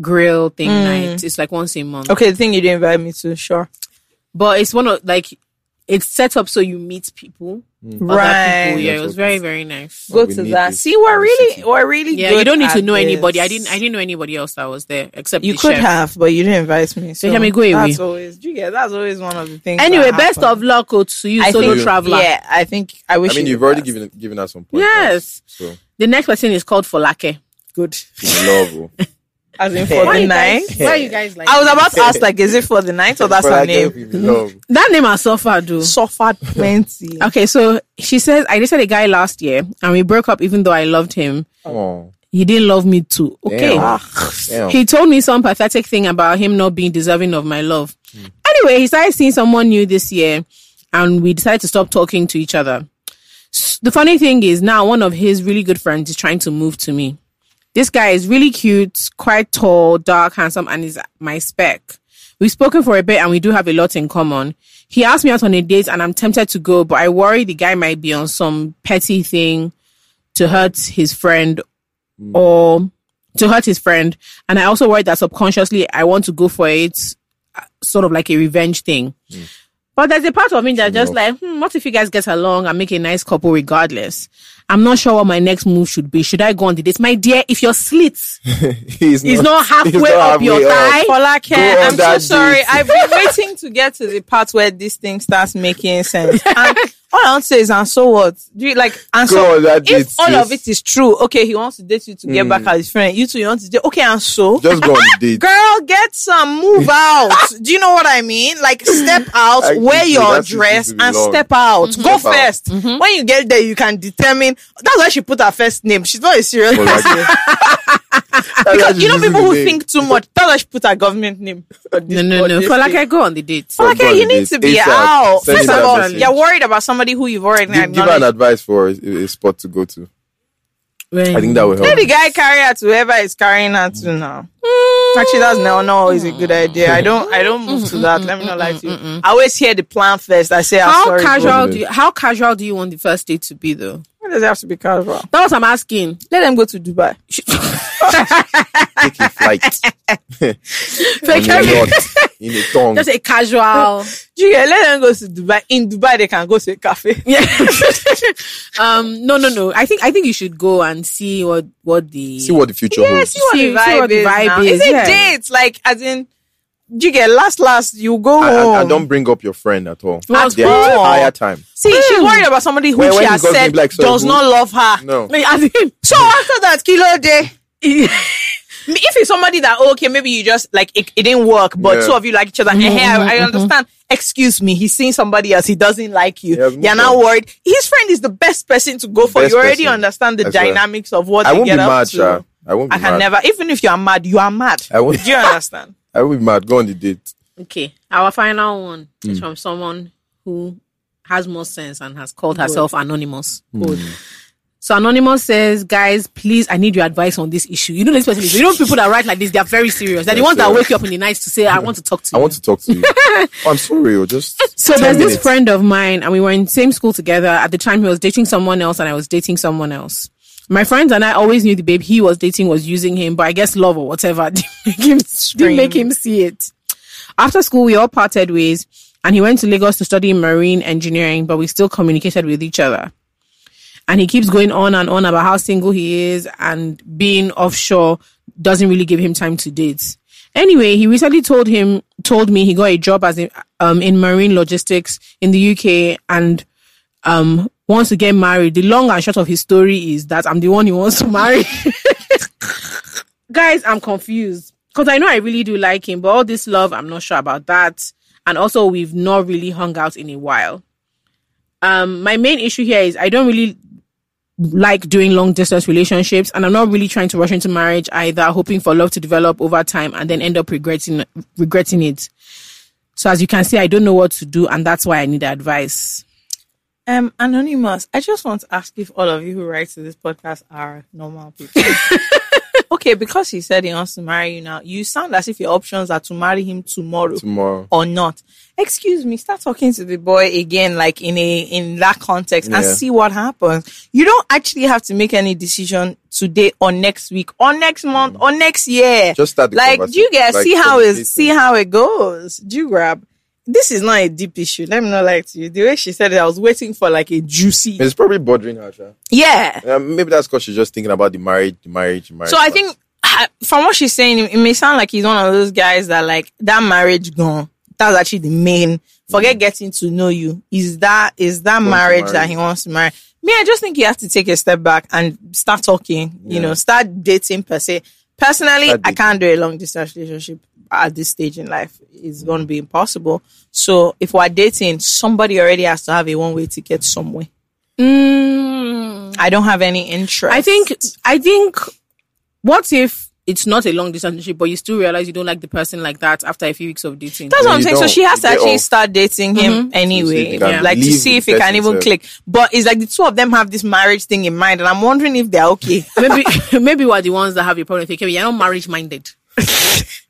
S6: grill thing night. It's like once a month.
S4: Mm. Okay, the thing you didn't invite me to, sure.
S6: But it's one of like it's set up so you meet people. Other
S4: Right.
S6: People. Yeah, it
S1: That's
S6: was
S1: what
S6: very, very nice.
S4: Go
S1: We
S4: to
S1: need
S4: that.
S1: this
S4: See, we're really,
S1: publicity.
S4: we're really.
S6: Yeah,
S4: good
S6: you don't need to
S4: at
S6: know anybody. I
S4: this.
S6: didn't I didn't know anybody else that was there except
S4: You
S6: the
S4: could
S6: chef.
S4: have, but you didn't invite me. So
S6: let me go away.
S4: That's always, do you get, that's always one of the things.
S6: Anyway,
S4: that
S6: best
S4: happen.
S6: of luck oh, to you,
S4: I
S6: solo
S4: think-
S6: traveler.
S4: Yeah, I think I wish.
S1: I mean,
S4: you
S1: you've
S4: the
S1: already
S4: best.
S1: given given us some points.
S6: Yes.
S1: So
S6: The next person is called Folake.
S4: good
S1: it's love. oh.
S4: as in for the night.
S6: Why are you guys like
S4: I was about to ask, like, is it for the night or that's
S1: But
S4: her
S1: I can't
S4: name?
S1: give you love.
S6: that name has suffered though.
S4: Suffered plenty.
S6: Okay, so she says I dated a guy last year and we broke up even though I loved him.
S1: Oh,
S6: He didn't love me too. Okay.
S1: Damn. damn.
S6: He told me some pathetic thing about him not being deserving of my love. Anyway, he started seeing someone new this year and we decided to stop talking to each other. S- The funny thing is now one of his really good friends is trying to move to me. This guy is really cute, quite tall, dark, handsome, and is my spec. We've spoken for a bit and we do have a lot in common. He asked me out on a date and I'm tempted to go, but I worry the guy might be on some petty thing to hurt his friend or to hurt his friend. And I also worry that subconsciously I want to go for it, uh, sort of like a revenge thing. But there's a part of me that's just like, hmm, what if you guys get along and make a nice couple regardless? I'm not sure what my next move should be. Should I go on the date? My dear, if your slit
S1: He's
S6: is not halfway
S1: he's not
S6: up your
S1: halfway up.
S6: thigh,
S4: Folake,
S1: Go on
S4: I'm so
S1: that
S4: sorry.
S1: date.
S4: I've been waiting to get to the part where this thing starts making sense. And all I want to say is, and so what? Do you like, and so
S1: God, that
S4: if
S1: is
S4: all
S1: just-
S4: of it is true, okay, he wants to date you to get back at his friend. You too, you want to date, okay, and so
S1: Just go on a date.
S4: girl, get some move out. Do you know what I mean? Like step out,
S1: I
S4: wear
S1: think
S4: your
S1: that's
S4: dress,
S1: it to be
S4: and
S1: long. Mm-hmm.
S4: step out. Go
S1: Step out.
S4: 1st When you get there, you can determine. That's why she put her first name. She's not a serious
S1: But like-
S4: person.
S1: That's why
S4: Because
S1: she's
S4: you know
S1: using
S4: people
S1: the
S4: who
S1: name.
S4: think too much. That's why she put her government name.
S6: No, no, no. For like, I go on the date.
S1: Just go
S4: Okay,
S1: on
S4: you
S1: a
S4: need
S1: date.
S4: to be
S1: ASAP.
S4: out.
S1: Send
S4: First
S1: him
S4: of
S1: that
S4: all,
S1: message.
S4: you're worried about somebody who you've already
S1: Give, give her an
S4: acknowledged.
S1: advice for a, a spot to go to. I think that will help.
S4: Let the guy carry her to whoever is carrying her to now.
S6: Mm.
S4: Actually, that's no, no, always a good idea. I don't, I don't move to that. Let me not lie to you. I always hear the plan first. I say, I'm
S6: How
S4: sorry, bro.
S6: casual
S1: Lovely.
S6: do you, how casual do you want the first date to be though?
S4: Why does it have to be casual?
S6: That's what I'm asking.
S4: Let them go to Dubai.
S1: Take a flight. on your yacht, in a tongue.
S6: Just a casual.
S4: Do you get- let them go to Dubai. In Dubai, they can go to a cafe.
S6: yeah. um. No. No. No. I think. I think you should go and see what what the
S1: See what the future holds.
S6: See- see what the vibe
S4: now.
S6: is,
S4: it
S6: yeah.
S4: dates? Like, as in, do you get last, last, you go
S1: And,
S4: home.
S1: and- and don't bring up your friend at all.
S6: At
S1: the
S4: all.
S1: entire time.
S4: See, she's worried about somebody who
S1: When-
S4: she
S1: when
S4: has
S1: you got
S4: said
S1: me, like, so
S4: does
S1: who-
S4: not love her.
S1: No.
S6: Like, as in-
S4: So after that, Kilo Day. if it's somebody that oh, okay, maybe you just like it, it didn't work, but
S1: Yeah.
S4: two of you like each other. eh, eh, I, I understand. Excuse me, he's seeing somebody else. He doesn't like you.
S1: He has moved
S4: You're now
S1: on.
S4: worried. His friend is the best person to go for.
S1: Best
S4: you already
S1: person.
S4: understand the
S1: I swear.
S4: dynamics of what
S1: I
S4: they
S1: won't be
S4: get up
S1: mad,
S4: to.
S1: Sha. I won't be
S4: I can
S1: mad.
S4: never. Even if you are mad, you are mad.
S1: I won't-
S4: Do you understand?
S1: I will be mad. Go on the date.
S6: Okay. Our final one is
S1: Hmm.
S6: from someone who has more sense and has called herself anonymous.
S1: Hmm.
S6: So anonymous says, guys, please, I need your advice on this issue. You know this person is. You know people that write like this, they are very serious. They're the
S1: Yes,
S6: ones that
S1: yes.
S6: wake you up in the night to say, I want to talk to
S1: I
S6: you.
S1: want to talk to you. oh, I'm sorry. oh, Just
S6: So there's
S1: 10
S6: this
S1: minutes.
S6: friend of mine, and we were in the same school together. At the time, he was dating someone else, and I was dating someone else. My friends and I always knew the babe he was dating was using him, but I guess love or whatever didn't make him, didn't make him see it. After school, we all parted ways, and he went to Lagos to study marine engineering, but we still communicated with each other. And he keeps going on and on about how single he is and being offshore doesn't really give him time to date. Anyway, he recently told him told me he got a job as in, um in marine logistics in the UK and um wants to get married. The long and short of his story is that I'm the one he wants to marry. Guys, I'm confused because I know I really do like him, but all this love, I'm not sure about that. And also, we've not really hung out in a while. Um, my main issue here is I don't really like doing long distance relationships and I'm not really trying to rush into marriage either, hoping for love to develop over time and then end up regretting regretting it. So as you can see, I don't know what to do and that's why I need advice.
S4: Um, anonymous. I just want to ask if all of you who write to this podcast are normal people. okay, because he said he wants to marry you now. You sound as if your options are to marry him tomorrow
S1: tomorrow.
S4: or not. Excuse me, start talking to the boy again, like in a in that context, and
S1: Yeah.
S4: see what happens. You don't actually have to make any decision today or next week or next month or next year.
S1: Just start the
S4: like do you
S1: conversation,
S4: guys
S1: like
S4: see how
S1: communicating.
S4: is see how it goes. Do you grab? This is not a deep issue. Let me not lie to you. The way she said it, I was waiting for like a juicy.
S1: It's probably bothering her. Sha.
S4: Yeah.
S1: Um, maybe that's because she's just thinking about the marriage, the marriage, the marriage.
S4: So I
S1: part.
S4: think uh, from what she's saying, it may sound like he's one of those guys that like that marriage gone. That's actually the main. Forget getting to know you. Is that is that
S1: Mm. to
S4: marriage
S1: marry.
S4: that he wants to marry? Me, I just think you have to take a step back and start talking. You know, start dating per se. Personally,
S1: Start
S4: I
S1: dating.
S4: can't do a long distance relationship at this stage in life. It's going to be impossible. So if we're dating, somebody already has to have a one way ticket somewhere.
S6: Mm.
S4: I don't have any interest.
S6: I think I think what if it's not a long distance relationship, but you still realize you don't like the person like that after a few weeks of dating.
S4: That's what
S1: No,
S4: I'm
S1: you
S4: saying. So
S1: don't.
S4: she has
S1: You
S4: to
S1: get
S4: actually
S1: off.
S4: start dating
S6: Mm-hmm.
S4: him anyway,
S1: if they can
S4: like to
S1: live
S4: see if
S1: with
S4: he can
S1: person
S4: even
S1: itself.
S4: click. But it's like the two of them have this marriage thing in mind, and I'm wondering if they're okay.
S6: maybe maybe we're the ones that have a problem thinking you're not marriage minded.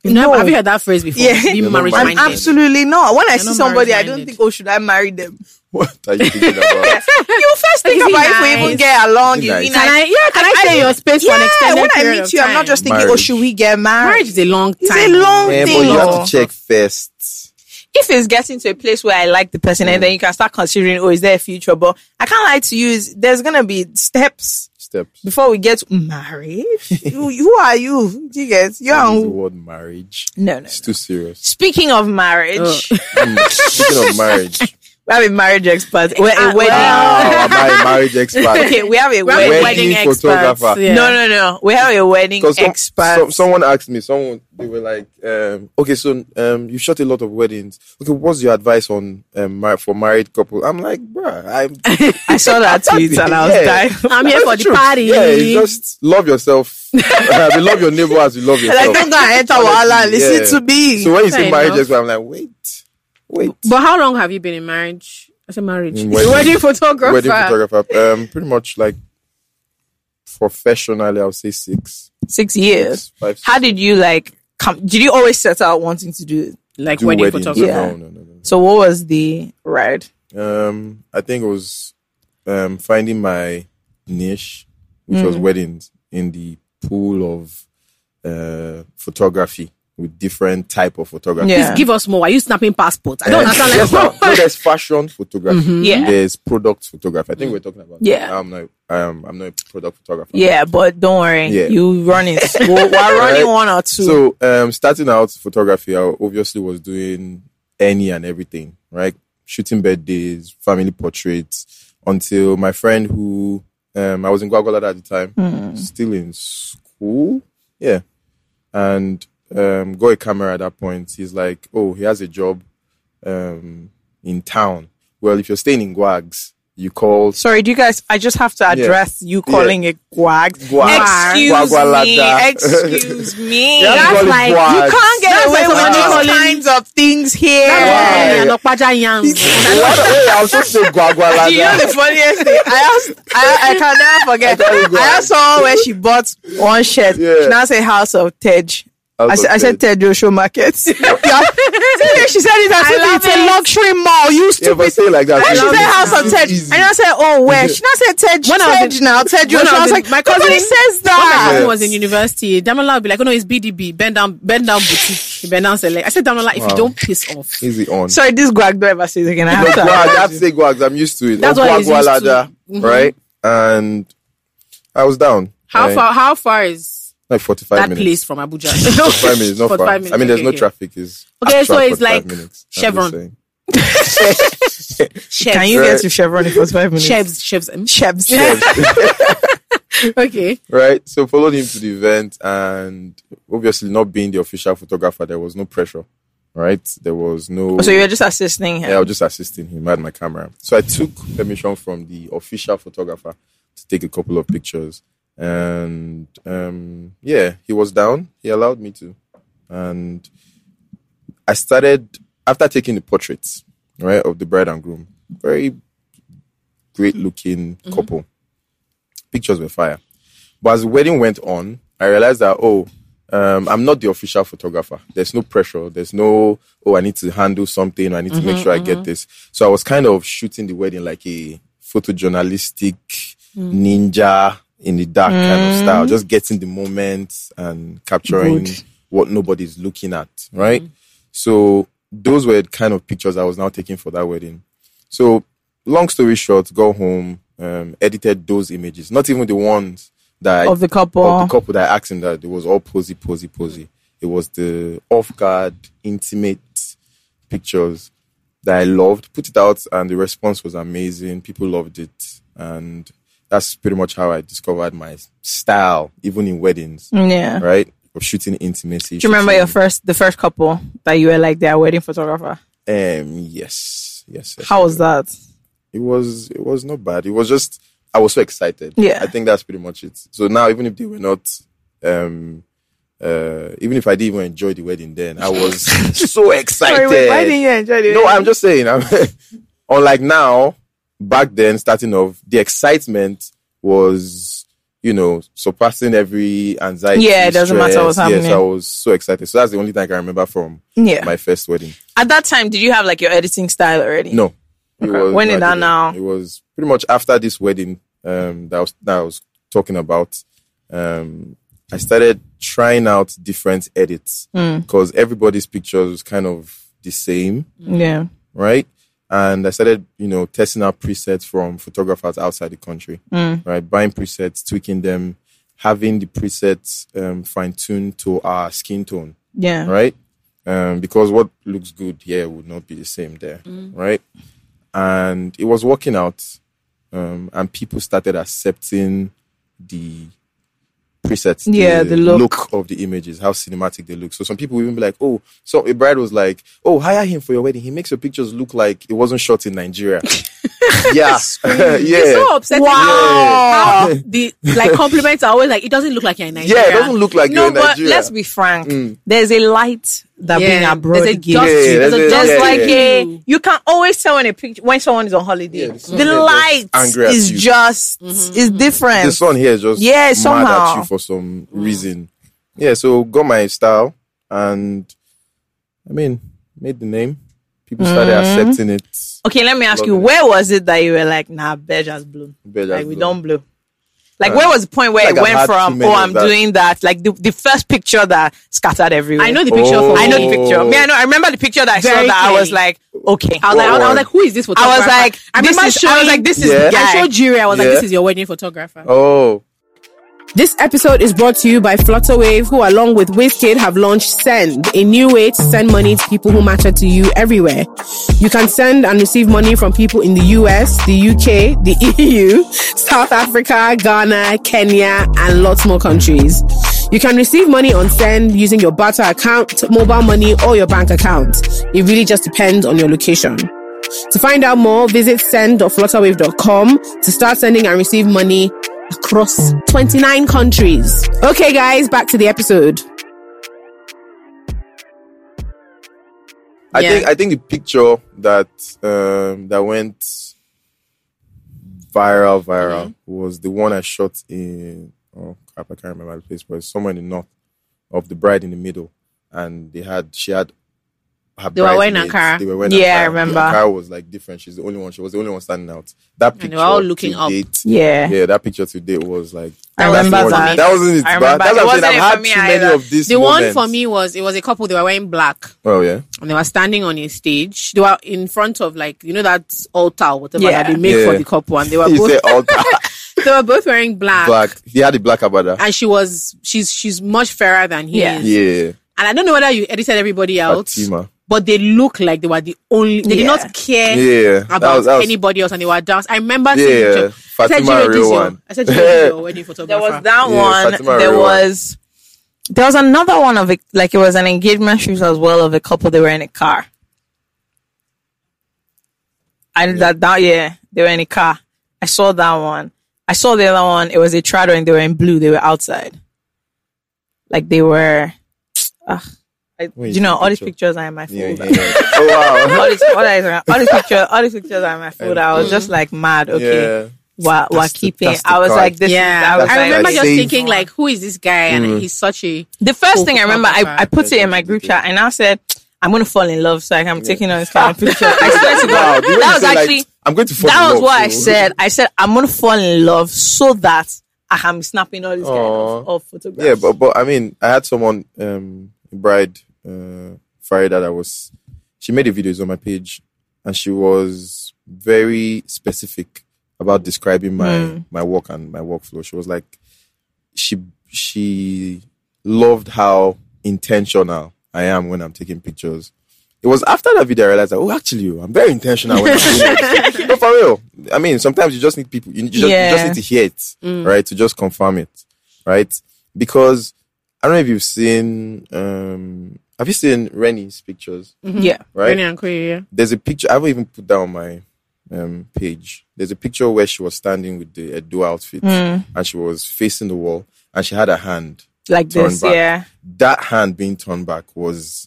S6: you know, have you heard that phrase before?
S4: Yeah.
S6: Be
S1: You're not
S6: marriage
S1: marriage
S6: minded.
S1: minded.
S4: Absolutely not. When I see
S6: not
S4: somebody, I don't
S6: marriage-minded.
S4: think, oh, should I marry them?
S1: what are you thinking about?
S4: You first think
S6: Is he
S4: about if we even
S6: nice?
S4: get along.
S1: Is
S4: You
S1: he
S4: be
S1: nice?
S6: Can I,
S4: nice.
S6: yeah, can I, stay in your space for an
S4: Yeah,
S6: extended
S4: when I
S6: period
S4: meet
S6: of
S4: you, I'm not
S6: time?
S4: just thinking, oh,
S1: Marriage.
S4: should we get married?
S6: marriage is a long time.
S4: It's a long
S1: Eh,
S4: thing.
S1: but you
S4: oh.
S1: have to check first.
S4: if it's getting to a place where I like the person,
S1: Mm.
S4: and then you can start considering, oh, is there a future? But I can't lie to you. is There's gonna be steps.
S1: Steps.
S4: before we get married, who, who are you? Do You guys, you are
S1: Don't use the
S4: who?
S1: word marriage.
S4: No, no.
S1: It's too serious. Oh.
S4: Speaking of marriage,
S1: Mm, Speaking of marriage,
S4: We have a marriage expert. We're a
S6: Uh,
S4: wedding.
S1: Wow, am I a marriage expert?
S4: okay, we have a
S6: We're
S4: wedding.
S1: wedding photographer.
S6: Yeah.
S4: No, no, no. We have a wedding
S1: Because some,
S4: expert.
S1: some- someone asked me, someone they were like, um, okay, so um, you shot a lot of weddings. Okay, what's your advice on um, mar- for married couple? I'm like, bruh, I'm
S4: I saw that tweet and I was
S1: Yeah.
S4: dying.
S6: I'm here for the party.
S1: yeah, you just love yourself. you love your neighbor as you love
S4: like,
S1: yourself.
S4: don't go and enter Wahala. Listen
S1: Yeah.
S4: to me.
S1: so when you say
S6: Fair
S1: marriage
S6: enough.
S1: expert, I'm like, wait, wait.
S6: But how long have you been in marriage? I said marriage.
S1: Mm,
S6: Wedding,
S1: wedding-
S6: photographer.
S1: Wedding photographer, um, pretty much like professionally, I would say six.
S4: Six years.
S1: Five, six.
S4: How did you like come? Did you always set out wanting to do it?
S6: Like
S1: do
S6: wedding
S1: weddings?
S6: photographer.
S4: Yeah.
S1: No, no, no, no.
S4: So what was the ride?
S1: Um, I think it was um, finding my niche, which
S4: Mm.
S1: was weddings, in the pool of uh, photography with different type of photography.
S4: Yeah.
S6: Give us more. Are you snapping passport? I don't
S1: Uh,
S6: understand. Like,
S1: yes, now, no, there's fashion photography.
S4: Yeah.
S1: There's product photography. I think we're talking about.
S4: Mm-hmm. Mm. Yeah.
S1: that. I'm not. Um, I'm not a product photographer.
S4: Yeah, but don't worry.
S1: Yeah.
S4: You run it. We're, we're running
S1: Right.
S4: one or two.
S1: So, um, starting out photography, I obviously was doing any and everything, right? Shooting birthdays, family portraits, until my friend who um, I was in Guagolada at the time,
S4: Hmm.
S1: still in school, yeah, and um, got a camera at that point. He's like, "Oh, he has a job um, in town. Well, if you're staying in Guags, you call
S4: Sorry, do you guys? I just have to address you calling it guag.
S1: Guag.
S4: Excuse me.
S1: Guagualada.
S4: Excuse me.
S1: Yeah,
S4: That's
S1: call it
S4: like
S1: guag.
S4: you can't get
S6: That's
S4: away
S6: like
S4: with
S6: somebody
S4: these
S6: calling-
S4: kinds of things here.
S1: Guag.
S6: Yeah. Yeah. Okpaja yam.
S1: What? Wait, I was supposed to say Guagolada.
S4: You know the funniest thing? I asked, I, I can never forget.
S1: I thought you
S4: I,
S1: got-
S4: asked someone where she bought one shirt.
S1: Yeah.
S4: She now said House of Tej. I,
S1: House
S4: said-
S1: of
S4: I said Ted Show Market. Yeah. See the way she said it. I said
S6: love
S4: it's a luxury mall. You
S1: Yeah,
S4: stupid.
S1: but say it like that.
S4: and she
S1: It's
S4: said House of
S1: easy,
S4: Ted.
S1: easy.
S4: And I said, oh, where? She now said Ted.
S6: When I was
S4: Ted
S6: in-
S4: now. Ted Show.
S6: when I
S4: I
S6: was
S4: was
S6: in-
S4: like,
S6: my cousin-
S4: nobody says
S6: My
S4: that.
S6: cousin was in university. Damola would be like, oh no, it's BDB. Bend down, bend down boutique. Bend down select. I said, Damola, if you don't piss off.
S1: Easy on.
S4: Sorry, this guag don't ever say it again. I
S1: No,
S4: have
S1: guag, I
S4: to.
S1: have to say guags. I'm used to it.
S6: That's
S1: Or
S6: what he's
S1: guagualada,
S6: used to. Mm-hmm.
S1: right? And I was down.
S6: How
S1: Like-
S6: far, how far is
S1: Like 45
S6: that
S1: minutes.
S6: place from Abuja?
S1: 45 minutes, not far.
S6: 45 minutes,
S1: I mean, there's
S6: okay,
S1: no
S6: okay.
S1: traffic. Is
S6: Okay, so it's like Chevron.
S4: Can you get to Chevron in first five minutes?
S6: Chefs, chefs, um,
S4: Chevs.
S6: okay.
S1: Right? So followed him to the event, and obviously, not being the official photographer, there was no pressure, right? There was no.
S4: So you were just assisting him.
S1: Yeah, I was just assisting him. I had my camera. So I took permission from the official photographer to take a couple of pictures. And um, yeah, he was down. He allowed me to. And I started, after taking the portraits, right, of the bride and groom, very great looking couple. Pictures were fire. But as the wedding went on, I realized that, oh, um, I'm not the official photographer. There's no pressure. There's no, oh, I need to handle something. I need to make sure I get this. So I was kind of shooting the wedding like a photojournalistic ninja in the dark kind of style, just getting the moment and capturing what nobody's looking at, right? So those were the kind of pictures I was now taking for that wedding. So, long story short, go home, um, edited those images. Not even the ones that
S4: Of the couple.
S1: Of the couple that I asked him that it was all posy, posy, posy. It was the off guard, intimate pictures that I loved. Put it out, and the response was amazing. People loved it, and that's pretty much how I discovered my style, even in weddings,
S4: Yeah.
S1: right? Of shooting intimacy.
S4: Mm. Do you remember your
S1: shooting-
S4: first, the first couple that you were like their wedding photographer?
S1: Um, yes, yes. yes
S4: How
S1: I
S4: was
S1: do.
S4: that?
S1: it was it was not bad. It was just I was so excited.
S4: Yeah.
S1: I think that's pretty much it. So now even if they were not um uh even if I didn't even enjoy the wedding then, I was so excited.
S4: you enjoy the
S1: no, I'm just saying I'm unlike now, back then starting off, the excitement was you know, surpassing every anxiety.
S4: Yeah, it doesn't matter what's
S1: stress.
S4: happening.
S1: Yes, I was so excited. So that's the only thing I can remember from
S4: Yeah.
S1: my first wedding.
S4: At that time, did you have like your editing style already?
S1: No. It was,
S4: Uh, When did
S1: I
S4: that
S1: didn't.
S4: now?
S1: It was pretty much after this wedding um, that, I was, that I was talking about. Um, I started trying out different edits
S4: Hmm.
S1: because everybody's pictures was kind of the same,
S4: Yeah.
S1: right? And I started, you know, testing out presets from photographers outside the country,
S4: Hmm.
S1: right? Buying presets, tweaking them, having the presets um, fine tuned to our skin tone
S4: Yeah. Mm.
S1: right? Um, because what looks good here would not be the same there, right? and it was working out. Um, and people started accepting the presets,
S4: Yeah, the look.
S1: of the images, how cinematic they look. So some people even be like, "Oh," so a bride was like, "Oh, hire him for your wedding. He makes your pictures look like it wasn't shot in Nigeria." yeah,
S6: It's
S1: yeah.
S6: so upsetting.
S1: Wow.
S6: How the like compliments are always like it doesn't look like you're in Nigeria.
S1: Yeah, it doesn't look like you're
S4: no,
S1: in
S4: but
S1: Nigeria. Mm.
S4: let's be frank. There's a light that
S6: Yeah,
S4: being abroad
S6: there's a
S4: gives.
S6: just-
S1: Yeah,
S6: there's
S1: there's
S6: a
S1: a-
S6: just
S1: yeah,
S6: like
S4: like
S1: yeah.
S4: a you can always tell when a picture when someone is on holiday.
S1: Yeah, the sun
S4: the
S1: is just
S4: light
S1: angry at
S4: is
S1: you.
S4: just
S6: Mm-hmm.
S4: is different.
S1: the son here is just
S4: Yeah,
S1: mad
S4: somehow. Mm.
S1: at you for some reason. Yeah, so got my style and I mean made the name. People started
S4: Mm.
S1: accepting it.
S4: okay, let me ask you,
S1: Lovely.
S4: where was it that you were like, nah, beige has blown?
S1: Beige
S4: like
S1: has
S4: we
S1: blown.
S4: don't blow. Like where was the point
S1: Uh,
S4: where
S1: Like,
S4: it
S1: I've
S4: went
S1: had too
S4: from?
S1: many
S4: Oh,
S1: of
S4: I'm
S1: that.
S4: doing that. Like the, the first picture that scattered everywhere.
S6: I know the picture.
S1: Oh.
S6: Of
S4: I know the picture. Me, I know. I remember the picture that I saw
S6: Very
S4: that I was
S6: clearly.
S4: like, okay.
S6: I was like, I was, I was like, who is this photographer?
S4: I was like,
S6: I remember
S4: this is- I was
S6: showing-
S4: like, this is
S1: Yeah.
S4: the guy.
S6: I showed Jiri. I was
S1: Yeah.
S6: like, this is your wedding photographer.
S1: Oh,
S7: This episode is brought to you by Flutterwave, who along with WizKid have launched Send, a new way to send money to people who matter to you everywhere. You can send and receive money from people in the US, the UK, the EU, South Africa, Ghana, Kenya, and lots more countries. You can receive money on Send using your barter account, mobile money, or your bank account. It really just depends on your location. To find out more, visit send.flutterwave.com to start sending and receive money across 29 countries. Okay, guys, back to the episode.
S1: I
S6: Yeah.
S1: think I think the picture that um, that went viral, viral was the one I shot in. Oh crap! I can't remember the place, but it's somewhere in the north of the bride in the middle, and they had she had. Her
S6: They were
S1: bride's
S6: wearing
S1: maids.
S6: Ankara.
S1: They were wearing
S4: Yeah, I
S1: Ankara. The
S4: remember.
S1: Ankara was like different. She's the only one. She was the only one standing out. That picture
S6: they were all looking
S1: to
S6: up.
S1: date-
S4: Yeah.
S1: yeah. That picture to date was like.
S4: I
S1: that's
S4: remember
S1: the one-
S4: that.
S1: That wasn't it.
S4: I
S1: but
S4: remember.
S1: that's
S4: It
S1: what I'm saying.
S4: wasn't it for
S1: I've had
S4: me
S1: too many
S4: either.
S1: of these.
S6: The one
S1: moments.
S6: for me was it was a couple. They were wearing black.
S1: Oh yeah.
S6: and they were standing on a stage. They were in front of like you know that altar or whatever
S4: Yeah.
S6: that they make for
S1: Yeah.
S6: the couple, and they were
S1: You
S6: both
S1: say all
S6: they were both wearing black.
S1: black. He had a black abada.
S6: And she was she's she's much fairer than he
S4: Yeah.
S6: is.
S1: Yeah.
S6: And I don't know whether you edited everybody out,
S1: Fatima.
S6: but they look like they were the only. They did
S4: Yeah.
S6: not care
S1: Yeah. That
S6: about
S1: was- that was-
S6: anybody else, and they were dancing. I remember seeing
S1: Yeah.
S6: the picture. I said,
S1: Fatima,
S6: "Jiro,
S1: a
S6: this
S1: real
S6: your-"
S1: one.
S6: I said, "Jiro, this your wedding
S4: There
S6: photographer."
S4: was that
S1: Yeah,
S4: one.
S1: Fatima
S4: there
S1: Rewa.
S4: was there was another one of it like it was an engagement shoot as well of a couple they were in a car. I that that yeah, they were in a car. I saw that one. I saw the other one. It was a Trado and they were in blue. They were outside. Like they were Ugh. I,
S1: Wait,
S4: you know, all these
S1: picture.
S4: pictures are in my
S1: Yeah,
S4: folder.
S1: yeah, yeah. Oh wow.
S4: All these, all, these, all these pictures, all these pictures are in my folder. I was just like mad. Okay,
S1: Yeah.
S4: we're, we're
S1: That's the-
S4: keeping.
S1: that's the
S4: I was
S1: card.
S4: like, this.
S6: yeah,
S4: I was
S6: I
S4: like,
S6: remember
S1: I
S6: just
S1: saved-
S6: thinking like, "Who is this guy?" And
S1: Mm.
S6: he's such a
S4: the first
S6: Oh,
S4: thing I remember, I,
S6: photographer.
S4: I put it in my group chat and I said, I'm going to fall in love. So like, I'm taking on this kind of picture. I swear to
S1: Wow,
S4: God.
S1: the way you
S4: that was
S1: say, like,
S4: actually,
S1: I'm going to fall
S4: that
S1: in
S4: was
S1: love,
S4: what I
S1: so-
S4: said. I said, I'm going to fall in love so that I am snapping all these kind of,
S1: Aw.
S4: of photographs.
S1: Yeah, but but I mean, I had someone um bride uh Farida that was she made a videos on my page and she was very specific about describing my
S4: Hmm.
S1: my work and my workflow. She was like she she loved how intentional I am when I'm taking pictures. It was after that video I realized that oh actually I'm very intentional when I'm doing this. No, for real. I mean sometimes you just need people you, you just, you just
S4: Yeah.
S1: need to hear it, right? To just confirm it. Right? Because I don't know if you've seen um have you seen Rennie's pictures?
S4: yeah.
S1: Right?
S6: Renee and Korea.
S1: There's a picture I haven't even put down my um page. There's a picture where she was standing with the Edo outfit
S4: Hmm.
S1: and she was facing the wall and she had a hand
S4: Like
S1: Turn
S4: this.
S1: back.
S4: Yeah.
S1: that hand being turned back was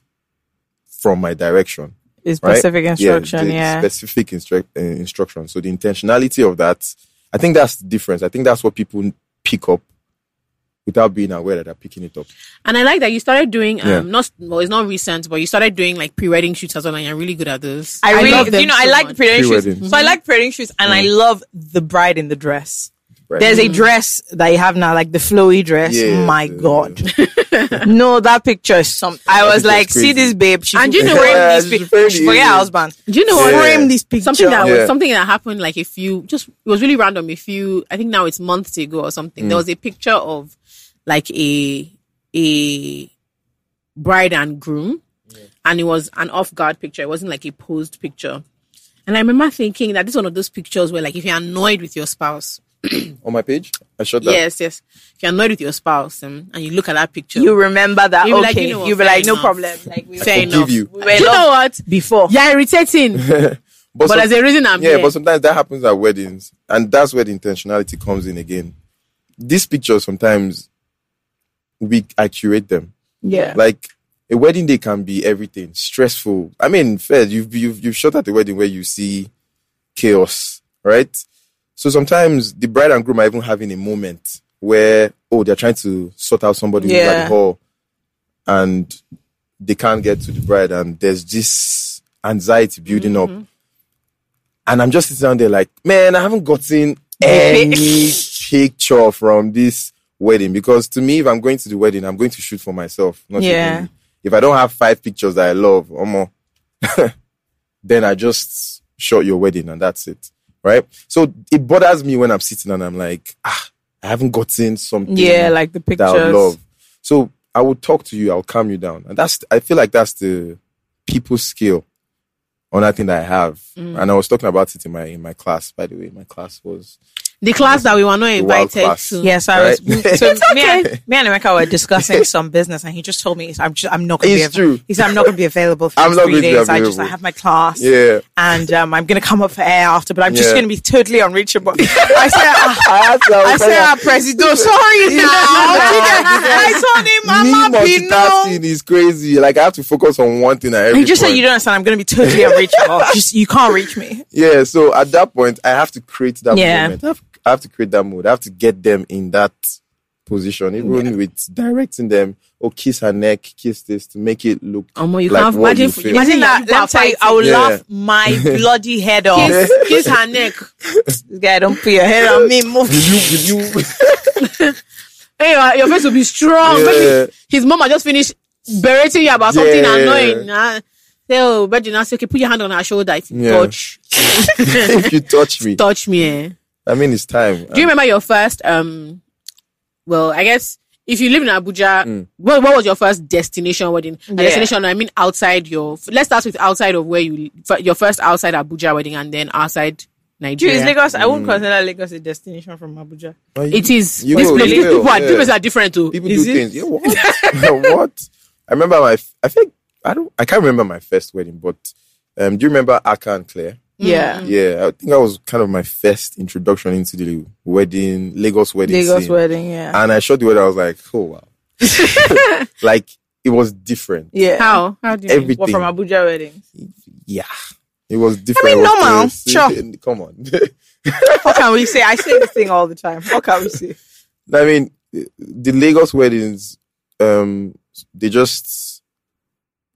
S1: from my direction.
S4: It's
S1: Right?
S4: specific
S1: Yeah,
S4: instruction.
S1: the
S4: Yeah.
S1: Specific instru- uh, instruction. So the intentionality of that, I think that's the difference. I think that's what people pick up without being aware that they're picking it up.
S6: And I like that you started doing um
S1: Yeah.
S6: not well, it's not recent, but you started doing like pre wedding shoots as well, and you're really good at those.
S4: I really,
S6: love them
S4: you know,
S6: so
S4: I like
S6: much.
S4: pre-wedding shoots.
S1: Pre-wedding. Mm.
S4: So I like pre-wedding shoots, and I love the bride in the dress.
S1: Right?
S4: There's a dress that you have now, like the flowy dress.
S1: Mm. Yeah,
S4: My
S1: yeah,
S4: God, no, that picture is some. I was
S1: picture is
S4: like, see
S1: crazy.
S4: this babe, she
S6: And you know
S4: frame
S1: what?
S4: this
S1: Yeah,
S4: pic-
S1: she's very
S4: she forget her
S1: easy.
S4: husband.
S6: Do you know what?
S1: Yeah.
S4: Frame this picture.
S6: Something that
S1: Yeah.
S6: was something that happened like a few just it was really random. A few I think now it's months ago or something. There was a picture of like a a bride and groom, and it was an off guard picture. It wasn't like a posed picture, And I remember thinking that this is one of those pictures where, like, if you're annoyed with your spouse,
S1: On my page, I shot that.
S6: yes, yes, if you're annoyed with your spouse um, and you look at that picture,
S4: You remember that?
S6: You'll be
S4: okay.
S6: like, you know what,
S4: You'll be
S6: fair
S4: like, no
S6: enough.
S4: problem. Like we
S6: fair
S1: forgive
S6: enough.
S1: you.
S6: We
S4: were
S6: were you know what?
S4: before.
S6: You're irritating, but
S1: some-
S6: there's a reason I'm
S1: yeah,
S6: here.
S1: but sometimes that happens at weddings, and that's where the intentionality comes in again. These pictures sometimes we I curate them.
S4: Yeah.
S1: Like a wedding day can be everything stressful. I mean, fair. You've you've you've shot at a wedding where you see chaos, right? So sometimes the bride and groom are even having a moment where oh they're trying to sort out somebody who's at
S4: Yeah.
S1: the hall, and they can't get to the bride, and there's this anxiety building
S4: Mm-hmm.
S1: up. And I'm just sitting down there like, man, I haven't gotten any picture from this wedding because to me, if I'm going to the wedding, I'm going to shoot for myself. Not
S4: Yeah.
S1: even- if I don't have five pictures that I love or more, then I just shot your wedding and that's it. Right? So it bothers me when I'm sitting and I'm like, ah, I haven't gotten something
S4: Yeah, like the
S1: that I
S4: pictures.
S1: love. So I will talk to you, I'll calm you down. And that's I feel like that's the people skill on that thing that I have.
S4: Mm.
S1: And I was talking about it in my in my class, by the way. My class was
S6: the class that we were not
S1: wild
S6: invited
S1: class.
S6: to.
S4: Yes, I was.
S1: Right?
S4: So me, and, me and Emeka were discussing some business, and he just told me, "I'm just, I'm not going to be."
S1: It's true.
S4: He said, "I'm not going to be available for
S1: I'm
S4: these
S1: not
S4: three
S1: going to be
S4: days. I just, I
S1: available.
S4: have my class,
S1: Yeah.
S4: and um, I'm going to come up for air after, but I'm just
S1: Yeah.
S4: going to be totally unreachable." I said, ah, "I said, ah, Presido, sorry now." I told him,
S1: me
S4: "I'm not being known."
S1: multitasking is crazy. Like I have to focus on one thing at every
S4: He just said,
S1: point.
S4: "You don't understand. I'm going to be totally unreachable. just you can't reach me."
S1: Yeah, so at that point, I have to create that
S4: Yeah.
S1: moment. I have, I have to create that mood. I have to get them in that position, even with directing them or kiss her neck, kiss this to make it look.
S6: Omo, you
S1: like
S6: can't
S1: what
S6: imagine-
S1: you feel.
S6: imagine-
S4: Imagine that.
S6: Yeah.
S4: Let me tell you, I will
S1: Yeah.
S4: laugh my bloody head off.
S6: Kiss, kiss her neck.
S4: This guy, don't put your head on me. Move.
S1: Did you, did you,
S6: Hey, uh, your face will be strong. Maybe
S1: Yeah.
S6: his mom had just finished berating you about something
S1: Yeah.
S6: annoying. Uh, say, oh, but you now say, okay, put your hand on her shoulder. It's
S1: Yeah.
S6: Touch,
S1: if you touch me,
S6: touch me. Eh?
S1: I mean, it's time. Uh,
S6: Do you remember your first? Um, well, I guess if you live in Abuja,
S1: Hmm.
S6: what, what was your first destination wedding? And Destination, I mean, outside your. Let's start with outside of where you f- your first outside Abuja wedding, and then outside Nigeria.
S4: Jews, Lagos. I
S1: Mm.
S4: won't consider Lagos a destination from Abuja.
S1: Oh, you-
S6: It is.
S1: You
S6: These
S1: will,
S6: places-
S1: you will,
S6: people, are,
S1: yeah.
S6: people are different too.
S1: people
S6: Is
S1: do
S6: it?
S1: things. Yeah, what? what? I remember my. f- I think I don't. I can't remember my first wedding, but um, do you remember Aka and Claire?
S4: Yeah.
S1: Yeah, I think that was kind of my first introduction into the wedding, Lagos wedding.
S4: Lagos
S1: scene.
S4: wedding, yeah.
S1: And I shot the wedding. I was like, oh wow, like it was different.
S4: Yeah.
S6: How? How do you?
S1: Everything.
S4: What from Abuja wedding?
S1: yeah, it was different.
S4: I mean,
S1: It was
S4: normal,
S1: crazy.
S4: sure.
S1: Come on.
S4: What can we say? I say this thing all the time. What can we say?
S1: I mean, the Lagos weddings, um, they just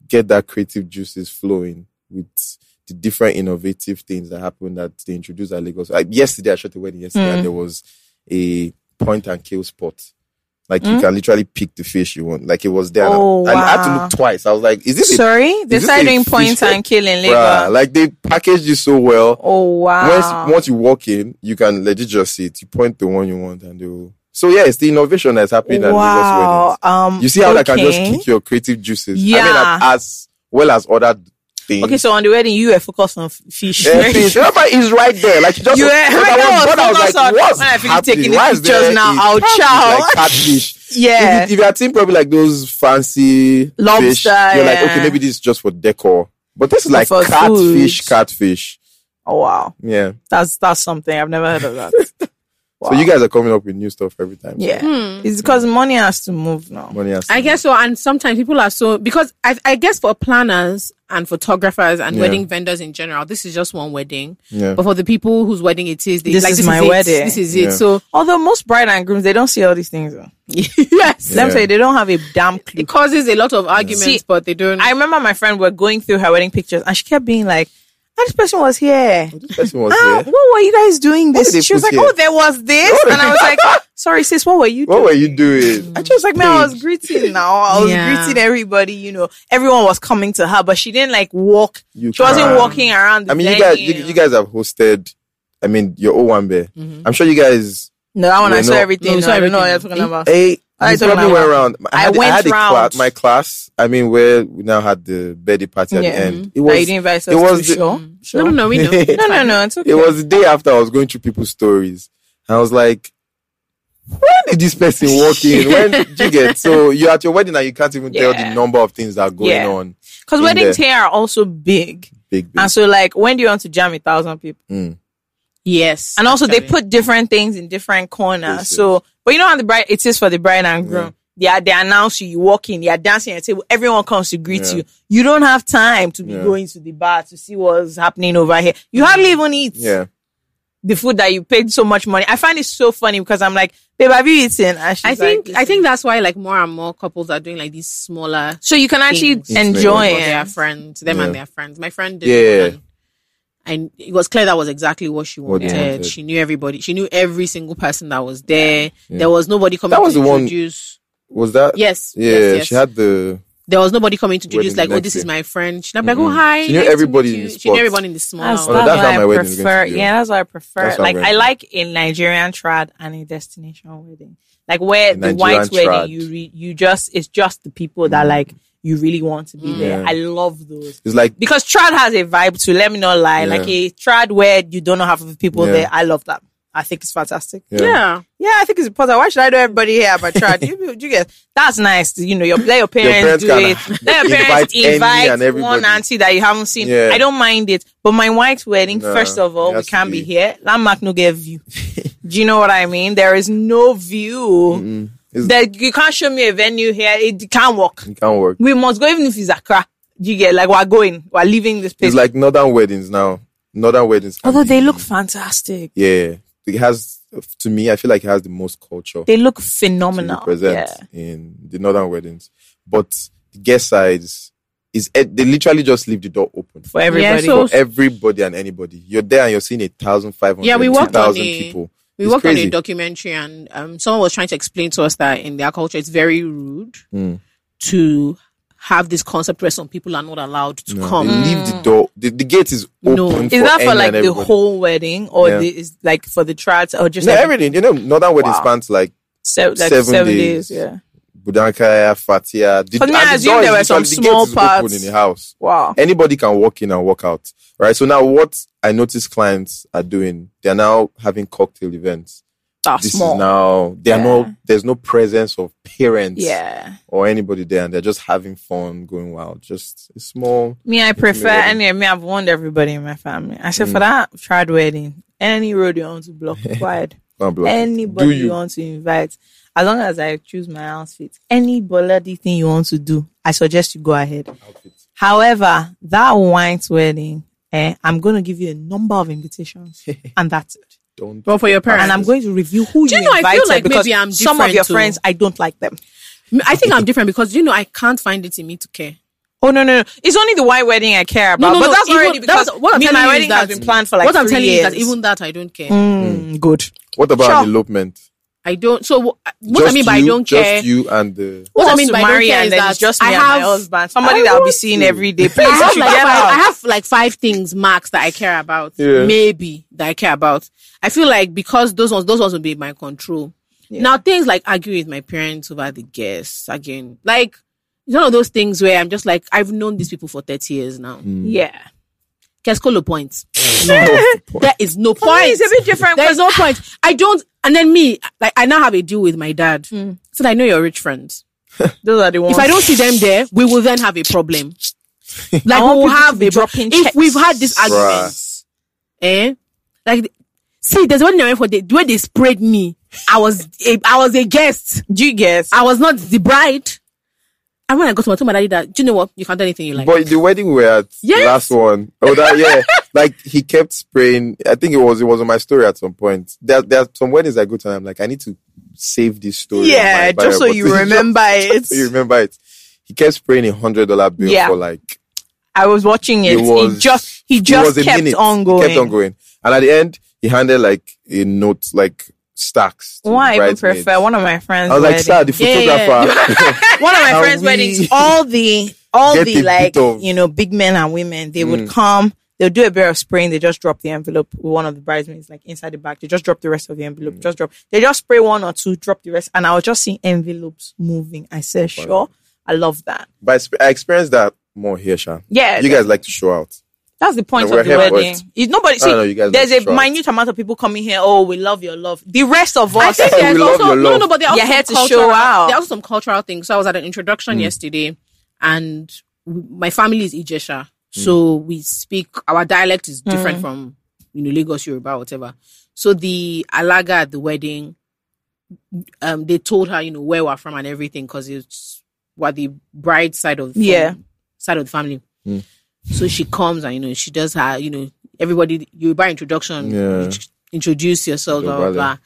S1: get that creative juices flowing with the different innovative things that happen that they introduce at Lagos. Like yesterday, I shot a wedding yesterday,
S4: Mm.
S1: and there was a point and kill spot. Like you can literally pick the fish you want. Like it was there, and I-
S4: Mm. Oh,
S1: and I had to
S4: wow.
S1: look twice. I was like, "Is this a
S4: Sorry, they
S1: this
S4: started
S1: a
S4: doing points
S1: fish-
S4: and killing
S1: bruh?"
S4: Lagos.
S1: Like they packaged it so well.
S4: Oh wow!
S1: Once once you walk in, you can legit just see it. You point the one you want, and they will. So yeah, it's the innovation that's happening at Lagos
S4: wow.
S1: weddings.
S4: Um,
S1: You see how that can just
S4: okay.
S1: kick your creative juices. I mean,
S4: Yeah.
S1: as, as well as other things.
S4: Okay, so on the wedding, you were focused on f- fish.
S1: Yeah, fish. Remember, it's right there. Like you just
S4: You eh, were-
S1: I was
S4: Emeka was
S1: bored, I was
S4: focused
S1: like,
S4: on-
S1: what's
S4: when I finish
S1: happening?
S4: taking the
S1: Why is
S4: pictures
S1: there
S4: now,
S1: a
S4: I'll
S1: catfish,
S4: chow.
S1: Like catfish.
S4: Yeah.
S1: If, you- if you are seeing probably like those fancy
S4: Lobster,
S1: fish, you're like,
S4: yeah.
S1: okay, maybe this is just for decor. But this is like
S4: for
S1: catfish,
S4: food.
S1: catfish.
S4: oh wow,
S1: Yeah.
S4: that's that's something I've never heard of that.
S1: So you guys are coming up with new stuff every time.
S4: Yeah, Hmm. it's because money has to move now.
S1: Money has to
S6: I
S1: be-
S6: guess so. And sometimes people are so because I, I guess for planners and photographers and wedding vendors in general, this is just one wedding.
S1: Yeah.
S6: But for the people whose wedding it is, they
S4: This
S6: like,
S4: is
S6: this
S4: my
S6: is it.
S4: wedding."
S6: This is it.
S1: Yeah.
S6: So
S4: Although most bride and grooms they don't see all these things. Though.
S6: yes,
S4: Let me tell you, they don't have a damn clue.
S6: it causes a lot of arguments,
S4: See,
S6: but they don't.
S4: I remember my friend were going through her wedding pictures and she kept being like, "Ah, this person was here.
S1: This person was
S4: Ah,
S1: there.
S4: what were you guys doing
S1: did they
S4: this? She was
S1: put
S4: like,
S1: here?
S4: oh, there was this.
S1: What?
S4: And I was like, sorry, sis, what were you
S1: What
S4: doing?
S1: were you doing?
S4: And she was like, man, I was greeting now. I was
S6: Yeah.
S4: greeting everybody, you know, everyone was coming to her, but she didn't like walk.
S1: You
S4: she wasn't
S1: can't.
S4: walking around. The
S1: I mean, you guys, you,
S4: venue.
S1: you guys have hosted. I mean, your Owambe. I'm sure you guys.
S4: no, that one
S1: No,
S4: I saw
S1: no.
S4: everything.
S6: No,
S4: No,
S6: we saw
S4: I don't know what you're
S6: everything.
S4: talking about.
S1: Hey,
S4: What
S1: I
S4: are you talking
S1: probably
S4: about?
S1: went around.
S4: I
S1: had,
S4: went
S1: I had a
S4: round.
S1: cla- my class. I mean, where we now had the birthday party at
S4: Yeah.
S1: the end. It
S4: That you
S1: was
S4: didn't invite us
S1: it was
S4: to,
S1: the-
S4: sure. sure.
S6: No, no, no, we know.
S4: No, no, no, it's okay.
S1: it was the day after I was going through people's stories, and I was like, "When did this person walk in? When did you get?" So you're at your wedding and you can't even tell
S4: Yeah.
S1: the number of things that are going
S4: Yeah.
S1: on.
S4: Because
S1: in
S4: weddings
S1: there.
S4: here are also big.
S1: Big, big.
S6: Ah,
S4: And so, like, when do you want to jam a thousand people?
S6: Yes.
S4: And also, they
S6: Actually.
S4: put different things in different corners.
S1: Places.
S4: So, but you know how the bride it is for the bride and groom. Yeah, they announce you. You walk in. They are dancing at the table. Everyone comes to greet
S1: Yeah.
S4: you. You don't have time to be
S1: Yeah.
S4: going to the bar to see what's happening over here. You hardly even eat
S1: Yeah,
S4: the food that you paid so much money. I find it so funny because I'm like, babe, have you eaten? And she's
S6: I think
S4: like,
S6: I think that's why like more and more couples are doing like these smaller
S4: so. You can actually
S6: Things.
S4: enjoy
S6: for their
S4: it.
S6: friends, them and their friends. My friend did
S1: Yeah.
S6: one, and it was clear that was exactly what she
S1: What they
S6: wanted.
S1: wanted.
S6: She knew everybody. She knew every single person that was there. There was nobody coming
S1: That was
S6: to
S1: the one-
S6: introduce.
S1: was that?
S6: Yes,
S1: Yeah,
S6: yes, yes.
S1: she had the.
S6: There was nobody coming to introduce.
S1: Wedding
S6: Like,
S1: the
S6: oh,
S1: next
S6: this is
S1: day. Mm-hmm.
S6: my friend. She'd be like, oh, hi.
S1: She knew
S6: nice to
S1: everybody
S6: meet
S1: in
S6: you.
S1: the
S6: She knew
S1: spot.
S6: everyone in the small.
S4: That's,
S1: Oh, no,
S6: house.
S4: that's,
S1: that's how
S4: what
S1: my
S4: I
S1: wedding is going
S4: prefer.
S1: to be.
S4: Yeah, that's what I prefer.
S1: That's how
S4: like
S1: I'm
S4: I
S1: going.
S4: like a Nigerian trad and a destination wedding, like where
S1: A
S4: the
S1: Nigerian
S4: white
S1: trad. Mm.
S4: wedding you re- you just it's just the people that like you really want to be there.
S1: Yeah.
S4: I love those
S1: It's like
S4: because trad has a vibe too. Let me not lie, like
S1: Yeah.
S4: a trad where you don't know half of the people
S1: Yeah.
S4: there. I love that. I think it's fantastic.
S1: yeah.
S6: Yeah.
S4: Yeah, I think it's important. Why should I know everybody here about trad? you, you get that's nice. You know, your let your
S1: parents
S4: parents, do
S1: can
S4: it. Let your parents
S1: invite any
S4: invite,
S1: and everybody.
S4: one auntie that you haven't seen.
S1: Yeah.
S4: I don't mind it. But my white wedding,
S1: No,
S4: first of all,
S1: it
S4: we
S1: has to
S4: can't be
S1: be.
S4: here. Landmark no get view. do you know what I mean? There is no view.
S1: It's-
S4: That you can't show me a venue here. It can't work.
S1: it can't work.
S4: We must go even if it's Accra. You get like we're going, we're leaving this place.
S1: It's like northern weddings now. Northern weddings. can
S4: Although
S1: be-
S4: they look fantastic.
S1: Yeah, it has. To me, I feel like it has the most culture.
S4: They look
S1: to
S4: phenomenal.
S1: represent
S4: Yeah.
S1: in the northern weddings. But the guest sides is eh, they literally just leave the door open for
S4: For everybody.
S6: so-
S1: everybody and anybody. You're there and you're seeing a thousand five hundred,
S6: Yeah, we worked on
S1: 2,000
S6: it.
S1: people.
S6: We
S1: It's
S6: worked on
S1: crazy.
S6: a documentary, and um, someone was trying to explain to us that in their culture, it's very rude
S1: Mm.
S6: to have this concept where some people are not allowed to
S1: No,
S6: come.
S1: They leave the door. The, the gate is open.
S6: Mm. No. Is
S1: for
S4: Is that
S1: any
S4: for like
S1: and
S4: the
S1: everybody.
S4: whole wedding or
S1: Yeah.
S4: the, is like for the trads or just
S1: No,
S4: like,
S1: everything. You know, northern wedding
S4: Wow.
S1: spans like
S4: se- like seven,
S1: seven
S4: days.
S1: days.
S4: Yeah.
S1: Budankaya, Fatia. The,
S4: For me,
S1: and
S4: I
S1: the
S4: assume
S1: door is
S4: there were some
S1: literally- the gate
S4: small
S1: is
S4: parts.
S1: open in the house.
S4: Wow.
S1: anybody can walk in and walk out, right? So now what I notice clients are doing, they're now having cocktail events.
S4: That's
S1: this
S4: small.
S1: is now they are
S4: Yeah.
S1: no there's no presence of parents
S4: yeah.
S1: or anybody there, and they're just having fun, going wild. Just a small.
S4: Me, I prefer,
S1: wedding. Mm.
S4: and yeah, me, I've warned everybody in my family. I said, for that trad wedding, any road you want to block, quiet.
S1: Don't block it.
S4: Anybody
S1: Do
S4: you?
S1: you?
S4: want to invite, as long as I choose my outfit, any bloody thing you want to do, I suggest you go ahead. However, that white wedding, eh, I'm going to give you a number of invitations, and that's it.
S1: Don't.
S6: But for your parents,
S4: and I'm going to review who
S6: Do
S4: you,
S6: you know, I feel
S4: invited
S6: like
S4: because
S6: maybe I'm
S4: some of
S6: different
S4: your
S6: too.
S4: friends I don't like them.
S6: I think I'm different because you know I can't find it in me to care.
S4: Oh no no no! It's only the white wedding I care about,
S6: no,
S4: but
S6: no,
S4: that's
S6: even-
S4: already because
S6: that's- what I'm
S4: me,
S6: telling
S4: my
S6: you is
S4: wedding has
S6: that-
S4: been planned for like
S6: what I'm
S4: three
S6: telling you
S4: years.
S6: is that even that I don't care.
S4: Mm, good.
S1: What about
S4: Sure.
S1: an elopement?
S6: I don't. So what, what I
S1: Just
S6: mean by I
S1: you-
S6: don't care.
S1: Just you and the.
S6: What I
S4: Just
S6: mean
S4: to
S6: by I don't
S4: marry
S6: care
S4: and
S6: is
S4: then
S6: that
S4: it's just me
S6: I
S4: and
S6: have
S4: my husband, somebody that I'll be seeing every day. Please,
S6: I have,
S4: you
S6: like
S4: get
S6: five,
S4: out.
S6: I have like five things max that I care about.
S1: Yeah.
S6: Maybe that I care about. I feel like because those ones, those ones will be in my control. Now things like arguing with my parents over the guests again, like it's one of those things where I'm just like I've known these people for thirty years now.
S1: Mm.
S4: yeah.
S6: Keskolo point. there is no point.
S4: It's a bit different.
S6: There is no point. I don't. And then me, like I now have a deal with my dad.
S4: Hmm.
S6: So that I know your rich friends.
S4: Those are the ones.
S6: If I don't see them there, we will then have a problem. Like we
S4: want
S6: will
S4: people to
S6: have
S4: be
S6: a pro-
S4: dropping
S6: If
S4: checks.
S6: we've had this argument,
S1: Bruh.
S6: eh? Like, th- see, there's one name for the where they sprayed me. I was, a, I was a guest.
S4: do you guess?
S6: I was not the bride. And when I got to my, told my daddy that, do you know what? You can do anything you like.
S1: But the wedding we were at,
S6: Yes.
S1: the last one. Oh, that yeah. like he kept spraying. I think it was it was on my story at some point. There, there are some weddings I go to, and I'm like, I need to save this story. on
S4: yeah,
S1: my bio,
S4: just so
S1: but
S4: you remember it.
S1: you remember it. He kept spraying a hundred dollar bill
S4: Yeah.
S1: for like
S4: I was watching it.
S1: It was-
S4: he just he
S1: it
S4: just
S1: was a
S4: kept
S1: minute.
S4: on
S1: He
S4: going.
S1: kept on going, and at the end he handed like a note like stacks. to the
S4: Why I even
S1: bridesmaids.
S4: prefer one of my friends?
S1: I was like, sir, the
S4: wedding.
S6: Yeah, yeah,
S1: photographer.
S4: one of my
S1: Can
S4: friends'
S1: we
S4: weddings, all the all
S1: get
S4: the
S1: a
S4: like
S1: bit of- Mm.
S4: you know big men and women, they would come. They'll do a bit of spraying. They just drop the envelope with one of the bridesmaids, like inside the bag. They just drop the rest of the envelope.
S1: Mm.
S4: Just drop. They just spray one or two, drop the rest. And I was just seeing envelopes moving. I said, sure. I love that.
S1: But I sp- I experienced that more here, Sha.
S4: Yeah.
S1: You guys like to show out.
S4: That's the point
S1: No,
S4: of
S1: we're
S4: the
S1: here for
S4: wedding.
S1: it.
S4: It's nobody. See,
S1: No, no, you guys
S4: there's
S1: are
S4: a
S1: shocked.
S4: minute amount of people coming here. Oh, we love your love. The rest of
S6: I
S4: us.
S6: think there's
S1: love
S6: also
S1: your
S6: no,
S1: love.
S6: no, but there are
S4: You're
S6: also
S4: here to
S6: some cultural,
S4: show out.
S6: There are also some cultural things. So I was at an
S1: Hmm.
S6: introduction yesterday, and w- my family is Ijesha,
S1: Hmm.
S6: so we speak our dialect is different
S4: Hmm.
S6: from you know Lagos Yoruba whatever. So the alaga at the wedding, um, they told her you know where we're from and everything because it's what the bride side of the
S4: Yeah.
S6: side of the family.
S1: Hmm.
S6: So she comes and you know she does her you know everybody Yoruba introduction.
S1: Yeah.
S6: you ch- Introduce yourself, blah, blah,
S1: brother.
S6: blah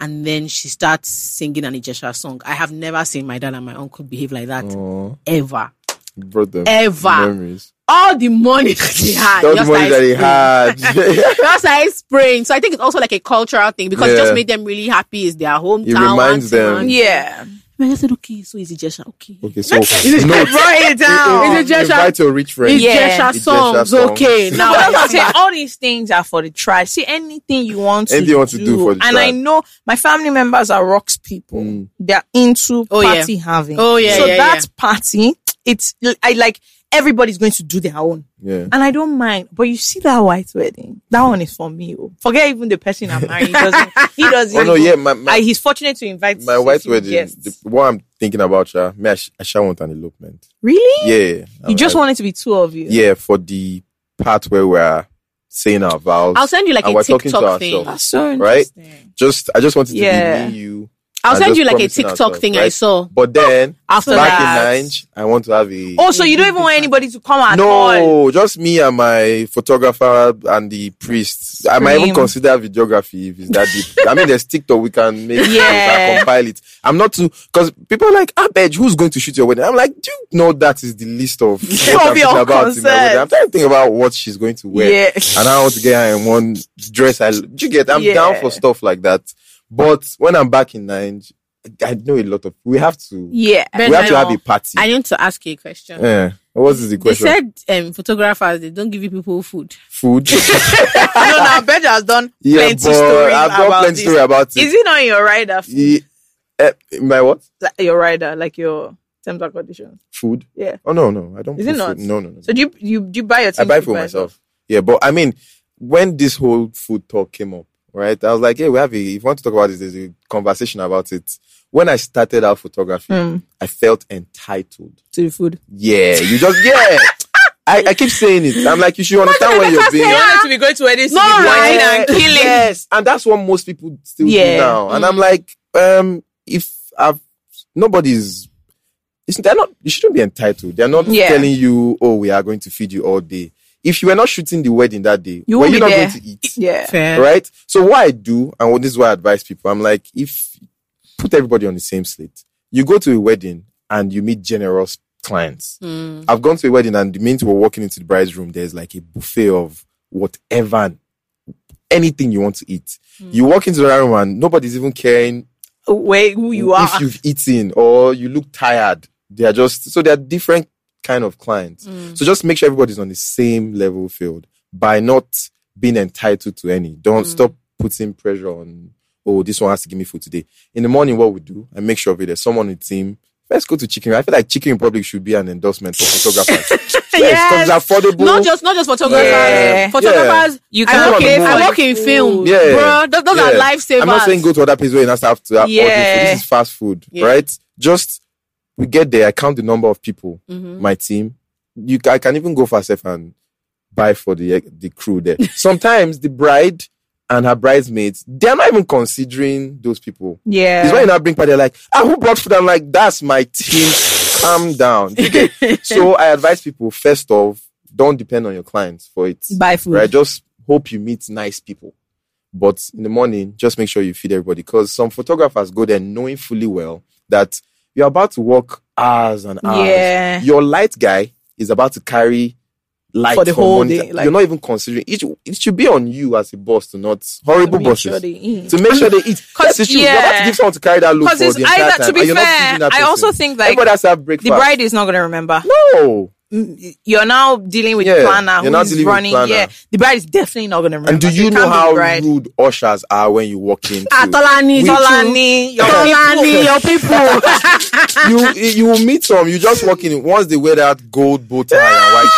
S6: and then she starts singing an Ijesha song. I have never seen my dad and my uncle behave like that
S1: Oh,
S6: ever,
S1: brought them
S6: ever.
S1: memories.
S6: All the money they
S1: That
S6: had,
S1: was the
S6: just
S1: money
S6: like
S1: that he
S6: spraying.
S1: had.
S6: Just like spraying. So I think it's also like a cultural thing because it
S1: Yeah.
S6: just made them really happy. Is their hometown.
S1: It reminds
S6: auntie,
S1: them.
S6: man.
S4: yeah.
S6: And I said, okay, so is Ijesha okay?
S1: okay, so no,
S4: Write it down.
S6: Is it just a-
S1: invite your rich friends.
S6: Ijesha
S4: Yeah.
S1: Ijesha
S6: songs,
S1: songs.
S6: okay.
S4: No,
S6: Now
S4: but that's what I'm
S6: I
S4: saying. All these things are for the tribe. See, anything you want to
S1: Anything you want to do for the Mm.
S4: and I
S1: tribe.
S4: know my family members are rocks people. They're into
S6: Oh, yeah.
S4: party having.
S6: Oh, yeah,
S4: So
S6: yeah,
S4: that party, it's I like everybody's going to do their own,
S1: Yeah.
S4: and I don't mind. But you see that white wedding, that one is for me. oh. Forget even the person I'm marrying. He doesn't. He doesn't
S1: Oh no,
S4: even-
S1: yeah, my my,
S4: I, he's fortunate to invite
S1: my
S4: so
S1: white
S4: few
S1: wedding.
S4: guests.
S1: The, what I'm thinking about, Sha, me, I, sh- I shall want an elopement.
S4: Really?
S1: Yeah,
S4: You just want it to be two of you.
S1: Yeah, for the part where we're saying our vows.
S6: I'll send you like
S1: and
S6: a
S1: we're talking to
S6: TikTok thing.
S1: ourselves.
S4: That's so
S1: Right?
S4: interesting.
S1: Just, I just wanted to
S4: Yeah.
S1: be me, you.
S6: I'll
S1: and
S6: send
S1: just
S6: you like a
S1: promising
S6: TikTok
S1: ourselves,
S6: thing I
S1: right?
S6: saw.
S1: But then
S4: After
S1: back
S4: that.
S1: in Ninj, I want to have a
S4: Oh, so you don't even want anybody to come at all?
S1: no, just me and my photographer and the priest. I might even
S4: Scream.
S1: consider videography if it's that deep. I mean, there's TikTok we can make, we
S4: Yeah.
S1: can compile it. I'm not too because people are like, I bet who's going to shoot your wedding. I'm like, do you know that is the list of
S4: Of
S1: what I'm
S4: your
S1: thinking about in my wedding? I'm
S4: concerns.
S1: trying to think about what she's going to wear,
S4: Yeah.
S1: and I want to get her in one dress. I do you get? I'm
S4: Yeah.
S1: down for stuff like that. But when I'm back in Ninja, I know a lot of. We have to.
S4: Yeah.
S1: We have to have a party.
S6: I need to ask you a question.
S1: yeah. What is the
S6: they
S1: question?
S6: said um, photographers they don't give you people food.
S1: Food.
S4: I know now Benja has done
S1: Yeah,
S4: plenty
S1: but
S4: stories
S1: I've got
S4: about
S1: plenty
S4: this.
S1: story about
S4: Is
S1: it.
S4: it not in your rider? f-
S1: Yeah, eh, my what?
S4: like, Your rider, like your terms and conditions.
S1: Food?
S4: Yeah.
S1: Oh no, no, I don't.
S4: Is
S1: put
S4: it not?
S1: food- No, no, no.
S4: So do you you do you buy your?
S1: I
S4: things
S1: buy
S4: you
S1: food myself. Yeah, but I mean, when this whole food talk came up, right? I was like, yeah, we have a. If you want to talk about this, there's a conversation about it. When I started out photography,
S4: Hmm.
S1: I felt entitled.
S4: to the food.
S1: Yeah, you just yeah. I, I keep saying it. I'm like, you should understand when you're being.
S4: wanted to be going to weddings, no,
S1: Yeah.
S4: right? and killing.
S1: Yes, and that's what most people still
S4: Yeah.
S1: do
S4: Mm.
S1: now. And I'm like, um, if I've nobody's, it's, they're not. You shouldn't be entitled. They're not
S4: Yeah.
S1: telling you, oh, we are going to feed you all day. If you were not shooting the wedding that day,
S4: You
S1: were
S4: won't
S1: you
S4: be
S1: not
S4: there.
S1: going to eat?
S4: Yeah.
S6: Fair.
S1: Right. So what I do, and what this is why I advise people, I'm like, if put everybody on the same slate. You go to a wedding and you meet generous clients. I've gone to a wedding and the minute we're walking into the bride's room, there's like a buffet of whatever, and anything you want to eat. You walk into that room and nobody's even caring
S4: Where who you are?
S1: if you've eaten or you look tired. They are just so they are different kind of clients. So just make sure everybody's on the same level field by not being entitled to any. Don't stop putting pressure on. Oh, this one has to give me food today. In the morning, what we do, I make sure of it. There's someone in the team. Let's go to Chicken. Republic. I feel like Chicken Republic should be an endorsement for photographers. yes, because it's affordable.
S6: Not just not just photographers.
S1: Yeah.
S6: Photographers,
S4: You
S6: I
S1: can
S6: work in,
S1: work
S6: I
S1: more.
S6: work in film,
S1: Yeah.
S6: bro. Those, those are
S1: Yeah.
S6: lifesavers.
S1: I'm not saying go to other places where you not have to have all this
S4: Yeah.
S1: food. This is fast food,
S6: Yeah.
S1: right? Just we get there. I count the number of people. My team. You, ca- I can even go for myself and buy for the the crew there. Sometimes the bride and her bridesmaids, they're not even considering those people.
S4: yeah.
S1: It's when you now bring party they're like, ah, who brought food? I'm like, that's my team. Calm down. Okay. so I advise people first off, don't depend on your clients for it.
S4: buy food.
S1: Right? Just hope you meet nice people. But in the morning, just make sure you feed everybody because some photographers go there knowing fully well that you're about to work hours and hours.
S4: Yeah.
S1: Your light guy is about to carry light
S4: For the
S1: from
S4: whole
S1: one-
S4: day, like-
S1: You're not even considering it. It should be on you as a boss to not horrible
S4: Make sure
S1: bosses
S4: they eat.
S1: to make sure they eat. That's the truth. You're about to
S4: yeah.
S1: give someone to carry that load for
S4: Because
S1: the
S4: it's
S1: entire
S4: either
S1: time.
S4: to be
S1: and you're not
S4: fair,
S1: feeding that
S4: I also
S1: person.
S4: think like
S1: everybody has to have
S4: the
S1: breakfast.
S4: bride is not going to remember.
S1: no,
S4: mm, you're now dealing with
S1: Yeah,
S4: the planner
S1: you're
S4: who
S1: now
S4: is
S1: dealing with
S4: running.
S1: planner.
S4: Yeah, the bride is definitely not going to remember.
S1: And do
S4: So
S1: you
S4: it
S1: know
S4: can't be the
S1: how
S4: bride.
S1: rude ushers are when you walk in?
S7: Ah, Tolani,
S1: We-
S4: Tolani, your people.
S7: Tolani, your people.
S1: you you will meet some. You just walk in. Once they wear that gold bow tie and white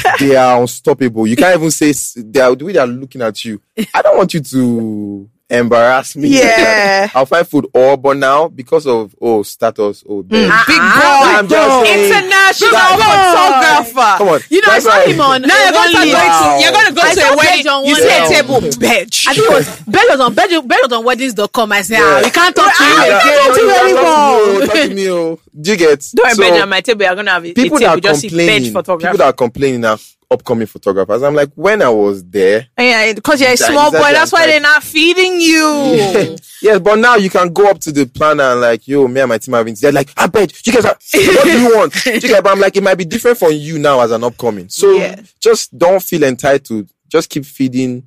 S1: shirt, they are unstoppable. You can't even say s- they are the way they are looking at you. I don't want you to embarrass me.
S4: Yeah.
S1: I'll find food all, but now because of oh status, oh babe.
S4: Big boy,
S1: I'm just saying-
S4: international
S1: That's-
S4: photographer.
S1: Come on,
S7: You know, I
S1: that's
S7: saw
S1: why-
S7: him on.
S4: Now you're going to
S7: Wally.
S4: go to you're going to go
S6: I
S4: to
S6: saw
S4: a wedding.
S6: Paige on
S4: You
S6: one
S4: see a
S1: day.
S4: table, bitch.
S6: I think it was Bell was on Bell, Bell was on weddings.com. I said, ah,
S1: Yeah.
S6: we can't talk to you
S1: Yeah,
S6: again.
S1: that's- that's
S6: Don't
S1: me, oh, that's me, oh. Do you get?
S4: Don't
S1: So,
S4: so, on my table. You're gonna have a, a
S1: people
S4: table
S1: that are
S4: just
S1: complaining,
S4: bench
S1: people
S4: photographer.
S1: that are complaining are upcoming photographers. I'm like, when I was there,
S4: yeah, because you're a
S1: That-
S4: small boy.
S1: exactly,
S4: That's why
S1: exactly.
S4: they're not feeding you.
S1: yes, but now you can go up to the planner and like, yo, me and my team have been. They're like, I bet you guys are. What do you want? Do you get? But I'm like, it might be different for you now as an upcoming. So
S4: Yeah.
S1: just don't feel entitled. Just keep feeding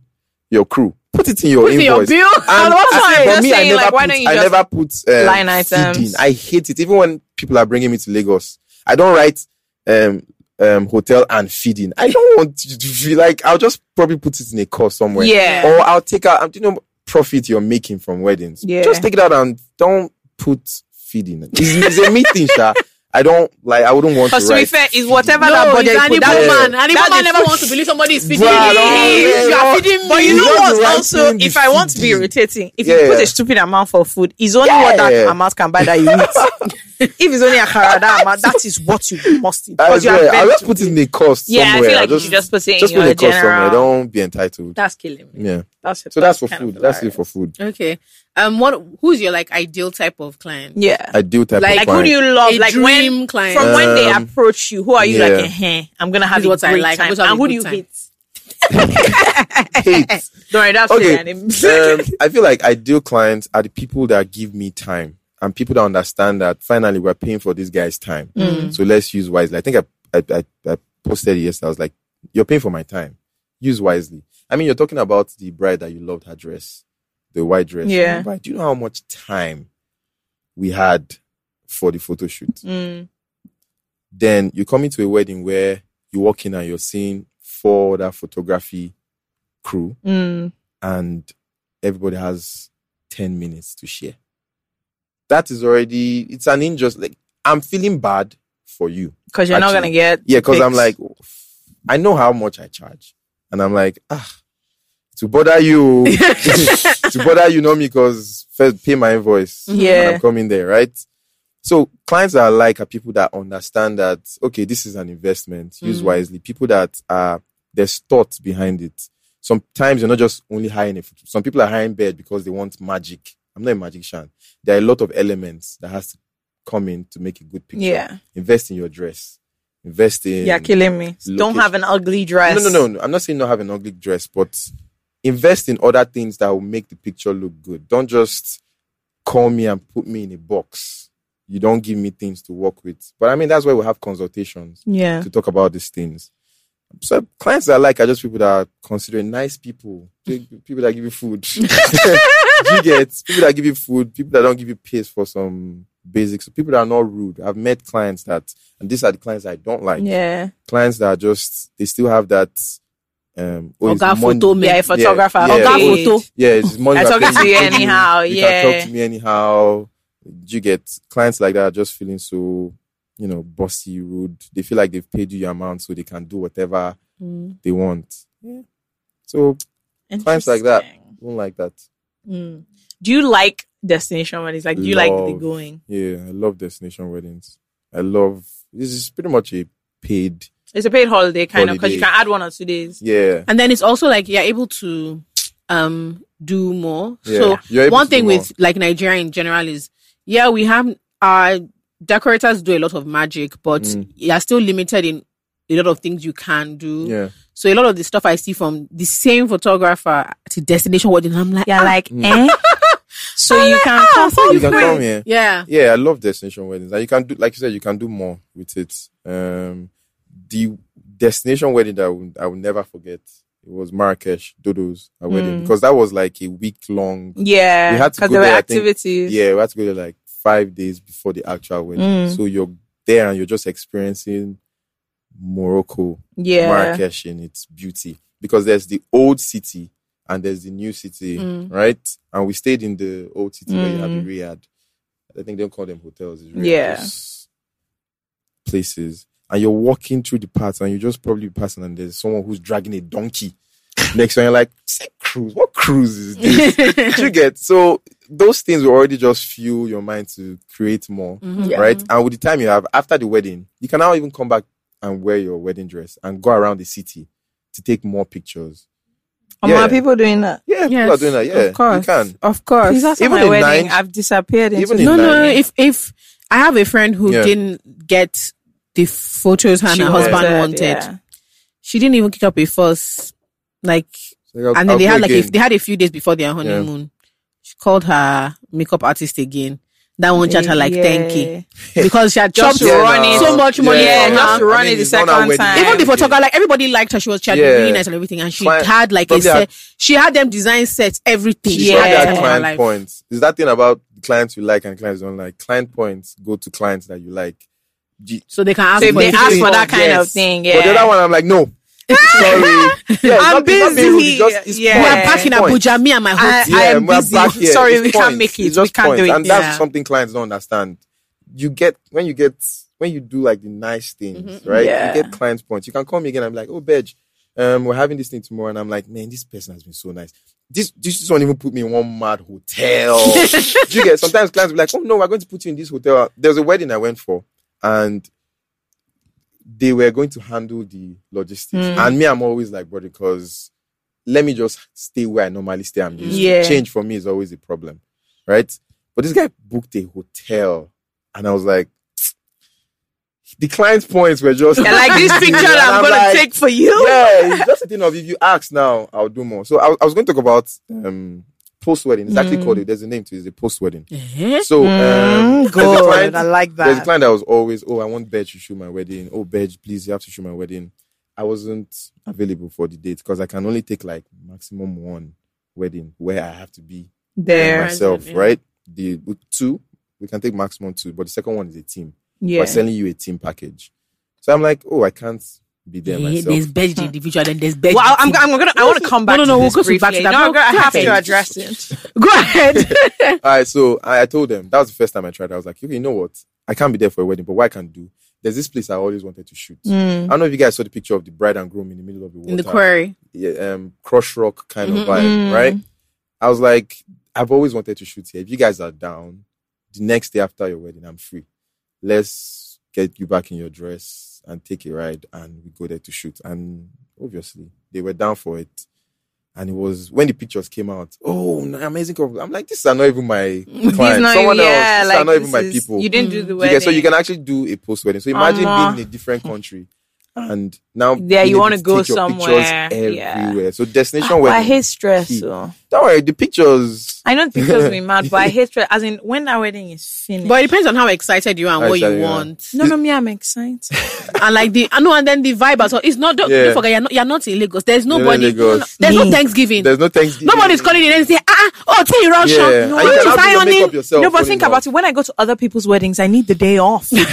S1: your crew. Put it in your
S6: Put in your
S1: invoice.
S6: bill.
S1: And
S4: that's why I'm
S1: for
S4: just
S1: me, I
S4: saying,
S1: never
S4: like, why
S1: put,
S4: don't you
S1: I
S4: just
S1: never put um,
S4: line items?
S1: feeding. I hate it. Even when people are bringing me to Lagos, I don't write um, um, hotel and feeding. I don't want you to feel like I'll just probably put it in a course somewhere.
S4: Yeah.
S1: Or I'll take out. um, Do you know profit you're making from weddings?
S4: Yeah.
S1: Just take it out and don't put feeding. It's, it's a meeting, Sha. I don't like. I wouldn't want to
S4: Because to be
S1: write.
S4: fair, it's whatever
S6: No,
S4: that budget
S6: it's
S4: you put.
S6: animal
S1: that-
S6: man. Animal
S4: that
S6: man
S4: is-
S6: never wants to believe somebody is feeding
S1: Bruh,
S6: me.
S1: don't-
S6: You are
S1: don't-
S6: feeding me.
S4: But you
S1: You
S4: know
S1: got the
S4: what?
S1: right
S4: Also,
S1: thing,
S4: if
S1: the
S4: I want to be
S1: feeding.
S4: irritating, if
S1: Yeah.
S4: you put a stupid amount for food, it's only
S1: Yeah.
S4: what that amount can buy that you eat. if it's only a that amount, that is what you must eat.
S1: I
S4: Because you are
S1: swear, I'll
S4: bent
S1: just
S4: to
S1: put it
S4: it.
S1: in a cost
S4: Yeah, I
S1: somewhere.
S4: feel like
S1: I'll
S4: you should just put it in
S1: just put
S4: your
S1: a cost somewhere.
S4: general-
S1: Don't be entitled.
S4: That's killing me.
S1: Yeah.
S4: That's it.
S1: So that's for
S4: kind
S1: food.
S4: of
S1: That's it
S4: hilarious.
S1: for food.
S6: Okay. Um, what? Who's your like ideal type of client?
S4: Yeah.
S1: Ideal type
S6: Like,
S1: of
S4: Like who
S1: client.
S4: do you love?
S6: A
S4: like
S6: dream
S4: when
S6: client.
S4: from when they
S1: Um,
S4: approach you, who are you
S1: yeah.
S4: like? eh I'm gonna
S6: This
S4: have
S6: is
S4: a
S6: what I
S4: great
S6: like. I'm
S4: time.
S6: gonna have
S4: And
S6: a good
S4: who do you
S6: time.
S4: hate?
S1: hate?
S4: Don't worry, that's
S1: Okay.
S4: okay.
S1: um, I feel like ideal clients are the people that give me time and people that understand that finally we're paying for this guy's time.
S4: Mm,
S1: So let's use wisely. I think I, I, I, I posted it yesterday. I was like, you're paying for my time. Use wisely. I mean, you're talking about the bride that you loved her dress, the white dress.
S4: Yeah.
S1: But do you know how much time we had for the photo shoot?
S4: Mm.
S1: Then you come into a wedding where you walk in and you're seeing four other photography crew
S4: Mm.
S1: and everybody has 10 minutes to share. That is already, it's an injustice. Like, I'm feeling bad for you.
S4: Because you're not
S1: Actually,
S4: gonna get
S1: Yeah, because I'm
S4: pics.
S1: like, I know how much I charge. And I'm like, ah, to bother you, to bother you, know me, because first pay my invoice. And
S4: Yeah.
S1: I'm coming there, right? So clients that I like are people that understand that, okay, this is an investment,
S4: Mm.
S1: use wisely. People that are, there's thought behind it. Sometimes you're not just only hiring a photo- Some people are hiring bed because they want magic. I'm not a magician. There are a lot of elements that has to come in to make a good picture.
S4: Yeah.
S1: Invest in your dress. Invest in
S4: You're killing me. Don't
S1: location.
S4: have an ugly dress.
S1: um, no, no, no, no. I'm not saying not have an ugly dress, but invest in other things that will make the picture look good. Don't just call me and put me in a box. You don't give me things to work with. But I mean, that's why we have consultations
S4: Yeah.
S1: to talk about these things. So clients that I like are just people that are considered nice people, Pe- people that give you food. you get people that give you food, people that don't give you pace for some basics, people that are not rude. I've met clients that, and these are the clients I don't like
S4: Yeah.
S1: clients that are just they still have that um oh, it's
S6: Oga
S1: Monday-
S6: photo me.
S4: Yeah, a photographer.
S1: yeah.
S6: Oga
S1: Okay.
S6: photo.
S1: yeah it's money
S4: I
S1: that
S4: talk
S1: pays
S4: to you
S1: pay
S4: anyhow,
S1: you can
S4: yeah.
S1: talk to me anyhow Do you get clients like that are just feeling so you know bossy rude they feel like they've paid you your amount so they can do whatever
S4: Mm.
S1: they want so clients like that
S4: Interesting.
S1: don't like that
S4: Mm. Do you like destination weddings? Like, do you like
S1: Love.
S4: the going?
S1: yeah i love destination weddings i love this is pretty much a paid
S4: It's a paid holiday kind of because you
S1: Holiday.
S4: can add one or two days.
S1: yeah
S6: And then it's also like you're able to um do more.
S1: Yeah, you're
S6: So
S1: able
S6: one
S1: to do
S6: thing with like Nigeria in general is yeah, we have our decorators do a lot of magic, but
S1: Mm.
S6: you're still limited in a lot of things you can do.
S1: yeah
S6: So a lot of the stuff I see from the same photographer to destination wedding, I'm like,
S4: You're
S6: ah,
S4: like, eh? so you can come for
S1: you can come here
S6: yeah.
S1: yeah, I love destination weddings. And you can do, like you said, you can do more with it. Um, the destination wedding that I will, I will never forget it was Marrakesh, Dodo's, our wedding, because that was like a week long. We
S4: Yeah,
S1: had to
S4: because
S1: go
S4: there were
S1: there, I think.
S4: activities.
S1: Yeah, we had to go there like five days before the actual wedding. So you're there and you're just experiencing Morocco,
S4: Yeah.
S1: Marrakesh in its beauty because there's the old city and there's the new city,
S4: Mm.
S1: right? And we stayed in the old city where you have the Riyadh. I think they don't call them hotels. It's really
S4: Yeah.
S1: just Places. And you're walking through the paths and you just probably passing and there's someone who's dragging a donkey next to you. and You're like, "Say cruise. What cruise is this? you get so those things will already just fuel your mind to create more,
S7: Mm-hmm.
S1: right? And with the time you have after the wedding, you can now even come back and wear your wedding dress and go around the city to take more pictures.
S4: Are
S1: Yeah.
S4: Oh, my people doing that?
S1: Yeah, people are doing that. Yeah,
S4: of course.
S1: you can.
S4: Of course.
S1: Please ask
S4: Even
S1: my
S4: my wedding,
S1: wedding,
S4: I've disappeared into
S1: Even in
S7: No, no.
S1: Nine-
S7: If if I have a friend who
S1: Yeah.
S7: didn't get the photos her and
S4: She
S7: her husband wanted,
S4: yeah.
S7: she didn't even kick up a fuss. Like,
S1: So I'll-
S7: and then
S1: I'll
S7: they
S1: go
S7: had like a,
S1: again.
S7: they had a few days before their honeymoon. She called her makeup artist again. That one charged her like ten k because she had
S4: Just
S7: chopped
S4: to run it.
S7: so much money.
S4: Yeah,
S7: for her.
S4: just to run
S1: I mean,
S4: it the
S1: it's not our
S4: second
S1: wedding
S4: time.
S1: day.
S7: Even the photographer, like everybody liked her. She was she had been
S1: Yeah.
S7: really nice and everything, and she
S1: Client-
S7: had like a
S1: probably
S7: set.
S1: had-
S7: she had them design sets, everything.
S1: She
S7: She
S1: yeah.
S7: had
S4: Yeah.
S7: that
S1: that
S7: in her
S1: client
S7: life.
S1: points. Is that thing about clients you like and clients you don't like? Client points go to clients that you like. G-
S7: So they can ask.
S4: So if
S7: for
S4: they
S7: it.
S4: ask for that kind
S1: Yes.
S4: of thing,
S1: But the
S4: yeah.
S1: other one, I'm like, no. Sorry. Yeah,
S4: I'm
S1: it's not- it's not being rude,
S4: busy.
S1: it's just- it's
S4: Yeah.
S1: points,
S7: we are
S1: it's
S7: back in
S1: points.
S7: Abuja. Me and my
S4: I,
S7: host.
S1: Yeah,
S4: I am
S1: we're
S4: busy.
S1: back here.
S4: Sorry,
S1: It's
S4: we
S1: points.
S4: can't make it.
S1: It's
S4: We
S1: just
S4: can't do
S1: points.
S4: it.
S1: And
S7: Yeah.
S1: that's something clients don't understand. You get when you get when you do like the nice things, right?
S4: Mm-hmm. Yeah.
S1: You get clients points. You can call me again. I'm like, oh, Bej, um, we're having this thing tomorrow, and I'm like, man, this person has been so nice. This this this one even put me in one mad hotel. Do you get? Sometimes clients be like, oh no, we're going to put you in this hotel. There's a wedding I went for, and they were going to handle the logistics.
S4: Hmm.
S1: And me, I'm always like, bro, because let me just stay where I normally stay. I'm used to.
S4: Yeah.
S1: Change for me is always a problem, right? But this guy booked a hotel, and I was like, the client's points were just
S4: Yeah, like this picture
S1: And
S4: I'm gonna
S1: like,
S4: take for you.
S1: Yeah, it's just a thing of if you ask now, I'll do more. So I, I was going to talk about um, post wedding. It's
S4: Hmm.
S1: actually called it. There's a name to it. It's a post wedding. So um, there's a client-
S4: I like
S1: there's a
S4: that.
S1: client that was always, oh, I want Bej to shoot my wedding. Oh, Bej, please, you have to shoot my wedding. I wasn't available for the date because I can only take like maximum one wedding where I have to be by
S4: There.
S1: myself,
S7: Present, yeah.
S1: right? The with two, we can take maximum two, but the second one is a team.
S4: Yeah.
S1: We're selling you a team package. So I'm like, oh, I can't be there
S7: Yeah,
S1: myself.
S7: there's bed
S4: Hmm.
S7: the individual, then there's bed.
S4: Well, I'm, I'm gonna. I want to come back.
S7: no, no,
S4: to
S7: we'll
S4: this
S7: go to back to
S4: briefly.
S7: that.
S4: No,
S7: No,
S4: girl, I
S7: go
S4: have to
S7: ahead.
S4: address it.
S7: go ahead.
S1: All right, so I, I told them that was the first time I tried. it. I was like, okay, you know what? I can't be there for a wedding, but what I can do, there's this place I always wanted to shoot. I don't know if you guys saw the picture of the bride and groom in the middle of the water,
S7: Hmm. In the quarry.
S1: yeah, um, crush rock kind
S4: Mm-hmm,
S1: of vibe, right? I was like, I've always wanted to shoot here. If you guys are down, the next day after your wedding, I'm free. Let's get you back in your dress and take a ride, and we go there to shoot. And obviously, they were down for it. And it was when the pictures came out. Oh, n- amazing! couple. I'm like, this are not even my clients.
S4: not-
S1: Someone
S4: yeah,
S1: else. These
S4: like,
S1: are not even
S4: this
S1: my
S4: is-
S1: people.
S4: You didn't do the
S1: Do you
S4: wedding.
S1: get- so you can actually do a post wedding. So imagine
S4: Omo.
S1: being in a different country, and now
S4: Yeah,
S1: being
S4: you
S1: able
S4: wanna go
S1: take your pictures
S4: somewhere. Yeah. Ah,
S1: everywhere. So destination
S4: I,
S1: wedding.
S4: hate stress.
S1: Key.
S4: So.
S1: Don't worry, the pictures.
S4: I know because we mad, but I hate stress. As in, when that wedding is finished.
S7: But it depends on how excited you are and
S1: How
S7: what you
S1: excited you are.
S7: want.
S4: no, no, me, I'm excited.
S7: and like the I know, and then the vibe as well. It's not don't,
S1: Yeah.
S7: don't forget you're not, you're not in Lagos. There's
S1: not in
S7: nobody.
S1: Lagos.
S7: There's no
S4: Me.
S7: Thanksgiving.
S1: There's no Thanksgiving.
S7: Nobody's calling you and say, ah, ah, oh, tell you wrong shop.
S1: Yeah.
S7: No, which
S1: And you can
S7: is
S1: have your
S7: ironing.
S1: makeup yourself.
S4: no, but
S1: funny
S4: think
S1: enough.
S4: about it. When I go to other people's weddings, I need the day off. like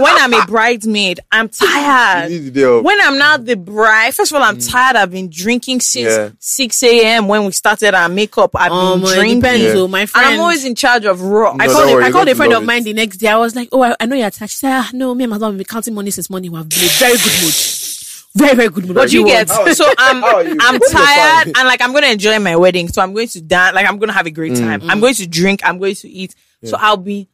S4: when I'm a bridesmaid, I'm tired.
S1: You need the day off. Mm.
S4: When I'm not the bride, first of all, I'm tired. I've been drinking since
S1: Yeah.
S4: 6 a.m. when we started our makeup. I've
S7: Um,
S4: been
S7: it
S4: drinking.
S7: depends.
S1: Yeah.
S7: Oh, my
S4: And
S7: friend.
S4: I'm always in charge of raw. I
S1: No,
S4: call
S1: don't
S4: it
S1: worry,
S7: I called
S1: you're going
S7: a
S1: to
S7: friend
S1: love
S7: of
S1: it.
S7: mine the next day. I was like, oh, I, I know you're attached. She said, ah, no, me and my husband have been counting money since morning. We're in a very good mood. Very, very good mood. What
S4: But
S7: do
S4: you
S7: you
S4: get
S7: want?
S1: How are
S4: so um,
S1: you?
S4: I'm
S1: How are you?
S4: I'm
S1: You're
S4: tired
S1: fine.
S4: and like I'm gonna enjoy my wedding. So I'm going to dance, like I'm gonna have a great
S1: Mm.
S4: time.
S7: Mm.
S4: I'm going to drink, I'm going to eat. So I'll be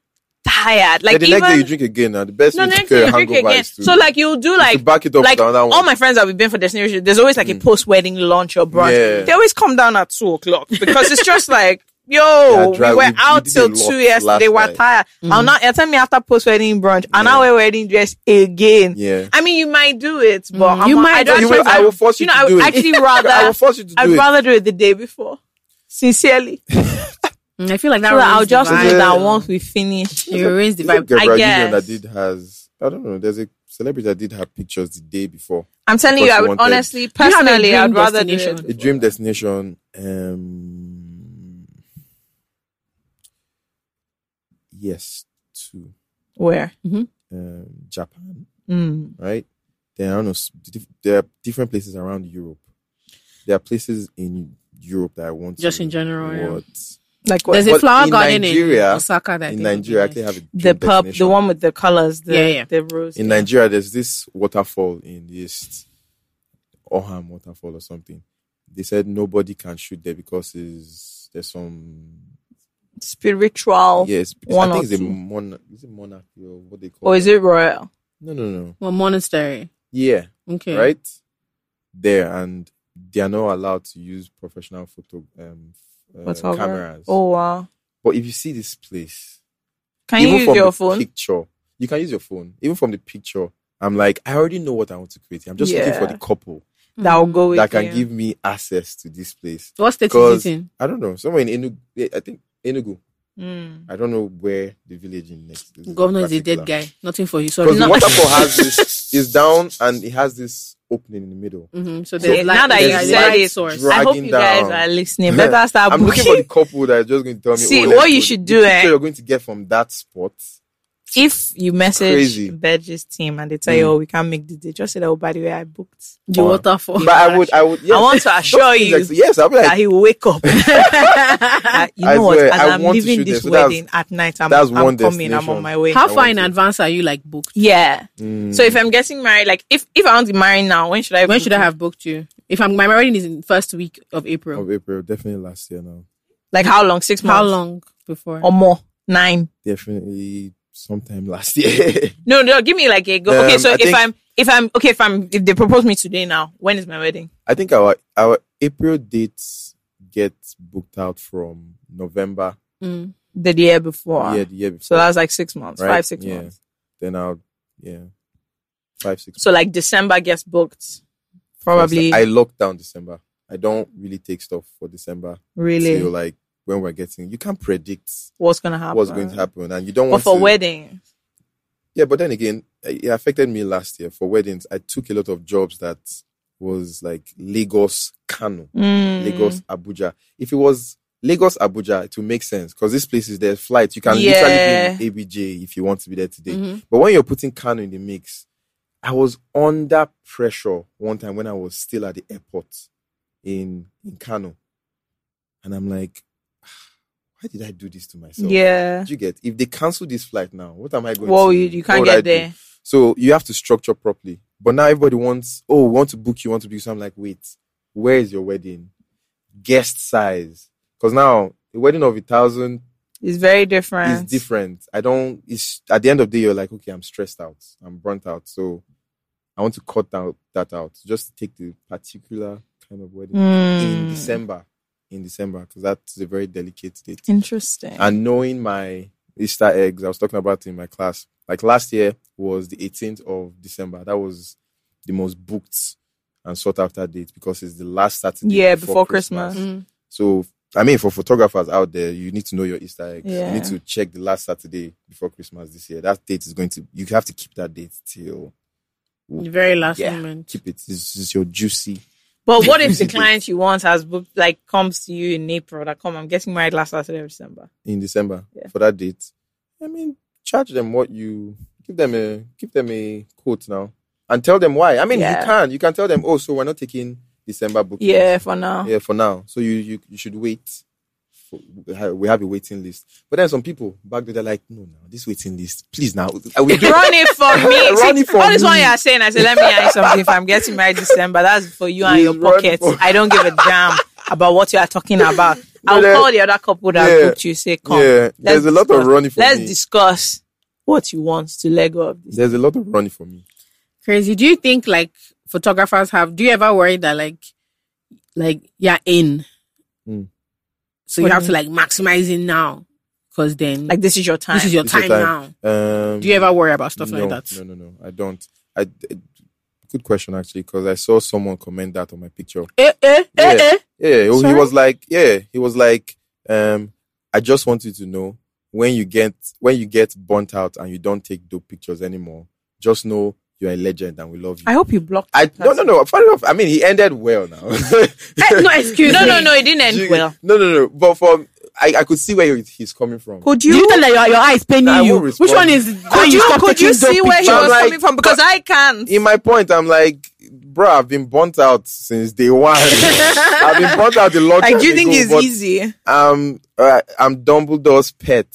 S4: tired.
S1: Yeah,
S4: Like
S1: the
S4: even
S1: next day you drink again. Now the best
S4: no,
S1: way to
S4: next
S1: cure
S4: day
S1: your
S4: you drink
S1: hangover
S4: again.
S1: is to
S4: So like you'll do like
S1: back it up
S4: like
S1: with another one. Mm.
S4: all my friends that we've been for destination, there's always like a post wedding lunch or brunch.
S1: Yeah.
S4: They always come down at two o'clock because it's just like Yo,
S1: Yeah,
S4: we
S1: dry-
S4: were
S1: we- we
S4: out
S1: did a
S4: till
S1: lot
S4: two yesterday.
S1: last
S4: We're
S1: night.
S4: tired. I'll not. You're telling me after post wedding brunch, I'll not wear wedding dress again.
S1: Yeah.
S4: I mean, you might do it, but I'm
S7: You
S4: not-
S7: might
S4: I don't
S7: do
S1: You will-
S4: actually-
S1: I will force you
S4: you know,
S1: to
S4: I
S1: do
S4: would
S1: it.
S4: actually rather.
S1: I will force you to
S4: I'd
S1: do it.
S4: rather do it the day before. Sincerely,
S7: Mm, I feel like that
S4: so that
S7: ruins
S4: I'll
S7: the
S4: just
S7: vibe.
S4: do that once we finish.
S7: It ruins the
S1: Is it
S7: vibe.
S1: Gabrielle
S4: I
S1: Union that
S4: guess.
S1: did has I don't know. There's a celebrity that did her pictures the day before.
S4: I'm telling
S1: Because
S4: you, I
S1: you
S4: would
S1: wanted-
S4: honestly,
S7: have a
S4: personally,
S7: dream
S4: I'd rather do
S7: destination?
S4: it.
S1: A dream destination. Um, yes, to
S4: Where?
S1: um, Japan,
S4: Mm.
S1: right? There are, no, s- dif- there are different places around Europe. There are places in Europe that I want
S6: Just
S1: to
S6: in general, yeah.
S1: What
S4: Like
S6: There's
S4: what?
S6: a
S1: But
S6: flower
S1: in
S6: garden
S1: Nigeria-
S6: in Osaka that I
S1: in
S6: think would be
S1: Nigeria? I
S6: nice.
S1: actually have a
S4: The
S1: dream
S4: pub, the
S1: destination.
S4: one with the colors, the,
S6: Yeah, yeah.
S4: the rose.
S1: in Nigeria, there's this waterfall in the east, Oham waterfall or something. They said nobody can shoot there because it's, there's some
S4: Spiritual.
S1: yes, it's-
S4: Oh, one
S1: I
S4: or
S1: think it's a
S4: two.
S1: mon, is it monarchy or what they call?
S4: Or is it royal?
S1: No, no, no.
S6: Well, monastery.
S1: Yeah,
S6: Okay.
S1: right there, and they are not allowed to use professional photo um, uh,
S4: Photographer.
S1: cameras.
S4: Oh wow.
S1: But if you see this place,
S4: Can
S1: even
S4: you use
S1: from
S4: your
S1: the
S4: phone?
S1: picture, you can use your phone. Even from the picture, I'm like, I already know what I want to create. I'm just looking for
S4: Yeah. Oh,
S1: the couple.
S4: that will go with
S1: that can
S4: you.
S1: give me access to this place.
S6: What state is
S1: Because
S6: it in?
S1: I don't know, somewhere in Enugu, eh, I think Enugu.
S4: Mm.
S1: I don't know where the village in next. in
S6: Governor is a
S1: particular.
S6: dead guy. Nothing for you. Sorry.
S1: Because the waterfall has this is down and it has this opening in the middle.
S6: hmm So
S4: Yeah,
S6: there's
S4: now that
S6: there's
S4: you
S6: light
S4: said it,
S6: source.
S1: dra-
S4: I hope
S1: dragging
S4: you guys
S1: down.
S4: are listening. Better start
S1: I'm looking for the
S4: booking.
S1: couple that is just going to tell me.
S4: See,
S1: oh,
S4: what
S1: let's
S4: you
S1: go.
S4: should
S1: The
S4: do,
S1: picture
S4: eh?
S1: You're going to get from that spot.
S4: If you message
S1: Crazy. Mm.
S4: Bedges team and they tell you, "Oh, we can't make the day," just say that. Oh, by the way, I booked.
S6: The
S1: Wow.
S6: waterfall.
S1: But I would, I would. Yes,
S4: I want to
S1: Those
S4: assure
S1: things
S4: you
S1: like- yes, I'll be
S4: that
S1: like,
S4: he will wake up. That, you know
S1: I
S4: what?
S1: swear,
S4: As
S1: I
S4: I'm
S1: want to
S4: leaving
S1: shoot
S4: this
S1: there. So that's-
S4: wedding at night, I'm,
S1: that's
S4: I'm
S1: one
S4: coming. I'm on
S1: destination.
S4: my way.
S6: How
S1: I
S6: far in
S1: want to.
S6: advance are you like booked?
S4: yeah.
S1: mm,
S4: So if I'm getting married, like if if I want to be married now, when should I?
S6: When should I have booked you? If I'm my wedding is in first week of April.
S1: of April, definitely last year now.
S4: Like how long? Six months?
S6: How long before?
S1: Oh.
S4: or more? Nine?
S1: Definitely sometime last year.
S4: No, no. Give me like a go. okay,
S1: Um,
S4: so
S1: I
S4: if
S1: think-
S4: I'm if I'm okay if I'm if they propose me today now, when is my wedding?
S1: I think our our April dates get booked out from November.
S6: Mm.
S4: The year before.
S1: Yeah, the year before.
S4: So that's like six months,
S1: right?
S4: five six
S1: Yeah.
S4: months.
S1: Then I'll yeah, five six.
S4: So like December gets booked,
S1: months.
S4: probably.
S1: I lock down December. I don't really take stuff for December.
S4: really,
S1: Till like when we're getting, you can't predict
S4: what's gonna happen?
S1: what's going to happen, and you don't
S4: But
S1: want
S4: for
S1: to.
S4: wedding,
S1: Yeah, but then again, eh, it affected me last year for weddings. I took a lot of jobs that was like Lagos, Kano.
S4: Mm.
S1: Lagos, Abuja. If it was Lagos, Abuja, it would make sense because this place is there's flights. You can
S4: Yeah. Mm-hmm.
S1: literally be in ABJ if you want to be there today.
S6: Mhm.
S1: But when you're putting Kano in the mix, I was under pressure one time when I was still at the airport in in Kano, and I'm like, "Ah, why did I do this to myself?
S4: yeah.
S1: Did you get? If they cancel this flight now, what am I going
S4: Well,
S1: to
S4: you, you can't
S1: what would I
S4: get
S1: do?
S4: there.
S1: So you have to structure properly. But now everybody wants, oh, we want to book you, want to book you. So I'm like, wait, where is your wedding? Guest size. Because now a wedding of a thousand
S4: It's very different.
S1: is different. I don't it's at the end of the day, you're like, okay, I'm stressed out. I'm burnt out. So I want to cut down that out. Just take the particular kind of wedding
S4: Mm.
S1: in December. In December, because that's a very delicate date
S4: Interesting.
S1: and knowing my Easter eggs, I was talking about in my class. Like last year was the 18th of December. That was the most booked and sought after date because it's the last Saturday.
S4: Yeah, before Christmas.
S6: Mm.
S1: So, I mean, for photographers out there, you need to know your Easter eggs.
S4: Yeah.
S1: You need to check the last Saturday before Christmas this year. That date is going to, you have to keep that date till,
S6: The very last
S1: Yeah.
S6: moment.
S1: keep it. It's, it's your juicy.
S4: but what if the client you want has booked, like comes to you in April? That come, I'm getting married last Saturday of December.
S1: in December
S4: Yeah.
S1: for that date. I mean, charge them what you give them a give them a quote now and tell them why. I mean,
S4: Yeah.
S1: you can you can tell them. Oh, so we're not taking December bookings.
S4: Yeah, for now.
S1: yeah, for now. So you you, you should wait. For, we ha- we have a waiting list, but then some people back there they're like, no, no, this waiting list, please now. I will do
S4: Run it for me.
S1: Run
S4: See,
S1: it for
S4: all this one
S1: me.
S4: you are saying, I said, let me ask something. If I'm getting married December, that's for you and
S1: Please
S4: your
S1: run
S4: pockets.
S1: for-
S4: I don't give a damn about what you are talking about. I'll
S1: then-
S4: call the other couple that
S1: Yeah.
S4: booked you. Say, come.
S1: Yeah,
S4: Let's
S1: there's a lot of
S4: discuss.
S1: running for
S4: Let's
S1: me.
S4: discuss what you want to let go of this.
S1: There's a lot of running for me.
S6: Crazy. Do you think like photographers have? Do you ever worry that like, like you're in,
S1: Mm.
S6: so
S4: What
S6: you
S4: do
S6: have
S4: you
S6: to like maximize it now, because then
S4: Like this is your time.
S6: this is your
S1: This is
S6: time
S1: your
S6: now.
S1: time. Um,
S6: Do you ever worry about stuff
S1: no,
S6: like that?
S1: No, no, no. I don't. I d- good question actually because I saw someone comment that on my picture.
S6: Eh, eh, eh,
S1: Yeah.
S6: eh.
S1: Yeah, he was like, yeah, he was like, um, I just want you to know when you get when you get burnt out and you don't take dope pictures anymore, just know you're a legend and we love you.
S4: I hope you blocked.
S1: I no no no. Funny enough, I mean he ended well now.
S6: Eh, no excuse.
S4: No,
S6: me.
S4: no, no. It didn't end well.
S1: No no no. But for I, I could see where he's coming from.
S4: Could
S6: Do
S4: you?
S6: you tell that your, your eye is paining
S1: Nah, I
S6: you?
S1: won't
S6: Which
S1: respond.
S6: one is when
S4: Could
S6: you
S4: you,
S6: stop
S4: could you
S6: taking
S4: see
S6: dope
S4: where he
S6: pictures?
S4: was
S1: like-
S4: coming from? Because I can't.
S1: in my point, I'm like, bro, I've been burnt out since day one. I've been burnt out a lot.
S4: Like, do you
S1: time
S4: think
S1: ago,
S4: it's
S1: but
S4: easy?
S1: I'm, uh, I'm Dumbledore's pet.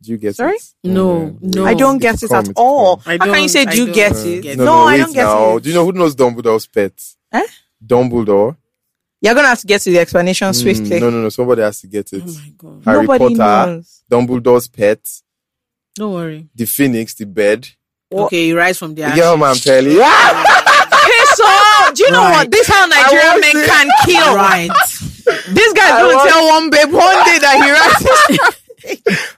S1: Do you get
S4: Sorry?
S1: it? Mm.
S6: No,
S1: Yeah.
S6: no.
S4: I don't get
S1: It's
S4: it
S1: come,
S4: at
S1: it's
S4: all.
S6: come. I
S4: How can you
S6: don't-
S4: say
S6: I
S4: do you
S6: don't
S4: get
S6: get
S4: it?
S6: it.
S4: No, I
S1: wait
S4: don't get
S1: now.
S4: it.
S1: Do you know who knows Dumbledore's pet?
S4: Eh?
S1: Dumbledore.
S4: You're gonna have to get to the explanation
S1: Mm,
S4: swiftly.
S1: no, no, no. Somebody has to get it.
S6: Oh my god.
S1: Harry
S4: Nobody
S1: Potter,
S4: knows.
S1: Dumbledore's pet,
S6: Don't worry.
S1: the Phoenix, the bed.
S4: What?
S6: Okay, you rise from the ashes.
S1: Yeah, man, I'm telling you.
S4: Piss off! Do you know
S6: Right.
S4: what? This how Nigerian men can kill.
S6: Right.
S4: This guy's gonna
S1: want-
S4: tell one babe one day that he writes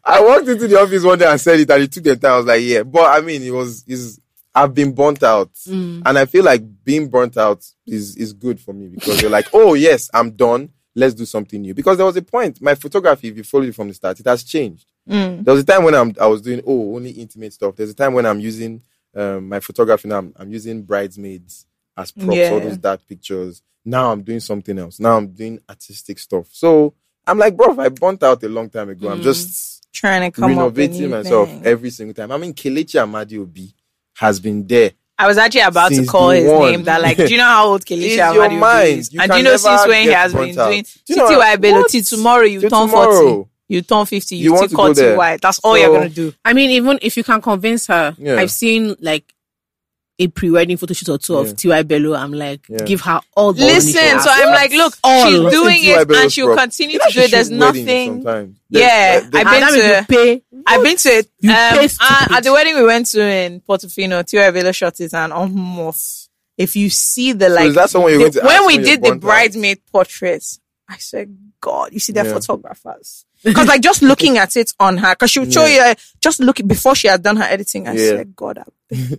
S1: I walked into the office one day and said it, and it took the time. I was like, yeah, but I mean, it was is I've been burnt out, and I feel like being burnt out is is good for me because you're like, oh yes, I'm done. Let's do something new. Because there was a point, my photography, if you followed it from the start, it has changed. There was a time when I'm I was doing oh only intimate stuff. There's a time when I'm using um, my photography now. I'm, I'm using bridesmaids as props, all
S4: Yeah.
S1: those dark pictures. Now I'm doing something else. Now I'm doing artistic stuff. So I'm like, bro, I burnt out a long time ago. I'm just
S4: trying to come up
S1: renovating
S4: with new
S1: myself
S4: thing.
S1: every single time. I mean, Kelechi Amadi Obi has been there.
S4: I was actually about to
S1: Since
S4: call
S1: day
S4: his
S1: one.
S4: name. That like, do you know how old Kelechi
S1: It's
S4: Amadi
S1: your
S4: Obi
S1: mind.
S4: is?
S1: You
S4: and
S1: can
S4: do you know since
S1: never
S4: when he
S1: get
S4: has been
S1: burnt out.
S4: doing
S1: Do you know
S4: Titi
S1: how-
S4: Waibelo
S1: what?
S4: till tomorrow you
S1: Till
S4: turn
S1: tomorrow.
S4: forty, you turn fifty,
S1: You
S4: you,
S1: want
S4: still
S1: to go
S4: cut
S1: there.
S4: your white. That's all Oh, you're
S1: So-
S4: gonna do.
S6: I mean, even if you can convince her,
S1: Yeah.
S6: I've seen like a pre-wedding photo shoot or two
S1: Yeah.
S6: of T.Y. Bello. I'm like,
S1: Yeah.
S6: give her all the money she
S4: Listen,
S6: has.
S4: so I'm like, look, she's doing
S1: T.Y.
S4: it and
S1: Bello's
S4: she'll
S1: prop.
S4: continue
S1: You know
S4: to
S1: she
S4: do it. There's
S1: shoots weddings
S4: nothing.
S1: sometimes.
S4: Yeah,
S1: There's-
S4: I've
S6: and
S4: been
S6: that
S4: to-
S6: means you pay.
S4: I've been to it.
S6: You
S4: Um,
S6: pay
S4: uh,
S6: stupid.
S4: at the wedding we went to in Portofino, Tio Velo shot it and almost. If you see the
S1: So
S4: like,
S1: is that someone you're
S4: the-
S1: going to
S4: when
S1: ask
S4: we
S1: you're
S4: did the
S1: burnt out?
S4: bridesmaid portraits, I said, God, you see, they're
S1: Yeah.
S4: photographers. Because like just looking at it on her, because she would show you, uh, just look before she had done her editing. I
S1: Yeah.
S4: said, God, I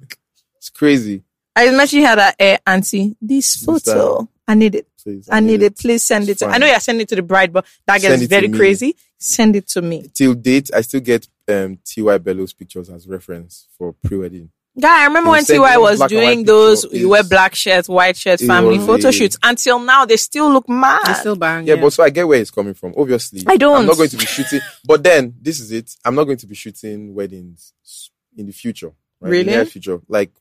S1: It's crazy.
S4: I imagine had a uh, auntie. This photo,
S1: style.
S4: I need it.
S1: Please,
S4: I need it. Please send it.
S1: It's
S4: To, I
S1: fine.
S4: know you're sending it to the bride, but that
S1: Send
S4: gets
S1: it to
S4: very
S1: me.
S4: crazy. Send it to me,
S1: Till date, I still get um, T.Y. Bellows pictures as reference for pre-wedding.
S4: guy. I remember
S1: You
S4: when
S1: send
S4: Ty
S1: them
S4: was
S1: black and
S4: doing
S1: white
S4: those.
S1: picture.
S4: You wear
S1: It's-
S4: black shirt, white shirt,
S1: It
S4: family
S1: was
S4: photo
S1: a-
S4: shoots. Until now, they still look mad.
S6: They still bang.
S1: Yeah, but so I get where it's coming from. Obviously,
S4: I don't.
S1: I'm not going to be shooting. But then this is it. I'm not going to be shooting weddings in the future. Right? In the
S4: Really?
S1: near future, like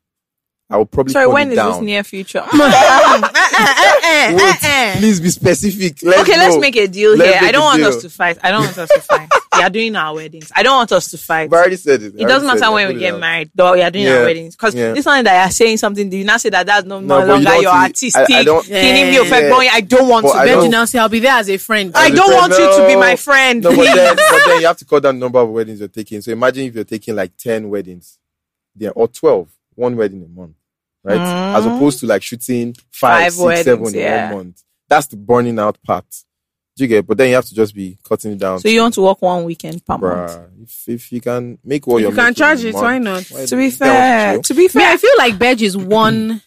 S1: I will probably.
S4: Sorry,
S1: turn
S4: when
S1: it
S4: is this
S1: down.
S4: near future? Mm, uh-uh,
S6: Eh,
S4: uh-uh,
S1: Wait,
S4: uh-uh.
S1: Please be specific. Let's
S4: okay, let's
S1: go.
S4: make a deal
S1: Let's
S4: here. I
S1: make
S4: don't
S1: a
S4: want
S1: deal.
S4: us to fight. I don't want us to fight. We are doing our weddings. I don't want us to fight.
S1: But I already said it. I
S4: It doesn't
S1: already said
S4: matter
S1: it. I
S4: when
S1: put
S4: we
S1: it
S4: get
S1: out.
S4: married, though we are doing
S1: Yeah,
S4: our weddings. Because
S1: yeah.
S4: this one that you're saying something, do you not say that that's no,
S1: No, but
S4: no
S1: you
S4: longer
S1: don't
S4: your
S1: see- I- I
S4: artistic?
S1: don't-
S4: Killing me,
S1: Yeah.
S4: yeah. I don't want
S1: But
S4: to.
S1: I
S4: I
S1: don't-
S4: don't,
S6: Benji now say, I'll be there as a friend.
S1: I don't-
S4: want you to be
S1: No.
S4: my friend.
S1: No, but then, but then you have to cut down the number of weddings you're taking. So imagine if you're taking like 10 weddings yeah, or 12, one wedding a month, right? As opposed to like shooting
S4: Mm-hmm.
S1: five,
S4: Five
S1: six, seven
S4: weddings,
S1: in
S4: yeah.
S1: one month. That's the burning out part. Do you get? But then you have to just be cutting it down.
S4: so you want to work one weekend per month?
S1: Bruh, if, if you can make what you're
S6: you can
S1: making
S6: charge
S1: in a
S6: it.
S1: month,
S6: Why not?
S4: To be
S1: that would
S4: fair,
S1: chill.
S4: to be
S6: Me,
S4: fair,
S6: I feel like Benji is one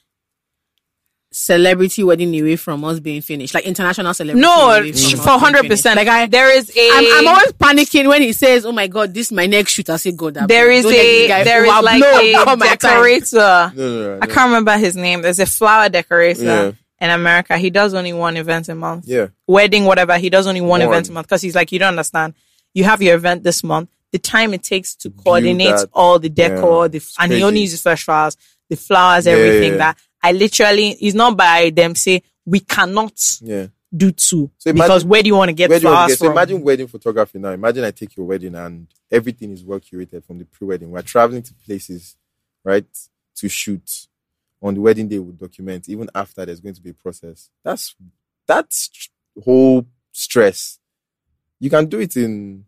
S6: celebrity wedding away from us being finished. Like international celebrity.
S4: no,
S6: away from us
S4: for
S6: being
S4: hundred percent.
S6: finished. Like
S4: Like
S6: I,
S4: there is a.
S6: I'm, I'm always panicking when he says, "Oh my God, this is my next shoot." I say, "God, that
S4: there
S6: boy,
S4: is
S6: don't let this
S4: a
S6: guy
S4: there
S6: fool.
S4: is
S6: I'll
S4: like
S6: blow up all
S4: a
S6: my time."
S4: decorator.
S1: No, no, no,
S4: I
S1: no.
S4: can't remember his name. There's a flower decorator
S1: Yeah.
S4: in America. He does only one event a month.
S1: Yeah.
S4: wedding, whatever. He does only
S1: One.
S4: one, event a month because he's like, you don't understand. You have your event this month. The time it takes to coordinate
S1: that.
S4: all the decor,
S1: Yeah.
S4: the, and he
S1: crazy.
S4: only uses fresh flowers, the flowers,
S1: Yeah, yeah,
S4: everything
S1: yeah.
S4: that I literally it's not by them say we cannot
S1: Yeah.
S4: do two
S1: So
S4: because
S1: imagine-
S4: where do you want to get
S1: Where do you want
S4: flowers
S1: to get? So
S4: from?
S1: imagine wedding photography now. Imagine I take your wedding and everything is well curated from the pre-wedding. We're traveling to places, right, to shoot. On the wedding day, we document. Even after, there's going to be a process. That's that's tr- whole stress. You can do it in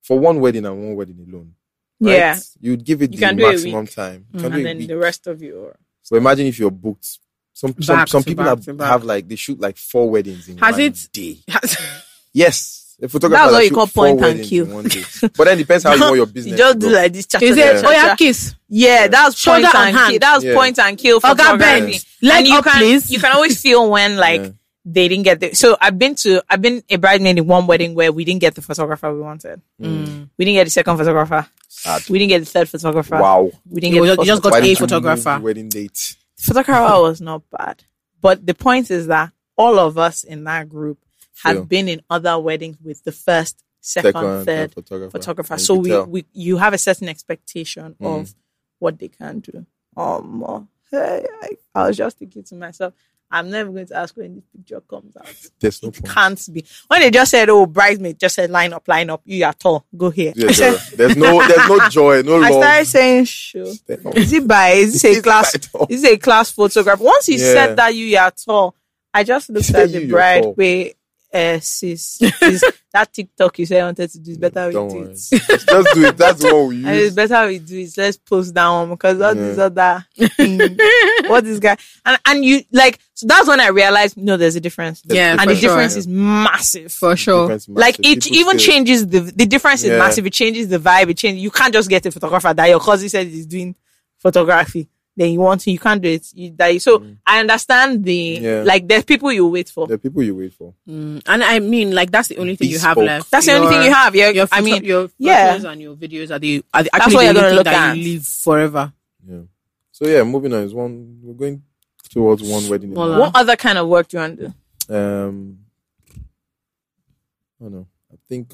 S1: for one wedding and one wedding alone. Right?
S4: Yeah.
S1: you'd give it
S4: You
S1: the
S4: can do a
S1: maximum time. You can do
S4: and
S1: a
S4: then
S1: week.
S4: the rest of you.
S1: So imagine if you're booked. Some some,
S6: Back
S1: some
S6: to
S1: people
S6: back
S1: have,
S6: to back.
S1: have like they shoot like four weddings in
S6: Has
S1: one
S6: it-
S1: day.
S6: That's-
S1: Yes. A photographer
S4: That's what
S1: that
S4: you
S1: shoot
S4: call
S1: four
S4: point and
S1: weddings
S4: kill.
S1: in one day. But then it depends how you want your business.
S4: You just
S1: to
S4: do
S1: go.
S4: like this. Cha, cha,
S6: Is
S4: cha,
S6: it?
S4: cha,
S6: Oh yeah,
S4: cha.
S6: kiss.
S4: Yeah, that's
S6: Shoulder
S4: point and,
S6: and hand.
S4: kill. That's
S1: Yeah.
S4: point and kill.
S6: Oga
S4: photography.
S6: Benz, leg
S4: and you
S6: up,
S4: can,
S6: please.
S4: You can always feel when like
S1: Yeah.
S4: they didn't get the. So I've been to I've been a bridesmaid in one wedding where we didn't get the photographer we wanted.
S1: Mm.
S4: Mm. We didn't get the second photographer.
S1: Sad.
S4: We didn't get the third photographer.
S1: Wow.
S4: We didn't
S6: You
S4: get.
S6: just,
S4: the
S6: you just
S4: first
S6: got
S1: Why
S6: a
S1: did you move
S6: photographer.
S1: the Wedding date.
S4: photographer was not bad, but the point is that all of us in that group had
S1: Fail.
S4: been in other weddings with the first, second,
S1: Second,
S4: third
S1: third uh, photographer.
S4: photographer.
S1: And you
S4: So
S1: could
S4: we,
S1: tell.
S4: we you have a certain expectation
S1: Mm.
S4: of what they can do. Um, uh, hey, I, I was just thinking to myself, I'm never going to ask when this picture comes out.
S1: There's no
S4: It
S1: point.
S4: can't be. When they just said, "Oh, bridesmaid," just said, "Line up, line up. You are tall. Go here."
S1: Yeah, yeah. There's no there's no joy, no love.
S4: I
S1: oh,
S4: started saying, "Sure." Is it by? Is it a
S1: Is it
S4: class?
S1: by tall?
S4: Is it a class photograph? Once he
S1: Yeah.
S4: said that you are tall, I just looked
S1: said
S4: at
S1: you,
S4: the
S1: you're
S4: bride.
S1: tall.
S4: Wait, uh, sis, sis, that TikTok you said you wanted to do is better we
S1: Don't
S4: do
S1: worry.
S4: it.
S1: Just do it. That's what we
S4: And it's
S1: use.
S4: better we do it. Let's post that one because all
S1: Yeah.
S4: these other thing, what this guy and and you like. So that's when I realized no, there's a difference,
S1: There's
S6: Yeah,
S1: a
S4: and the
S6: for sure.
S4: difference is massive.
S6: for sure.
S1: Difference
S4: Like
S1: massive.
S4: it
S1: People
S4: even
S1: feel-
S4: changes the the difference is
S1: Yeah.
S4: massive. It changes the vibe. It changes. You can't just get a photographer that your cousin said is doing photography. Then you want to, you can't do it. You die. So I understand the
S1: Mm. Yeah.
S4: like. There's people you wait for.
S1: The people you wait for.
S6: Mm, And I mean, like that's the only thing you have
S1: Bespoke.
S6: left.
S4: That's the only
S6: Your-
S4: thing you have. Your,
S6: Your
S4: I
S6: photo-
S4: mean,
S6: your
S4: yeah.
S6: photos and your videos are the are the,
S4: That's
S6: actually
S4: what
S6: the only
S4: you're gonna
S6: thing
S4: look
S6: that
S4: at.
S6: you live forever.
S1: So yeah, moving on is one. We're going towards one wedding. a
S6: Smaller.
S1: month.
S4: what other kind of work do you want to do?
S1: Um, I don't know. I think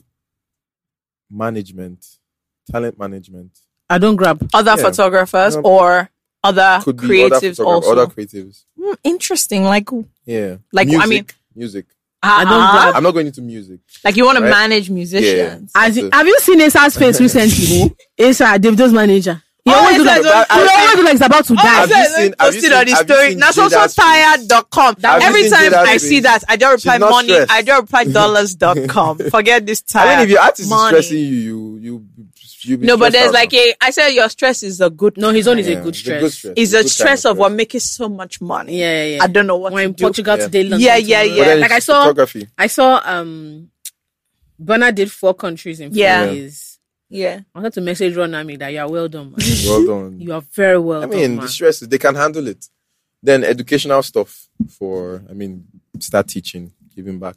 S1: management, talent management
S6: I don't grab.
S4: Other
S1: Yeah.
S4: photographers
S1: No.
S4: or other
S1: could be other
S4: creatives
S1: photographer-
S4: also.
S1: other creatives.
S4: Hmm, interesting. Like
S1: Yeah,
S4: Like, I
S1: music,
S4: mean-
S1: music.
S4: I
S6: don't grab-
S1: I'm not going into music.
S4: Ah, Like you want to
S1: Right?
S4: manage musicians.
S1: Yeah.
S7: As
S1: That's
S7: in-
S1: it.
S7: have you seen Asa's face recently? oh? Asa, Davido's manager. He
S4: Oh,
S7: always do
S4: Asa
S7: like,
S4: is Oh, on-
S7: he always do like he's about to die.
S1: Have you seen- have you
S4: posted on the
S1: seen- have you
S4: story.
S1: seen
S4: That's also
S1: Jada's face?
S4: tired.com.
S1: Have you
S4: Every
S1: seen
S4: time
S1: Jada's
S4: I see
S1: face?
S4: that, I don't reply
S1: She's not
S4: money.
S1: stressed.
S4: I don't reply dollars.com. Forget this time.
S1: I mean, if your artist
S4: money.
S1: is stressing you, you you you be
S4: no,
S1: stressed
S4: but there's
S1: out
S4: like
S1: now.
S4: a. I said your stress is a good.
S6: No, his own is
S1: Yeah,
S6: a good
S1: it's
S6: stress.
S4: is a
S1: good kind
S4: stress of what making so much money.
S6: Yeah, yeah, yeah.
S4: I don't know what
S6: when
S4: to do.
S6: Portugal
S1: Yeah.
S6: today, London
S4: Yeah, yeah,
S6: tomorrow.
S1: But then
S4: yeah.
S6: Like
S1: it's
S6: I saw,
S1: photography.
S6: I saw. Um, Bernard did four countries in four
S4: Yeah.
S6: days.
S4: Yeah,
S6: I wanted to message Ronami that you are well done. Man.
S1: Well done.
S6: you are very well
S1: I mean,
S6: done. Man.
S1: the stress they can handle it. Then educational stuff for I mean, start teaching, giving back.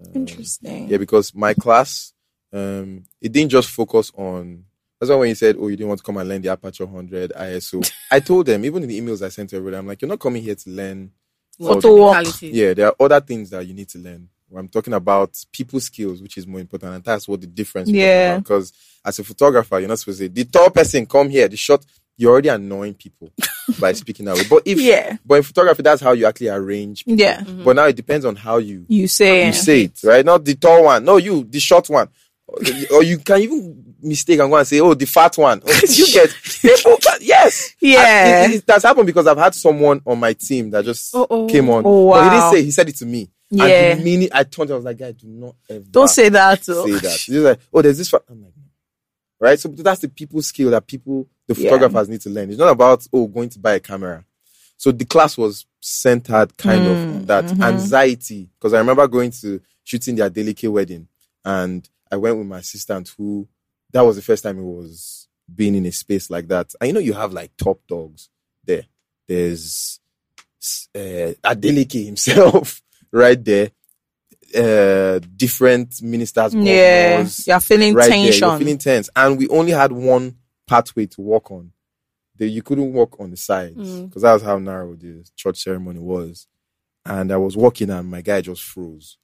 S4: Mm. interesting.
S1: Yeah, because my class, um, it didn't just focus on. That's why when you said, "Oh, you didn't want to come and learn the Aperture 100 ISO," I told them even in the emails I sent to everybody, I'm like, "You're not coming here to learn."
S6: Well,
S1: photo
S4: walk.
S6: technicalities.
S1: Yeah, there are other things that you need to learn. I'm talking about people skills, which is more important, and that's what the difference.
S4: Yeah.
S1: Because as a photographer, you're not supposed to say the tall person come here, the short. You're already annoying people by speaking that way. But if
S4: Yeah. Mm-hmm.
S1: but in photography, that's how you actually arrange. people.
S4: Yeah.
S1: But now it depends on how you
S4: You say
S1: you say it, right? Not the tall one. No, you, the short one. or you can even mistake and go and say, oh, the fat one. Oh, you get people. Yes.
S4: Yeah.
S1: And It, it, it has happened because I've had someone on my team that just came on.
S4: Oh,
S1: But he
S4: wow.
S1: didn't say, he said it to me.
S4: Yeah.
S1: And the minute I turned, I was like, guy, do not ever
S4: Don't say that.
S1: say
S4: oh.
S1: that. He's like, oh, there's this. Fa-. I'm like, right? So that's the people skill that people, the
S4: Yeah.
S1: photographers need to learn. It's not about, oh, going to buy a camera. So the class was centered kind of that anxiety. Because I remember going to shooting their delicate wedding and I went with my assistant who, that was the first time it was being in a space like that. And you know, you have like top dogs there. There's uh, Adeleke himself right there. Uh, different ministers,
S4: Yeah,
S1: governors,
S4: you're feeling
S1: right
S4: tension.
S1: there. You're feeling tense, and we only had one pathway to walk on. The, you couldn't walk on the sides
S4: Mm.
S1: because that was how narrow the church ceremony was. And I was walking, and my guy just froze.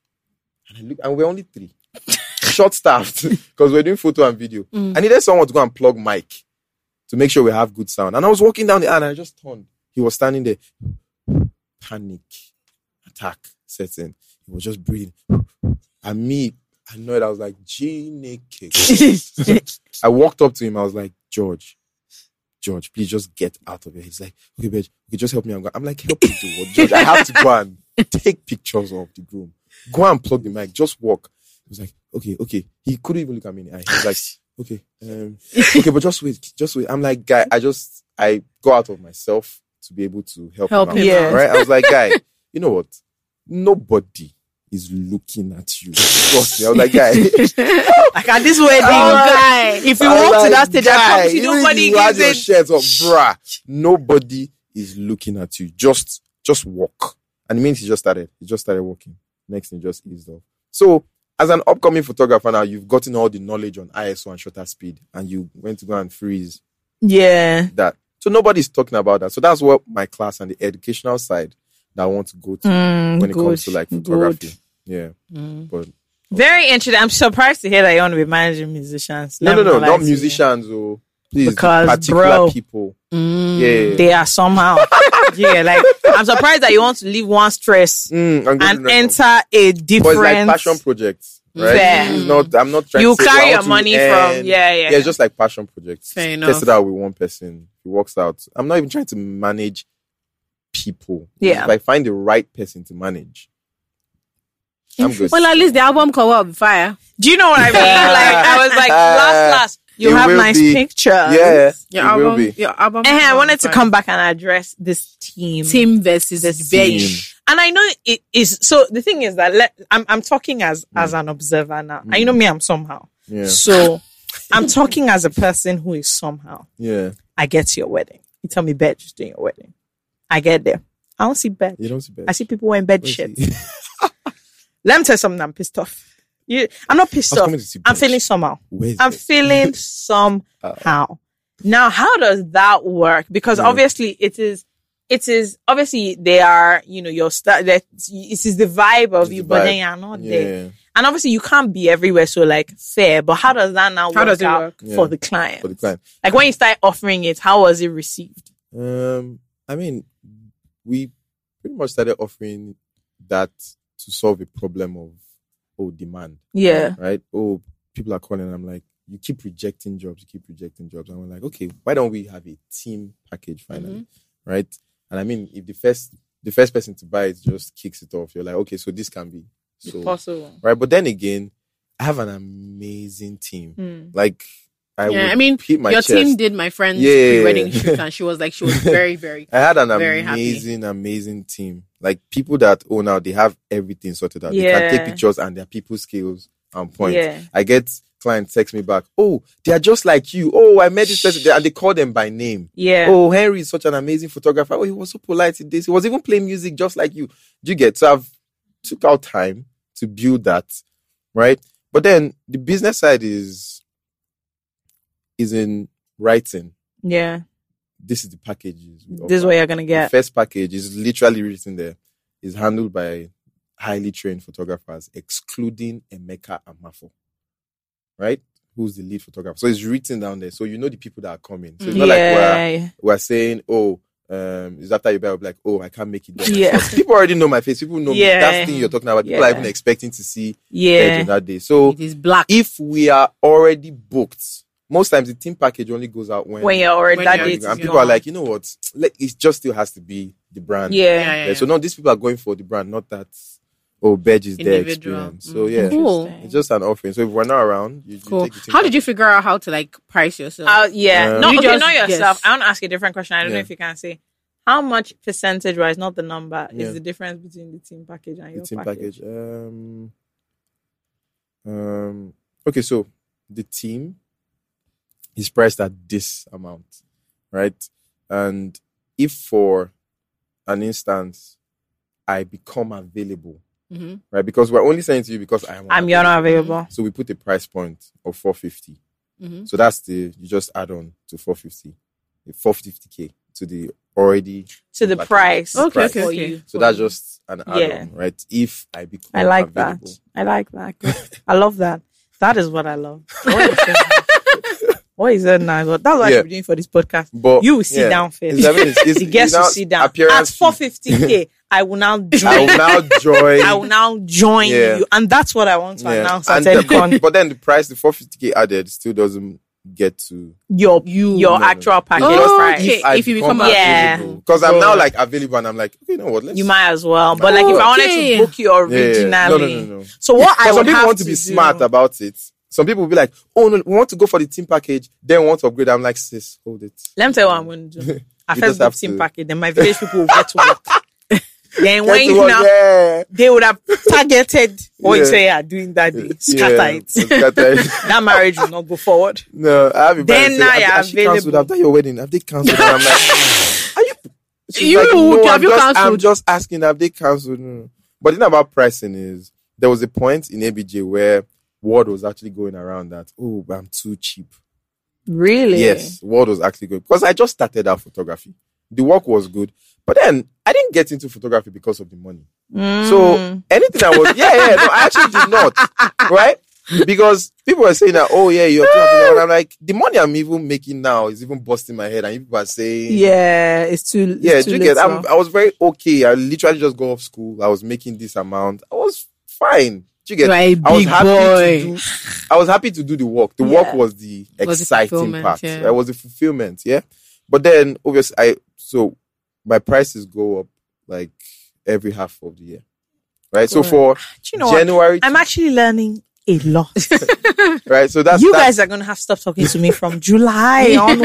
S1: And I look, and we're only three, short staffed because we're doing photo and video.
S4: Mm.
S1: I needed someone to go and plug mic to make sure we have good sound. And I was walking down the aisle, and I just turned. He was standing there. Panic attack sets in. He was just breathing. And me, I know it. I was like, Genie kick. I walked up to him. I was like, George, George, please just get out of here. He's like, okay, bitch, okay, just help me. I'm, go- I'm like, help me do what? George, I have to go and take pictures of the groom. Go and plug the mic. Just walk. He was like, okay, okay. He couldn't even look at me in the eye. He's like, okay, um, okay, but just wait, just wait. I'm like, guy, I just, I go out of myself to be able to help,
S6: Help
S1: him out.
S6: him
S4: Yeah. out.
S1: Right? I was like, guy, you know what? Nobody is looking at you. Trust me. I was like, guy,
S4: Like at this wedding, guy. If you
S1: I was
S4: walk to
S1: like,
S4: that stage, I
S1: Oh, guy,
S4: promise you,
S1: even if
S4: nobody
S1: you had
S4: gives
S1: your
S4: it.
S1: shirt up, bruh. Nobody is looking at you. Just, just walk. And it means he just started. He just started walking. Next thing, just eased off. So, as an upcoming photographer now, you've gotten all the knowledge on ISO and shutter speed, and you went to go and freeze
S4: Yeah,
S1: that. So nobody's talking about that. So that's what my class and the educational side that I want to go to when it
S4: Mm, good, Mm.
S1: comes to like photography. Yeah. But
S4: Very interesting. I'm surprised to hear that you want to be managing musicians.
S1: no,
S4: Let
S1: no,
S4: me
S1: no,
S4: lie
S1: not
S4: to you.
S1: musicians or please
S4: Because,
S1: particular
S4: bro.
S1: people.
S6: Mm.
S1: Yeah.
S4: They are somehow. yeah, like I'm surprised that you want to leave one stress
S1: Mm, I'm
S4: and
S1: going to-
S4: enter a
S1: But it's like
S4: different.
S1: passion projects, right?
S4: Fair.
S1: It's not. I'm not trying.
S4: You
S1: to say,
S4: carry
S1: "Oh, I
S4: your
S1: want to
S4: money from-
S1: earn."
S4: yeah, yeah, yeah.
S1: It's just like passion projects.
S6: Fair enough.
S1: Test it out with one person. It works out. I'm not even trying to manage people.
S4: Yeah.
S1: If I find the right person to manage, I'm good.
S6: Well, at least the album cover will be fire.
S4: Do you know what I mean? like I was like, last, last, you
S1: Uh, It
S4: have
S1: will
S4: nice
S1: be-
S4: pictures.
S1: yeah,
S6: Your
S1: it
S6: album,
S1: will be.
S6: your album.
S4: And I
S6: cover
S4: wanted to
S6: will be
S4: come back and address this team.
S6: fire. team versus the
S1: Team.
S6: bench.
S4: and I know it is so. The thing is that let, I'm I'm talking as as an observer now. And you know me, I'm somehow.
S1: Mm. Yeah,
S4: So I'm talking as a person who is somehow.
S1: yeah.
S4: I get to your wedding. You tell me bed just doing your wedding. I get there. I don't see bed.
S1: You don't see bad.
S4: I see people wearing bed shit.
S1: I
S4: Let me tell you something. I'm pissed off. You, I'm not pissed
S1: was
S4: off.
S1: coming to see
S4: I'm
S1: bed.
S4: feeling somehow.
S1: Where's
S4: I'm
S1: bed?
S4: feeling
S1: Oh.
S4: somehow. Now, how does that work? Because obviously, it is. It is obviously they are. You know, your star. That it is the vibe of
S1: It's
S4: you,
S1: the
S4: but
S1: vibe.
S4: then you are not there.
S1: Yeah.
S4: And obviously, you can't be everywhere. So, like, fair. But how does that now work
S6: does it
S4: out
S6: work?
S4: for
S1: Yeah.
S4: the client?
S1: For the client.
S4: Like when you start offering it, how was it received?
S1: Um, I mean, we pretty much started offering that to solve a problem of oh demand,
S4: Yeah.
S1: right? Oh, people are calling. I'm like, you keep rejecting jobs, you keep rejecting jobs. And we're like, okay, why don't we have a team package finally,
S6: Mm-hmm.
S1: right? And I mean, if the first the first person to buy it just kicks it off, you're like, okay, so this can be so
S6: Possible.
S1: right. But then again, I have an amazing team. Like I,
S6: Hmm. Yeah,
S1: would
S6: I mean,
S1: hit my
S6: your team
S1: chest.
S6: did my friend's
S1: Yeah, yeah, yeah.
S6: pre-wedding shoot, and she was like, she was very, very.
S1: I had an
S6: Very happy.
S1: amazing, amazing team. Like people that own out, they have everything sorted out. They
S4: Yeah.
S1: can take pictures and their people skills and points.
S4: Yeah.
S1: I get clients text me back, oh, they are just like you. Oh, I met this person They- and they call them by name.
S4: Yeah.
S1: Oh, Henry is such an amazing photographer. Oh, he was so polite in this. He was even playing music just like you. Do you get? So I've took out time to build that, right? But then the business side is is in writing.
S4: Yeah.
S1: This is the packages. we
S4: This is
S1: offer.
S4: what you're gonna
S1: The
S4: get.
S1: first package is literally written there. Is handled by highly trained photographers, excluding Emeka Amafo, right? Who's the lead photographer? So it's written down there, so you know the people that are coming. So it's not like we're
S4: yeah.
S1: we're saying, oh, um, it's after you buy, I'll be like, oh, I can't make it. there
S4: Yeah.
S1: myself. people already know my face. People know
S4: Yeah.
S1: me. That's thing you're talking about. People
S4: Yeah.
S1: are even expecting to see Edge on
S4: yeah.
S1: that day. So
S6: It is black.
S1: if we are already booked, most times the team package only goes out when
S4: When you're already
S6: When
S4: that
S6: you're-
S1: and
S4: date is
S6: it's
S1: people
S6: gone.
S1: are like, you know what? Let- It just still has to be the brand.
S4: Yeah.
S6: Yeah, yeah,
S1: Yeah, So
S6: yeah.
S1: no, these people are going for the brand, not that oh Bedge is their
S6: Individual. Mm-hmm. Mm.
S1: experience. So yeah,
S6: Cool.
S1: it's just an offering. So if we're not around, you, you
S6: Cool.
S1: take the team
S6: How did
S1: package.
S6: you figure out how to like price yourself?
S4: Uh, yeah.
S1: Um,
S4: no,
S6: You
S4: okay,
S6: just
S4: not yourself.
S6: guess.
S4: I want to ask you a different question. I don't know
S1: Yeah.
S4: if you can say how much percentage wise, not the number,
S1: Yeah.
S4: is the difference between the team package and
S1: the
S4: your
S1: team
S4: package.
S1: package? Um, um, okay, so the team is priced at this amount, right? And if for an instance I become available,
S4: Mm-hmm.
S6: Mhm.
S1: right? Because we're only saying to you because I am.
S4: I'm you're not available.
S1: So we put a price point of 450.
S4: Mm-hmm.
S6: Mhm.
S1: So that's the you just add on to 450, the 450k to the already.
S4: To the
S1: Package.
S4: price.
S1: Okay,
S4: for
S1: okay,
S6: okay.
S4: you.
S1: So that's just an add-on,
S4: Yeah.
S1: right? If I become
S4: I like
S1: available.
S4: that. I like that. Good. I love that. That is what I love. What is that? What is that now? That's what I
S1: Yeah.
S4: should be doing for this podcast.
S1: But
S4: you will sit
S1: yeah.
S4: down first.
S1: It's- I mean, it's- it's-
S4: the guests
S1: it's
S4: will
S1: now
S4: sit down. At
S1: appearance fee.
S4: 450k, I will now
S1: I will
S4: join.
S1: now join.
S4: I will now join
S1: Yeah.
S4: you, and that's what I want to
S1: Yeah.
S4: announce
S1: And
S4: at
S1: the-
S4: EdCon.
S1: but then the price, the 450k added, still doesn't get to
S4: your your
S1: no, no.
S4: actual package
S6: Oh,
S4: price.
S6: okay. If you become
S4: Yeah.
S1: because I'm now like available, and I'm like, you know what? Let's
S4: You might as well, but like if I wanted
S6: Okay.
S4: to book you
S1: Yeah, yeah,
S4: originally,
S1: yeah. No, no, no, no.
S4: so what I
S1: But
S4: would
S1: some people
S4: have
S1: want to be
S4: do-
S1: smart about it. Some people will be like, oh no, we want to go for the team package, then want to upgrade. I'm like, sis, hold it.
S4: Let me tell you what I'm going to do. I
S1: You
S4: first
S1: just have
S4: book team
S1: to-
S4: package, then my village people will get to work. then when
S1: Get
S4: you
S1: to work,
S4: now,
S1: yeah.
S4: they would have targeted what you
S1: Yeah.
S4: say are doing that day. Scatter
S1: Yeah,
S4: it.
S1: scatter it.
S4: that marriage will not go forward.
S1: no, I have a
S4: Then
S1: brother say,
S4: now
S1: "Have
S4: you're
S1: they- has she cancelled?
S4: available."
S1: Have done your wedding? Have they cancelled? And I'm like, are you? She's
S6: You
S1: like,
S6: would-
S1: no,
S6: have
S1: I'm
S6: you
S1: just, I'm
S6: cancelled?"
S1: just asking. Have they cancelled? No. But the thing about pricing is there was a point in ABJ where word was actually going around that oh, but I'm too cheap.
S4: Really?
S1: Yes, world was actually good because I just started out photography. The work was good, but then I didn't get into photography because of the money.
S4: Mm. Hmm.
S1: So anything I was, yeah, yeah, no, I actually did not, right? Because people were saying that, oh yeah, you're. 200,000. And I'm like, the money I'm even making now is even busting my head, and people are saying,
S4: Yeah, it's too. it's
S1: yeah,
S4: too
S1: do you
S4: late
S1: get?
S4: now.
S1: I'm, I was very okay. I literally just got off school. I was making this amount. I was fine. Do you get?
S6: You are a
S1: I was
S6: big
S1: happy
S6: boy.
S1: to do. I was happy to do the work. The work was the
S6: Was the
S1: exciting
S6: fulfillment,
S1: part.
S6: yeah.
S1: It was the fulfillment. Yeah, but then obviously I so my prices go up like every half of the year, right? So for
S4: Do you know what?
S1: January,
S4: I'm actually learning a lot.
S1: right? So that's that's-
S4: you guys are gonna have to stop talking to me from July onwards.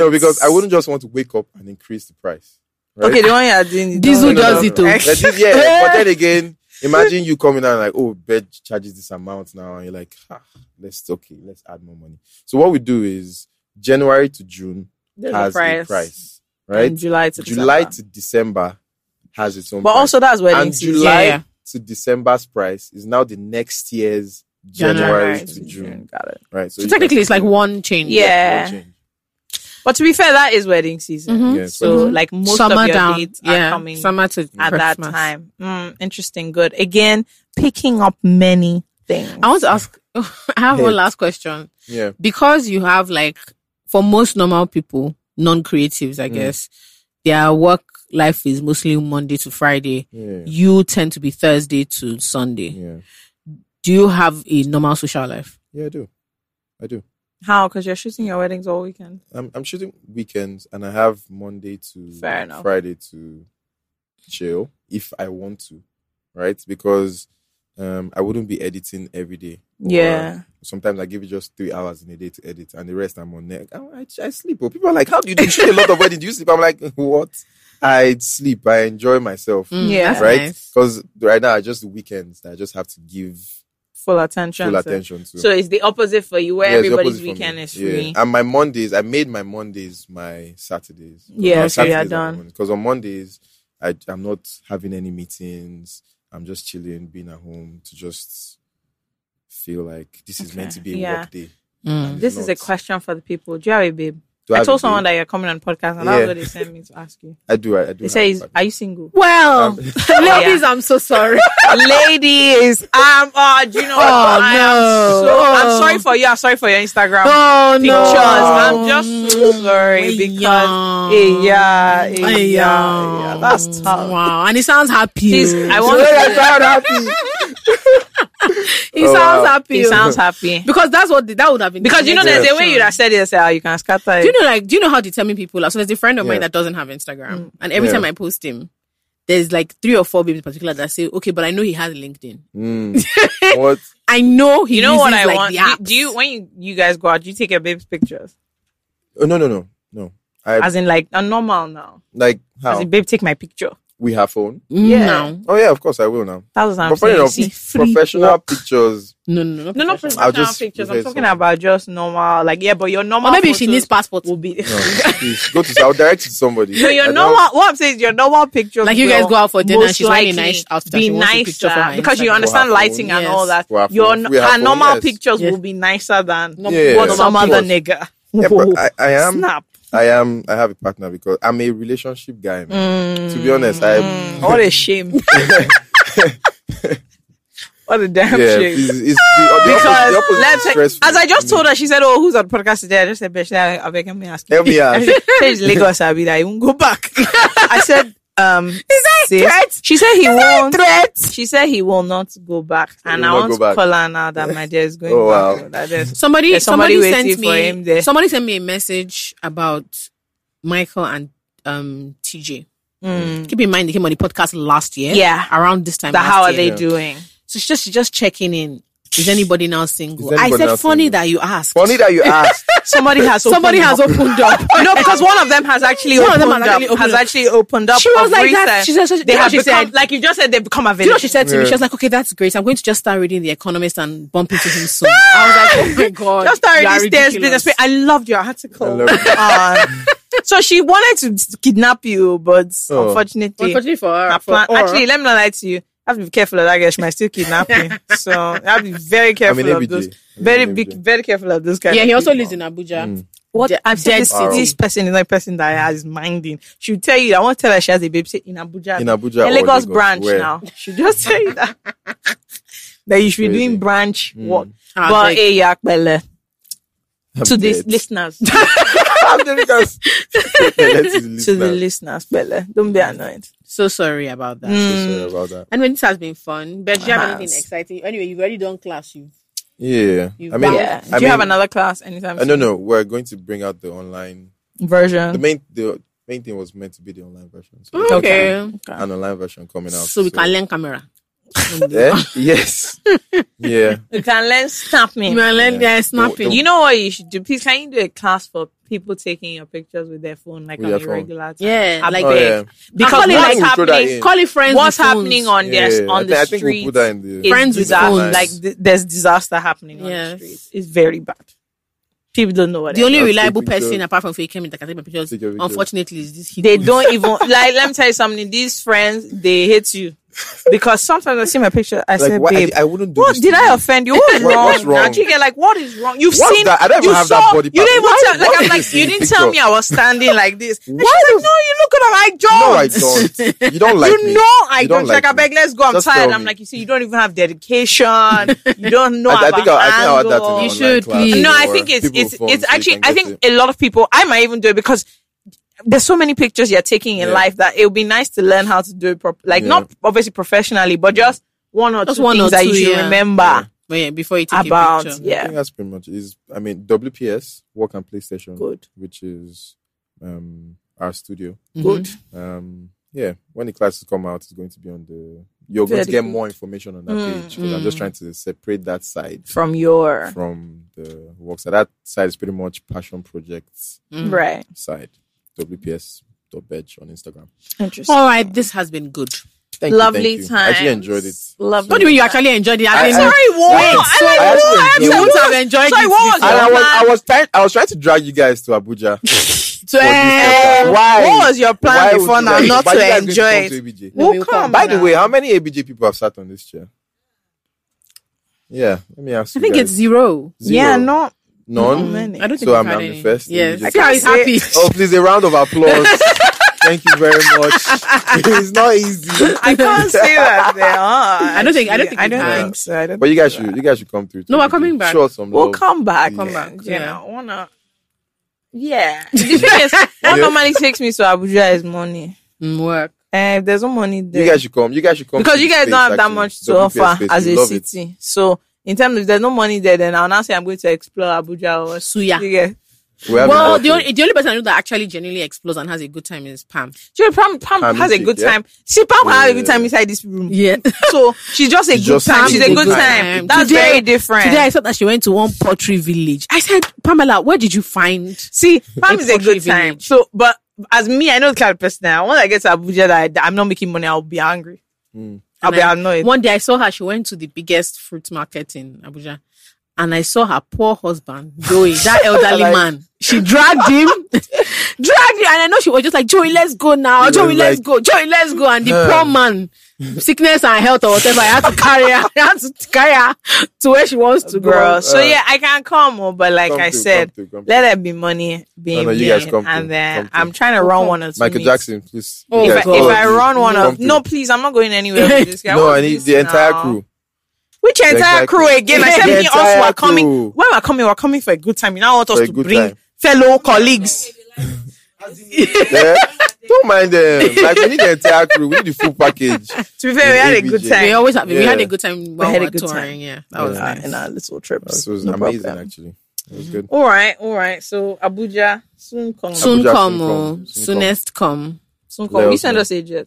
S1: No, because I wouldn't just want to wake up and increase the price. Right?
S4: Okay, the one you're doing.
S6: Diesel
S4: no, no,
S6: does
S4: no,
S6: it
S4: no.
S6: too.
S1: Like this- yeah, but then again, imagine you coming out like, oh, bed charges this amount now, and you're like, ah, let's okay, let's add more money. So what we do is January to June
S4: There's a
S1: has
S4: price.
S1: a price, right?
S4: And July to
S1: July
S4: December.
S1: to December has its own.
S4: But
S1: price.
S4: also that's wedding
S1: and
S4: season.
S1: July
S6: Yeah.
S1: to December's price is now the next year's January, to June,
S4: Got it.
S1: right? So,
S6: So
S1: you
S6: technically, it's like one change.
S1: can-
S4: Yeah.
S1: change.
S4: But to be fair, that is wedding season.
S1: Yeah, so,
S4: So like most
S6: Mm-hmm. summer
S4: of your
S6: down.
S4: dates
S6: yeah,
S4: are coming
S6: summer to
S4: at that
S6: Christmas.
S4: time. Mm, interesting. Good. Again, picking up many things.
S6: I want to ask. I have one
S1: Yeah.
S6: last question.
S1: yeah,
S6: because you have like for most normal people, non-creatives,
S1: Mm.
S6: I guess, their work life is mostly Monday to Friday.
S1: yeah,
S6: You tend to be Thursday to Sunday.
S1: yeah,
S6: Do you have a normal social life?
S1: yeah. I do, I do.
S4: How? Because you're shooting your weddings all weekend.
S1: I'm I'm shooting weekends and I have Monday to
S4: Fair enough.
S1: Friday to chill if I want to, right? Because um I wouldn't be editing every day. Or
S4: Yeah.
S1: Sometimes I give you just three hours in a day to edit, and the rest I'm on neck. I, I sleep. Oh, people are like, "How do you do? You shoot a lot of wedding? Do you sleep?" I'm like, "What? I sleep. I enjoy myself,
S4: Yeah.
S6: Mm, that's
S1: right?
S6: nice.
S1: Because right now, I just the weekends that I just have to give
S4: Full attention.
S1: full
S4: so-
S1: attention to.
S4: eh. So it's the opposite for you, where
S1: Yeah, it's the
S4: everybody's
S1: opposite for me.
S4: weekend is
S1: Yeah.
S4: free.
S1: And my Mondays, I made my Mondays my Saturdays.
S4: Yeah, so you're done.
S1: Because on Mondays, I, I'm not having any meetings. I'm just chilling, being at home to just feel like this is meant to be a
S4: Yeah.
S1: work day.
S6: Mm.
S1: and it's
S4: This is a
S1: not.
S4: question for the people. Do you have a babe?
S1: Do
S4: I,
S1: have a
S4: told someone
S1: babe?
S4: that you're coming on podcast, and
S1: Yeah.
S4: that's what they sent me to ask you.
S1: I do. I, I do.
S4: They
S1: have
S4: say,
S1: a
S4: is,
S1: partner.
S4: "Are you single?"
S6: Well,
S1: Um,
S6: ladies, I'm so sorry.
S4: Ladies, um, oh, do you know what?
S6: Oh,
S4: I
S6: no.
S4: am so,
S6: Oh.
S4: I'm sorry for you. I'm sorry for your Instagram
S6: oh
S4: pictures. I'm
S6: no,
S4: just so sorry
S6: Mm,
S4: because
S6: yeah.
S4: Eh, yeah, eh,
S6: Ay, Mm.
S4: yeah, yeah, that's tough.
S6: Wow, and he sounds happy.
S4: Please, I
S6: oh.
S4: want
S1: Hey, I
S4: to.
S1: found happy.
S6: he
S1: Oh,
S6: sounds
S1: wow.
S6: happy.
S4: He sounds happy
S6: because that's what the, that would have been. the
S4: because you know
S6: next
S4: there's a way
S6: option.
S4: you have said it. Say, oh, you can scatter it.
S6: Do you know, like, do you know how determined people are? So there's a friend of mine
S1: Yeah.
S6: that doesn't have
S4: Mm.
S6: Instagram, and every
S1: Yeah.
S6: time I post him, there's like three or four babes in particular that say, "Okay, but I know he has LinkedIn.
S1: Mm. what?
S6: I know he
S4: You know what
S6: uses,
S4: I
S6: like,
S4: want?
S6: The
S4: Do you-
S6: app.
S4: Do, you when you, you guys go out, do you take your babe's pictures?
S1: Oh, no, no, no, no. I
S4: As in like a normal now.
S1: like
S4: As
S1: how
S4: in babe take my picture.
S1: we have phone.
S4: Yeah.
S6: Mm, No,
S1: Oh yeah, of course I will now.
S4: That's what I'm
S1: But funny
S4: saying.
S1: enough,
S4: See,
S1: professional pictures.
S6: no, no, no.
S4: no, not
S1: I'll
S4: professional
S1: just
S4: pictures.
S1: refer to
S4: I'm talking
S1: it.
S4: about just normal. Like yeah, but your normal.
S6: Or maybe she
S4: photos
S6: needs passport.
S4: will be.
S1: No, please go to. I'll direct it to somebody.
S4: So your
S1: I don't-
S4: normal, what I'm saying is your normal pictures.
S6: Like you guys
S4: will
S6: go out for dinner and
S4: most
S6: she's wearing a
S4: likely
S6: nice outfit and
S4: Be
S6: she wants a picture
S4: nicer
S6: for her
S4: because you
S6: Instagram.
S4: understand
S1: We'll have
S4: lighting
S6: phone.
S4: and all that.
S1: We'll have
S4: Your
S1: phone. We have
S4: her
S1: phone,
S4: normal
S1: yes.
S4: pictures
S6: Yes.
S4: will be nicer than
S1: Yeah.
S4: what
S1: Normal
S4: some other
S1: pictures.
S4: nigga.
S1: Yeah, but I, I am.
S4: Snap.
S1: I am. I have a partner because I'm a relationship guy. man. To be honest, I.
S4: What a shame. what a damn
S1: Yeah,
S4: shame.
S1: it's, it's the, the
S4: Because
S1: opposite, the
S4: let's
S1: opposite is
S4: say,
S1: stressful.
S4: as I just told her, she said, "Oh, who's on podcast today?" I just said, "Bitch, I beg me ask." you."
S1: Help me out.
S4: Says Lagos, I be that he won't go back. I said, um, is that threat? She said he won't. Threat? She said he will not go back, and
S1: will
S4: I
S1: not
S4: want
S1: go
S4: to
S1: back.
S4: call her now that my dear is going
S1: Oh,
S4: back.
S1: wow.
S4: That is-
S6: Somebody,
S4: There's
S6: somebody,
S4: somebody
S6: sent
S4: waiting for him
S6: me.
S4: there.
S6: Somebody sent me a message about Michael and um TJ. Keep in mind they came on the podcast last year.
S4: Hmm. Yeah.
S6: around this time.
S4: that
S6: last
S4: how are
S6: year.
S4: they doing?
S6: So she's just she's just checking in. Is anybody now single?
S1: Is
S6: I
S1: anybody now
S6: said, funny
S1: single?"
S6: that you asked.
S1: Mm. Funny that you asked.
S4: Somebody has
S6: Somebody
S4: opened
S6: has
S4: up.
S6: opened up.
S4: no, because one of them has actually
S6: One of
S4: opened
S6: them has
S4: up.
S6: actually opened up.
S4: has actually opened up.
S6: She was
S4: of
S6: like that.
S4: recent.
S6: She said- she-
S4: they
S6: you know
S4: have
S6: she
S4: become,
S6: said-
S4: like you just said, they've become
S6: Do
S4: available.
S6: you know what she said to me?
S1: Yeah.
S6: She was like, okay, that's great. I'm going to just start reading The Economist and bump into him soon. I was like, oh my God.
S4: Just started
S6: you are
S4: this stairs
S6: ridiculous.
S4: business. I loved your article.
S1: I love it.
S4: Ah. so she wanted to kidnap you, but
S1: Oh.
S4: unfortunately,
S6: Unfortunately for her.
S4: her
S6: for
S4: plan.
S6: her-
S4: Actually, let me not lie to you. I have to be careful of that girl. She might still kidnap me. So I have to be very careful
S1: mean,
S4: of
S1: ABJ. I
S4: those.
S1: mean,
S4: Very
S1: ABJ.
S4: big, very careful of those guys.
S1: Hmm.
S6: yeah, he also lives in Abuja.
S4: What
S6: De-
S4: I've said
S6: dead
S4: this,
S1: city.
S4: this person is not a person that has minding. She'll tell you. I won't tell her she has a baby. Say in Abuja.
S1: In Abuja
S4: A
S1: or
S4: Lagos
S1: Lagos,
S4: branch
S1: where?
S4: now. She'll just tell you that. that you should be doing branch work.
S6: Ah,
S4: But
S6: beg.
S4: hey, Akbele. To the
S1: dead.
S4: listeners.
S1: Because- Let's
S4: to the
S1: listen.
S4: listeners, Bella. Don't be annoyed.
S6: So sorry about
S4: Hmm.
S6: that.
S1: So sorry about that.
S6: Anyway, this has been fun. But do you have
S4: It
S6: anything
S4: has.
S6: exciting? Anyway, you've already done class. You
S1: Yeah.
S6: You've
S1: I mean,
S6: bounced.
S4: Yeah.
S1: I
S4: Do you have
S1: mean-
S4: another class anytime
S1: I don't know. We're going to bring out the online. The
S4: soon? version?
S1: main the main thing was meant to be the online version. So there's
S6: okay?
S1: An online version coming out.
S6: So we can learn camera.
S1: Yeah? Yes. yeah.
S4: You can learn
S6: You
S4: snapping.
S6: can learn
S1: Yeah.
S6: yeah. snapping.
S1: The-
S4: You know what you should do? Please, can you do a class for people taking your pictures with their phone, like
S1: With
S4: on
S1: your
S4: a
S1: phone.
S4: regular time?
S6: Yeah,
S4: I
S6: like
S1: Oh,
S4: beg.
S1: yeah.
S6: I
S4: Because
S6: call it
S4: what's
S1: like- We'll throw that
S4: happening?
S1: in.
S6: call it friends.
S4: What's
S6: with phones.
S4: happening on
S1: yeah.
S4: their
S1: I
S4: on
S1: thi-
S4: the
S1: I think
S4: street?
S1: we'll put that in the.
S4: is
S6: Friends with
S4: disaster.
S6: phones.
S4: Like th- there's disaster happening on
S6: Yes.
S4: the street. It's very bad. People don't know what
S6: The only
S1: I'll take
S6: reliable
S1: pictures.
S6: person apart from Faye came in that can take my pictures.
S1: Take your pictures.
S6: Unfortunately, is this
S4: they don't even like. Let me tell you something. These friends they hate you because sometimes I see my picture. I
S1: Like,
S4: say,
S1: why,
S4: babe,
S1: I, I wouldn't do
S4: What
S1: this
S4: did
S1: to
S4: I
S1: you.
S4: offend you? What is
S1: What-
S4: wrong?
S1: what's wrong?
S4: Now, Chike, like, what is wrong? You've
S1: What's
S4: seen
S1: that? I don't even
S4: you
S1: have
S4: saw,
S1: that body
S4: You
S1: part.
S4: didn't even
S1: Why-
S4: tell. Like,
S1: why
S4: I'm
S1: did you
S4: like,
S1: see
S4: you
S1: the
S4: didn't tell
S1: picture?
S4: me I was standing like this. And she's like, no, you look at I
S1: No, I
S4: don't.
S1: don't. You don't like
S4: you
S1: me.
S4: know I
S1: You
S4: don't,
S1: like
S4: like. I
S1: me.
S4: beg, let's go. I'm
S1: Just
S4: tired.
S1: tell
S4: I'm
S1: me.
S4: like, you see, you don't even have dedication. you don't know
S1: I, I
S4: about
S1: think I'll, I think I'll add that
S4: angle.
S1: to
S6: You
S1: the
S6: should,
S1: online class
S4: No, I
S1: or
S4: think it's
S1: people
S4: it's
S1: phone
S4: it's
S1: so you
S4: actually.
S1: can
S4: I
S1: get
S4: think
S1: it.
S4: a lot of people. I might even do it because there's so many pictures you're taking in
S1: Yeah.
S4: life that it would be nice to learn how to do it properly. Like
S1: Yeah.
S4: not obviously professionally, but just one or
S6: Just
S4: two
S6: one or
S4: things that you
S6: two,
S4: should
S6: yeah.
S4: remember
S6: But yeah, before you take a
S4: about.
S6: picture.
S1: I
S4: Yeah,
S1: think that's pretty much it. is. I mean, WPS Work and Play Session,
S4: Good.
S1: which is um our studio.
S4: good.
S1: Um, yeah, when the classes come out, it's going to be on the. You're going
S4: Very
S1: to get
S4: good. Mm,
S1: more information on that page because I'm just trying to separate that side
S4: From your
S1: from the work side. That side is pretty much passion projects
S4: right,
S1: side. WPS. Badge on Instagram.
S4: interesting,
S6: All right, this has been good.
S1: Thank you,
S4: lovely
S1: thank you. I actually
S4: times.
S1: enjoyed it.
S4: Lovely.
S6: What do you mean you actually enjoyed it?
S1: I-
S6: I,
S1: I-
S6: mean,
S4: Sorry, what?
S1: I
S4: I like
S1: actually
S4: what?
S1: enjoyed
S6: you
S1: it.
S6: wouldn't have enjoyed
S4: Sorry,
S6: it.
S4: what
S1: And I
S4: your
S1: was,
S4: plan?
S1: I was trying, I was trying to drag you guys to Abuja.
S6: So, eh,
S1: Why?
S4: What was your plan
S1: Why would
S4: before
S1: you
S4: now
S1: guys-
S4: not
S1: why
S4: to
S1: you guys going
S4: enjoy
S1: come
S4: it?
S1: to ABJ?
S4: We'll
S6: We'll
S4: come.
S6: come.
S1: By the way, how many ABJ people have sat on this chair? Yeah, let me ask.
S6: I think
S1: you
S6: it's
S1: guys.
S6: zero.
S1: Zero.
S4: yeah, no.
S1: none.
S4: many.
S6: I don't think
S1: So
S6: we've
S1: I'm-
S6: had
S1: I'm the
S6: any.
S1: first.
S6: Yes.
S1: You
S6: I
S1: just-
S6: see how he's happy.
S1: Oh, please, a round of applause. Thank you very much. it's not easy,
S4: I can't say that. They are.
S6: I don't think- I don't think
S4: I
S6: we
S4: don't
S6: can.
S4: think so. I don't
S1: but you guys should, you guys should come through. to
S6: No, we're
S1: ABJ.
S6: coming back.
S1: Show us some
S4: We'll
S1: love.
S4: come back.
S1: Yeah.
S4: Come back.
S6: Yeah.
S4: You know, wanna. Yeah. The thing is, what normally takes me to Abuja is money.
S1: Oh.
S6: Mm, work.
S4: And if there's no money there,
S1: You guys should come. You guys should come
S4: because
S1: to
S4: you
S1: the
S4: guys
S1: space,
S4: don't have that
S1: actually.
S4: much to
S1: WPS
S4: offer
S1: space.
S4: as
S1: We
S4: a
S1: love it.
S4: city. So in terms, if there's no money there, then I'll now say I'm going to explore Abuja or
S6: Suya.
S4: You get-
S1: We have
S6: Well,
S1: enough
S6: the
S1: to-
S6: only, the only person I know that actually genuinely explodes and has a good time is Pam.
S4: She Pam, Pam
S1: Pam
S4: has a
S1: Chick,
S4: good
S1: yeah?
S4: time. See, Pam had a good
S1: Yeah.
S4: time inside this room.
S6: Yeah.
S4: So she's just a
S1: She's
S4: good
S1: just
S4: time.
S1: a
S4: She's a
S1: good
S4: good
S1: time.
S4: time. That's
S6: Today-
S4: very different.
S6: Today I thought that she went to one pottery village. I said, Pamela, where did you find?
S4: See, Pam
S6: It's
S4: is a
S6: Country
S4: good time.
S6: Village.
S4: So, but as me, I know the kind of person. I Once I get to Abuja, that, I, that I'm not making money, I'll be angry.
S1: Hmm.
S4: I'll
S6: And
S4: be
S6: I-
S4: annoyed.
S6: One day I saw her, she went to the biggest fruit market in Abuja. And I saw her poor husband, Joey, that elderly
S1: Like-
S6: man. She dragged him, dragged him. And I know she was just like, Joey, let's go now.
S1: He
S6: Joey,
S1: was
S6: let's
S1: like-
S6: go. Joey, let's go. And the poor man, sickness and health or whatever, I had to carry her. I had to carry her to where she wants to
S4: Girl,
S6: go.
S4: so yeah, I can come, oh, but like
S1: Uh, Come
S4: I
S1: through,
S4: said,
S1: come through, come
S4: let there be money being
S1: No, no, you
S4: made,
S1: guys come
S4: and
S1: through,
S4: then
S1: come through.
S4: I'm trying to run one or two.
S1: Michael
S4: meets.
S1: Jackson, please.
S6: Oh,
S1: You
S4: If
S1: guys
S4: I,
S1: come
S4: if I
S1: through.
S4: run one
S1: Come
S4: of
S1: through.
S4: no, please, I'm not going anywhere. With this guy.
S1: No,
S4: What's
S1: I need
S4: this
S1: the entire
S4: now?
S1: crew.
S4: Which entire
S1: entire
S4: crew
S1: crew.
S4: again? I
S1: The
S4: said me us
S1: entire
S4: were coming.
S1: crew.
S4: When we're coming, we're coming for a good time. You now want us
S1: For a
S4: to
S1: good
S4: bring
S1: time.
S4: fellow colleagues.
S1: Yeah. Don't mind them. Like we need the entire crew. We need the full package.
S4: To be fair, we had a good
S1: ABJ.
S4: time.
S6: We always had, we
S1: Yeah.
S6: had a good time while we
S4: had a
S6: were
S4: good
S6: touring.
S4: time.
S6: Yeah, that
S4: in
S6: was
S4: our-
S6: nice.
S4: in our little trips.
S1: This was
S4: No
S1: amazing,
S4: problem.
S1: actually. It was good.
S4: All right, all right. So Abuja soon come.
S6: Soon
S1: Abuja, soon
S6: come,
S1: come,
S6: oh,
S1: soon come.
S6: soonest come.
S4: Soon
S1: Let
S4: come. You
S1: us
S4: send
S1: know.
S4: us a jet.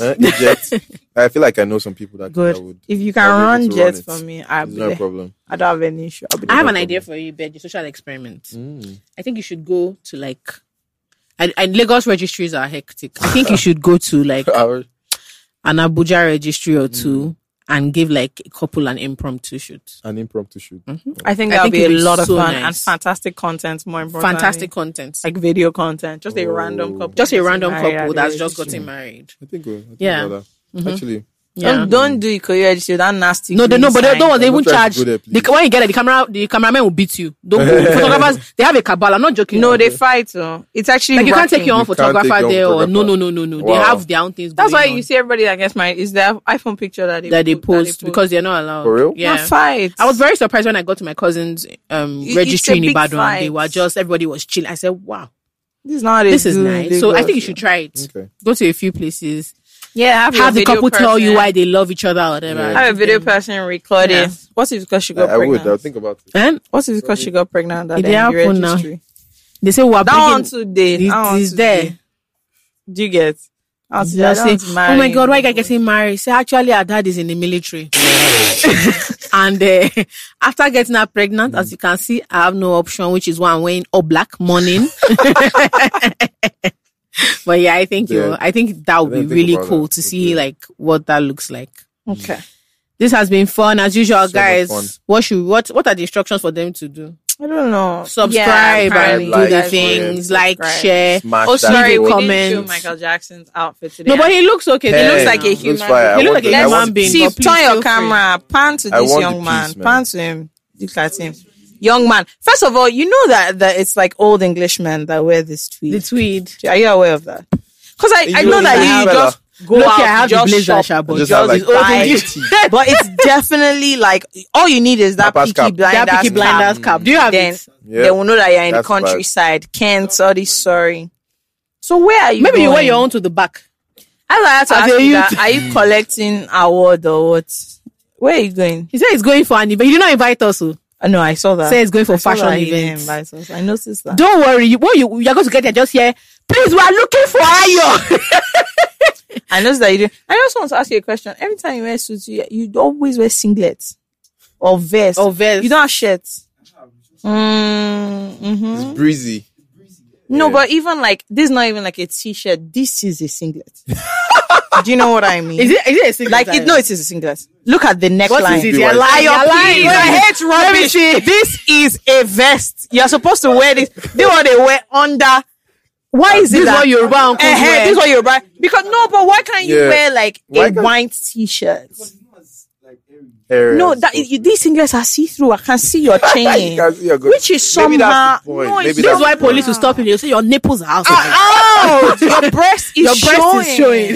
S1: Eh, jet. I feel like I know some people that, that
S4: Good.
S1: would.
S4: If you
S1: I'll
S4: can
S1: be able
S4: run
S1: to run
S4: jets
S1: it.
S4: for me, I'll
S1: It's
S4: be
S1: no
S4: there.
S1: problem.
S4: I don't have any issue. I'll be
S6: I
S4: there.
S6: have an idea for you, Bed, your social experiment. I think you should go to like. And, and Lagos registries are hectic. I think you should go to like
S1: Our,
S6: an Abuja registry or two and give like a couple an impromptu shoot.
S1: an impromptu shoot.
S4: I think
S6: I
S4: that'll
S6: think
S4: be a
S6: it'll be
S4: lot of
S6: so
S4: fun
S6: nice.
S4: and fantastic content. More importantly,
S6: Fantastic content.
S4: like video content. Just a random
S1: Oh.
S4: couple.
S6: just a
S4: that's
S6: random
S4: married,
S6: couple that's
S4: relationship.
S6: just gotten married.
S1: I think. We'll, I think
S6: Yeah. Mm-hmm.
S1: about that. Actually,
S6: Yeah.
S4: Don't, don't do Ikoyi Edition. That nasty.
S6: No, they,
S4: green
S6: no, but they,
S4: sign.
S6: don't they
S1: I'm
S6: even
S1: not trying
S6: charge.
S1: to go there,
S6: the,
S1: please.
S6: when you get there, the camera, the cameraman will beat you. Don't go. Photographers, they have a cabal. I'm not joking.
S4: No, they fight. Oh. It's actually
S6: like you can't
S4: racking.
S6: take your own
S1: You can't take
S6: photographer
S1: your own
S6: there, or no, no,
S1: photographer.
S6: no, no, no. They
S1: Wow.
S6: have their own things.
S4: That's why
S6: going
S4: you
S6: on
S4: see everybody that gets married is their iPhone picture that they
S6: that they
S4: put- that
S6: post because they're not allowed.
S1: For real?
S4: yeah.
S6: Yeah.
S4: fight.
S6: I was very surprised when I got to my cousin's um,
S4: it's
S6: registry
S4: a
S6: in
S4: big
S6: Ibadan. They
S4: fight.
S6: were just everybody was chilling. I said, "Wow,
S4: This is not.
S6: this is nice." So I think you should try it.
S1: Okay.
S6: Go to a few places.
S4: Yeah, have, your
S6: Have the
S4: video
S6: couple tell you
S4: person-
S6: why they love each other or whatever.
S1: Yeah.
S4: Have a video person record
S6: Yeah.
S4: it. What if because she
S1: I,
S4: got
S1: I would.
S4: pregnant?
S1: I'll think about it.
S6: And
S4: What if because she got pregnant? That
S6: It
S4: then the
S6: happened now.
S4: registry.
S6: they say we're
S4: That one
S6: bringing.
S4: today.
S6: It
S4: That one
S6: is
S4: today.
S6: there.
S4: Do you get? I was
S6: They'll say, oh my god, why you guys getting married? Say, actually, our dad is in the military. and uh, after getting her pregnant, as you can see, I have no option, which is why I'm wearing all black morning. but yeah, I think you.
S1: Yeah.
S6: I think that would
S1: I
S6: be
S1: didn't think
S6: really
S1: about
S6: cool
S1: that.
S6: to
S1: Okay.
S6: see like what that looks like.
S4: Okay.
S6: This has been fun as usual,
S1: So much fun.
S6: guys. What should what what are the instructions for them to do?
S4: I don't know.
S6: Subscribe and do
S1: apparently.
S6: the
S1: Like,
S6: things,
S1: yeah,
S6: like,
S4: subscribe.
S6: share.
S1: Smash
S4: Oh,
S1: that
S4: sorry,
S1: button.
S4: we
S6: comment.
S4: didn't show Michael Jackson's outfit today.
S6: No, but he looks okay.
S1: Hey,
S6: He looks
S4: looks like a
S1: looks
S4: human
S1: fire.
S4: being.
S1: I
S6: He looks
S1: want
S6: like a
S1: the- I
S4: Let's
S6: human
S1: want the
S6: being,
S1: peace.
S6: but
S4: Steve,
S6: please
S4: turn
S6: feel
S4: your
S6: free.
S4: camera. Pan to
S1: I
S4: this
S1: want the
S4: young man.
S1: peace, man.
S4: Pan to him. Look at him. Young man. First of all, you know that, that it's like old Englishmen that wear this
S6: the
S4: tweed.
S6: tweed.
S4: Are you aware of that? Because I, I
S1: You
S4: know
S1: know
S4: that
S1: the
S4: you
S1: umbrella.
S4: just go
S6: Look
S4: out,
S6: here, I have the
S4: just
S6: blazer,
S4: shop,
S6: Shabo.
S1: Just have,
S4: just
S1: like,
S4: buy.
S1: English
S4: but it's definitely like all you need is that
S1: Papa's
S4: peaky
S1: cap.
S4: blinders,
S6: That Peaky Blinders
S4: cap. Mm.
S6: cap. Do you have
S4: Then
S6: it?
S1: Yeah.
S4: they will know that you're in
S1: That's
S4: the
S1: bad.
S4: countryside. Kent, all this sorry. So where are you?
S6: Maybe you wear
S4: going?
S6: your own to the back.
S4: I was asked to
S6: As
S4: ask
S6: a
S4: you
S6: youth.
S4: that, are you collecting award or what? Where are you going?
S6: He said he's going for an event. He did not invite us. oh.
S4: I know I saw that.
S6: Say he's going for
S4: I saw
S6: fashion
S4: that he didn't
S6: events.
S4: invite us. I noticed that.
S6: Don't worry. You, what you you're going to get there just here. Please, we are looking for Ayo.
S4: I noticed that you did. I just want to ask you a question. Every time you wear suits, you, you always wear singlets or vest.
S6: Or vest.
S4: You don't have shirts. Mm, mhm.
S6: Mm-hmm.
S1: It's breezy.
S4: No, but even like this is not even like a t-shirt. This is a singlet. Do you know what I mean?
S6: is it? Is it a single
S4: like it?
S6: size?
S4: No, it is a singlet. Look at the neckline.
S6: What is it? You're
S1: Be
S6: lying.
S4: Ayo,
S6: You're lying.
S4: please.
S6: You're lying.
S4: I hate rubbish. This is a vest. You're supposed to wear this. This is what they wear under. Why is
S6: This
S4: it
S6: is
S4: that?
S6: what Yoruba uncles
S4: Eh, eh,
S6: wear.
S4: this is what you're right. Because no, but why can't you
S1: Yeah.
S4: wear like
S1: Why
S4: a
S1: can't-
S4: white t-shirt?
S1: Hair
S4: No,
S1: is
S4: that
S1: supposed
S4: you,
S1: to-
S4: these singlets are see-through. I can see your chain.
S1: You can see your good-
S4: Which is
S1: Maybe
S4: somehow-
S1: that's the point.
S4: No, it's
S1: Maybe
S6: This
S1: that's
S6: is why
S1: the point.
S6: police will stop you. They'll say your nipples are out.
S4: Oh, your breast is
S6: your breast
S4: showing.
S6: is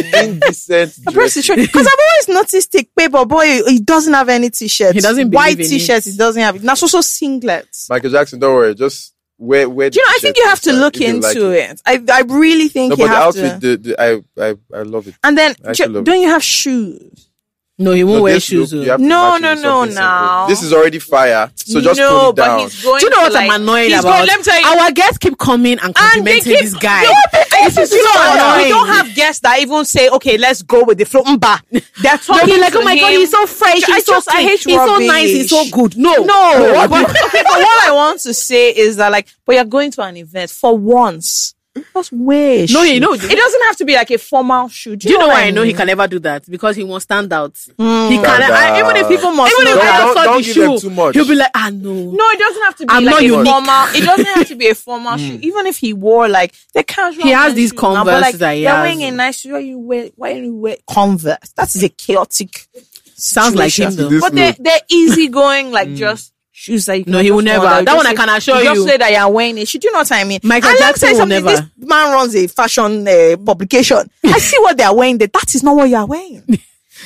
S6: Ah, showing.
S1: Indecent
S4: Your breast is showing. Because I've always noticed Take Paper Boy, he doesn't have any t-shirts.
S6: He doesn't
S4: White
S6: believe in it.
S4: t-shirts, he doesn't have it. Now, so, so singlets.
S1: Michael Jackson, don't worry. Just wear, wear.
S4: Do you know, I think you have to look into it. I, I really think
S1: No,
S4: you
S1: but the
S4: have
S1: outfit,
S4: to.
S1: the, the, I, I, I love it.
S4: And then,
S1: I actually
S4: ju-
S1: love it.
S4: don't you have shoes?
S6: No, he won't
S1: No,
S6: wear
S1: this
S6: shoes.
S1: look,
S6: oh.
S1: you have to
S4: No,
S1: match it
S4: no,
S1: with
S4: no,
S1: something simple.
S4: now.
S1: This is already fire, so just
S4: no,
S1: put it down.
S4: but he's going.
S6: Do you know
S4: to,
S6: what
S4: like,
S6: I'm annoyed
S4: he's
S6: about?
S4: Going, let me tell you,
S6: Our guests keep coming and complimenting
S4: keep-
S6: this guy.
S4: No, but
S6: this is so annoying.
S4: We don't have guests that even say, "Okay, let's go with the flow." Mba. They're
S6: They'll
S4: talking
S6: be like,
S4: to
S6: oh my
S4: him.
S6: god, he's so fresh,
S4: I
S6: he's so
S4: just- I
S6: clean,
S4: hate
S6: he's so nice, he's so
S4: rubbish.
S6: good. No,
S4: No,
S6: what-
S4: but, okay, but what I want to say is that like, but you're going to an event for once. Just wear. a
S6: No, you
S4: shoe.
S6: know-
S4: it doesn't have to be like a formal shoe.
S6: Do you know
S4: what
S6: why I know he
S4: mean?
S6: can never do that? Because he won't stand out. He can
S1: Stand
S6: I,
S1: out.
S6: even if people must
S4: Even
S6: know
S4: if
S6: that
S1: don't-
S6: I saw
S1: don't
S6: the
S1: give them
S6: shoe,
S1: too much.
S6: he'll be like, ah no.
S4: No, it doesn't have to be
S6: I'm
S4: like
S6: not
S4: a
S6: unique. Hmm.
S4: formal. It doesn't have to be a formal shoe. Even if he wore like the casual,
S6: He has
S4: men's
S6: these
S4: shoes now, but,
S6: Converse
S4: like,
S6: that he
S4: you're
S6: has.
S4: wearing a nice shoe. Why you wear? Why you wear Converse? That is a chaotic.
S6: Sounds like him
S4: situation.
S6: though.
S1: This Mm.
S4: But they're
S1: look.
S4: they're easygoing, like just shoes that you.
S6: No,
S4: can
S6: he will
S4: just
S6: never.
S4: wear,
S6: That
S4: you
S6: one
S4: just
S6: I can
S4: say-
S6: assure
S4: just
S6: you.
S4: say that you're wearing it. Should you know what I mean?
S6: Michael
S4: and let me
S6: Jackson
S4: tell you
S6: will
S4: something.
S6: never.
S4: This man runs a fashion uh, publication. I see what they are wearing. There, that is not what you are wearing.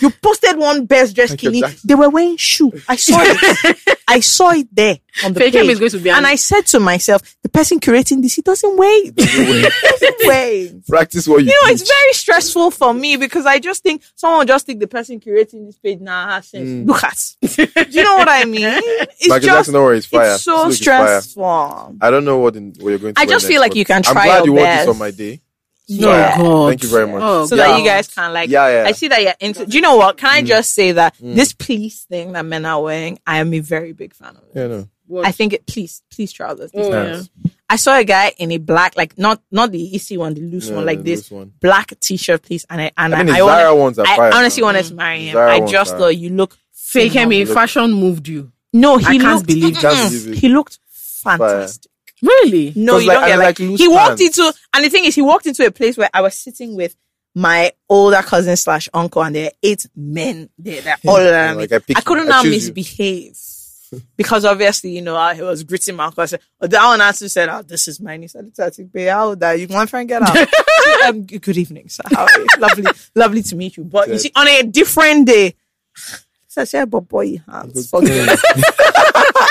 S4: You posted one best dress
S1: Michael
S4: skinny.
S1: Jackson.
S4: They were wearing shoe. I saw it. I saw it there on the
S6: Fake him
S4: page.
S6: is going to be
S4: and
S6: an-
S4: I said to myself, the person curating this, he doesn't wait. wait.
S1: Practice what you.
S4: You know,
S1: preach.
S4: it's very stressful for me because I just think someone will just think the person curating this page now has sense.
S1: Mm.
S4: Look at. Do you know what I mean? It's
S1: Michael Jackson, don't worry, it's fire.
S4: It's so
S1: Look, it's fire.
S4: stressful.
S1: I don't know what, in, what you're going to.
S4: I
S1: wear
S4: just
S1: next,
S4: feel like
S1: but
S4: you can
S1: I'm
S4: try
S1: glad
S4: your
S1: you wore this
S4: best.
S1: on my day.
S6: No
S4: Yeah.
S6: god.
S1: Thank you very much.
S6: Oh,
S4: So
S6: God.
S4: that you guys can like,
S1: Yeah, yeah. Mm.
S4: I see that you're into. Do you know what? Can I just say that this please thing that men are wearing, I am a very big fan of it.
S1: Yeah, no.
S4: I think it please, please trousers.
S6: Oh, yeah.
S1: Nice.
S4: I saw a guy in a black, like not not the easy one, the loose
S1: Yeah,
S4: one, like
S1: the
S4: this
S1: loose one.
S4: black t-shirt, please. And I and
S1: I
S4: I,
S1: mean, the
S4: I, wanna-
S1: Zara ones are
S4: I
S1: fire.
S4: honestly wanted to marry him.
S1: Zara
S4: I
S1: ones
S4: just
S1: are-
S4: thought you look
S6: Fake him in
S1: Look.
S6: fashion moved you.
S4: no, he
S6: I can't
S4: looked,
S6: believe
S1: Can't
S4: Mm-mm.
S1: believe it.
S4: He looked fantastic.
S6: Really?
S4: No,
S1: Because
S4: you
S1: like-
S4: don't get
S1: and like
S4: like,
S1: loose
S4: he walked
S1: pants.
S4: into and the thing is he walked into a place where I was sitting with my older cousin slash uncle, and there are eight men there. They're all around
S1: like,
S4: me.
S1: I
S4: I,
S1: picked you.
S4: couldn't
S1: I
S4: now
S1: choose you.
S4: misbehave. Because obviously, you know, I was greeting my uncle. I said, oh, that one actually said, oh, this is my niece. I looked at him, "Babe, how old are you? My friend, get out. um, g- good evening, sir. How are you? lovely, lovely to meet you. But you
S1: Good.
S4: see, on a different day, so I said, but boy, hands. forget it."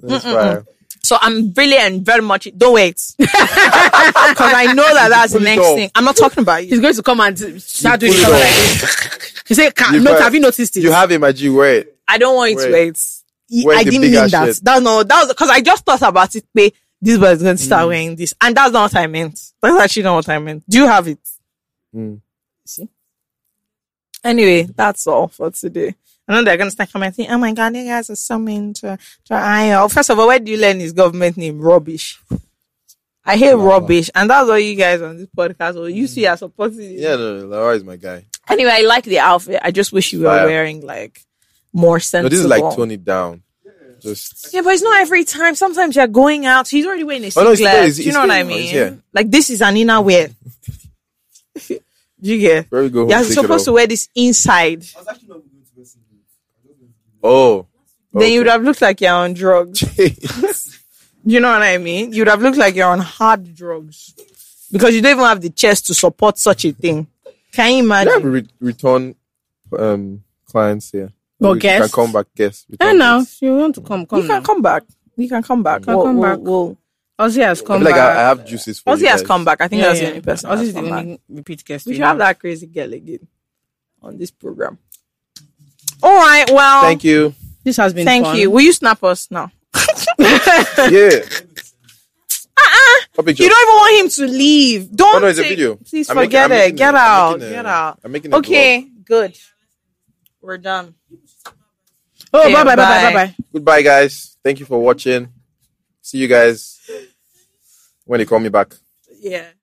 S1: That's fire.
S4: So I'm really and very much don't wait because I know that that's the
S1: Pull it
S4: next
S1: off.
S4: thing. I'm not talking about you.
S6: He's going to come and start doing
S1: Pull it
S6: something like
S1: off.
S6: He said,
S1: You
S6: Can, not,
S1: better-
S6: have you noticed it?
S1: You have it, my G. Wait.
S4: I don't want you to
S1: Wait.
S4: wait. Y-
S1: Where's
S4: I
S1: the
S4: didn't
S1: bigger
S4: mean that.
S1: shit?
S4: That's not that was because I just thought about it. Pay this boy is going to
S1: Mm.
S4: start wearing this, and that's not what I meant. That's actually not what I meant. Do you have it?
S1: Mm.
S4: See. Anyway, that's all for today. I know they're going to start commenting. Oh my god, you guys are so mean to to IO. First of all, where do you learn his government name? Rubbish. I hate rubbish, and that's all you guys on this podcast. Or you see, are supporting. it.
S1: Mm. Yeah, no, no, Laura is my guy.
S4: Anyway, I like the outfit. I just wish you were
S1: Fire.
S4: wearing like more
S1: No,
S4: sensible.
S1: this is like tone it down. Just
S4: Yeah, but it's not every time. Sometimes you're going out. He's already wearing a
S1: Oh,
S4: singlet.
S1: no, it's there. It's-
S4: Do you
S1: it's
S4: know what
S1: there
S4: I
S1: now. It's
S4: mean?
S1: here.
S4: Like this is an inner wear. Do you get?
S1: where we go. Home,
S4: You're
S1: take it
S4: supposed to
S1: off.
S4: wear this inside.
S1: Oh,
S4: Then you would have looked like you're on drugs. You know what I mean? You'd have looked like you're on hard drugs because you don't even have the chest to support such a thing. Can you
S1: You have
S4: imagine?
S1: re- return um, clients here.
S6: But
S1: You can
S6: guests?
S1: come back guests.
S6: I
S1: return
S6: know.
S1: guests.
S6: If You want to come? Come.
S4: You can
S6: now.
S4: come back. You can come back.
S6: Can come back.
S4: We'll,
S6: Ozzy has
S1: I
S6: come
S1: feel like
S6: back.
S1: I, I have juices for
S4: Ozzy
S1: you
S4: has
S1: guys.
S4: come back. I think
S6: Yeah,
S4: that's
S6: yeah.
S4: the only person.
S6: Ozzy
S4: that's
S6: is the
S4: come back.
S6: only repeat guest.
S4: We should have that crazy girl again on this program. All right. Well,
S1: Thank you.
S6: This has been
S4: Thank
S6: fun.
S4: you. Will you snap us now?
S1: Yeah. Uh-uh.
S4: You don't even want him to leave. Don't.
S1: Oh, no, it's a
S4: take-
S1: video.
S4: Please
S1: I'm making-
S4: forget
S1: I'm
S4: it.
S1: making
S4: Get
S1: a- I'm
S4: out.
S1: making a-
S4: Get out.
S1: I'm making a
S4: Okay. Good. We're done.
S6: Oh, bye
S4: Yeah,
S6: bye bye
S4: bye.
S6: bye bye.
S1: Goodbye, guys. Thank you for watching. See you guys when they call me back.
S4: Yeah.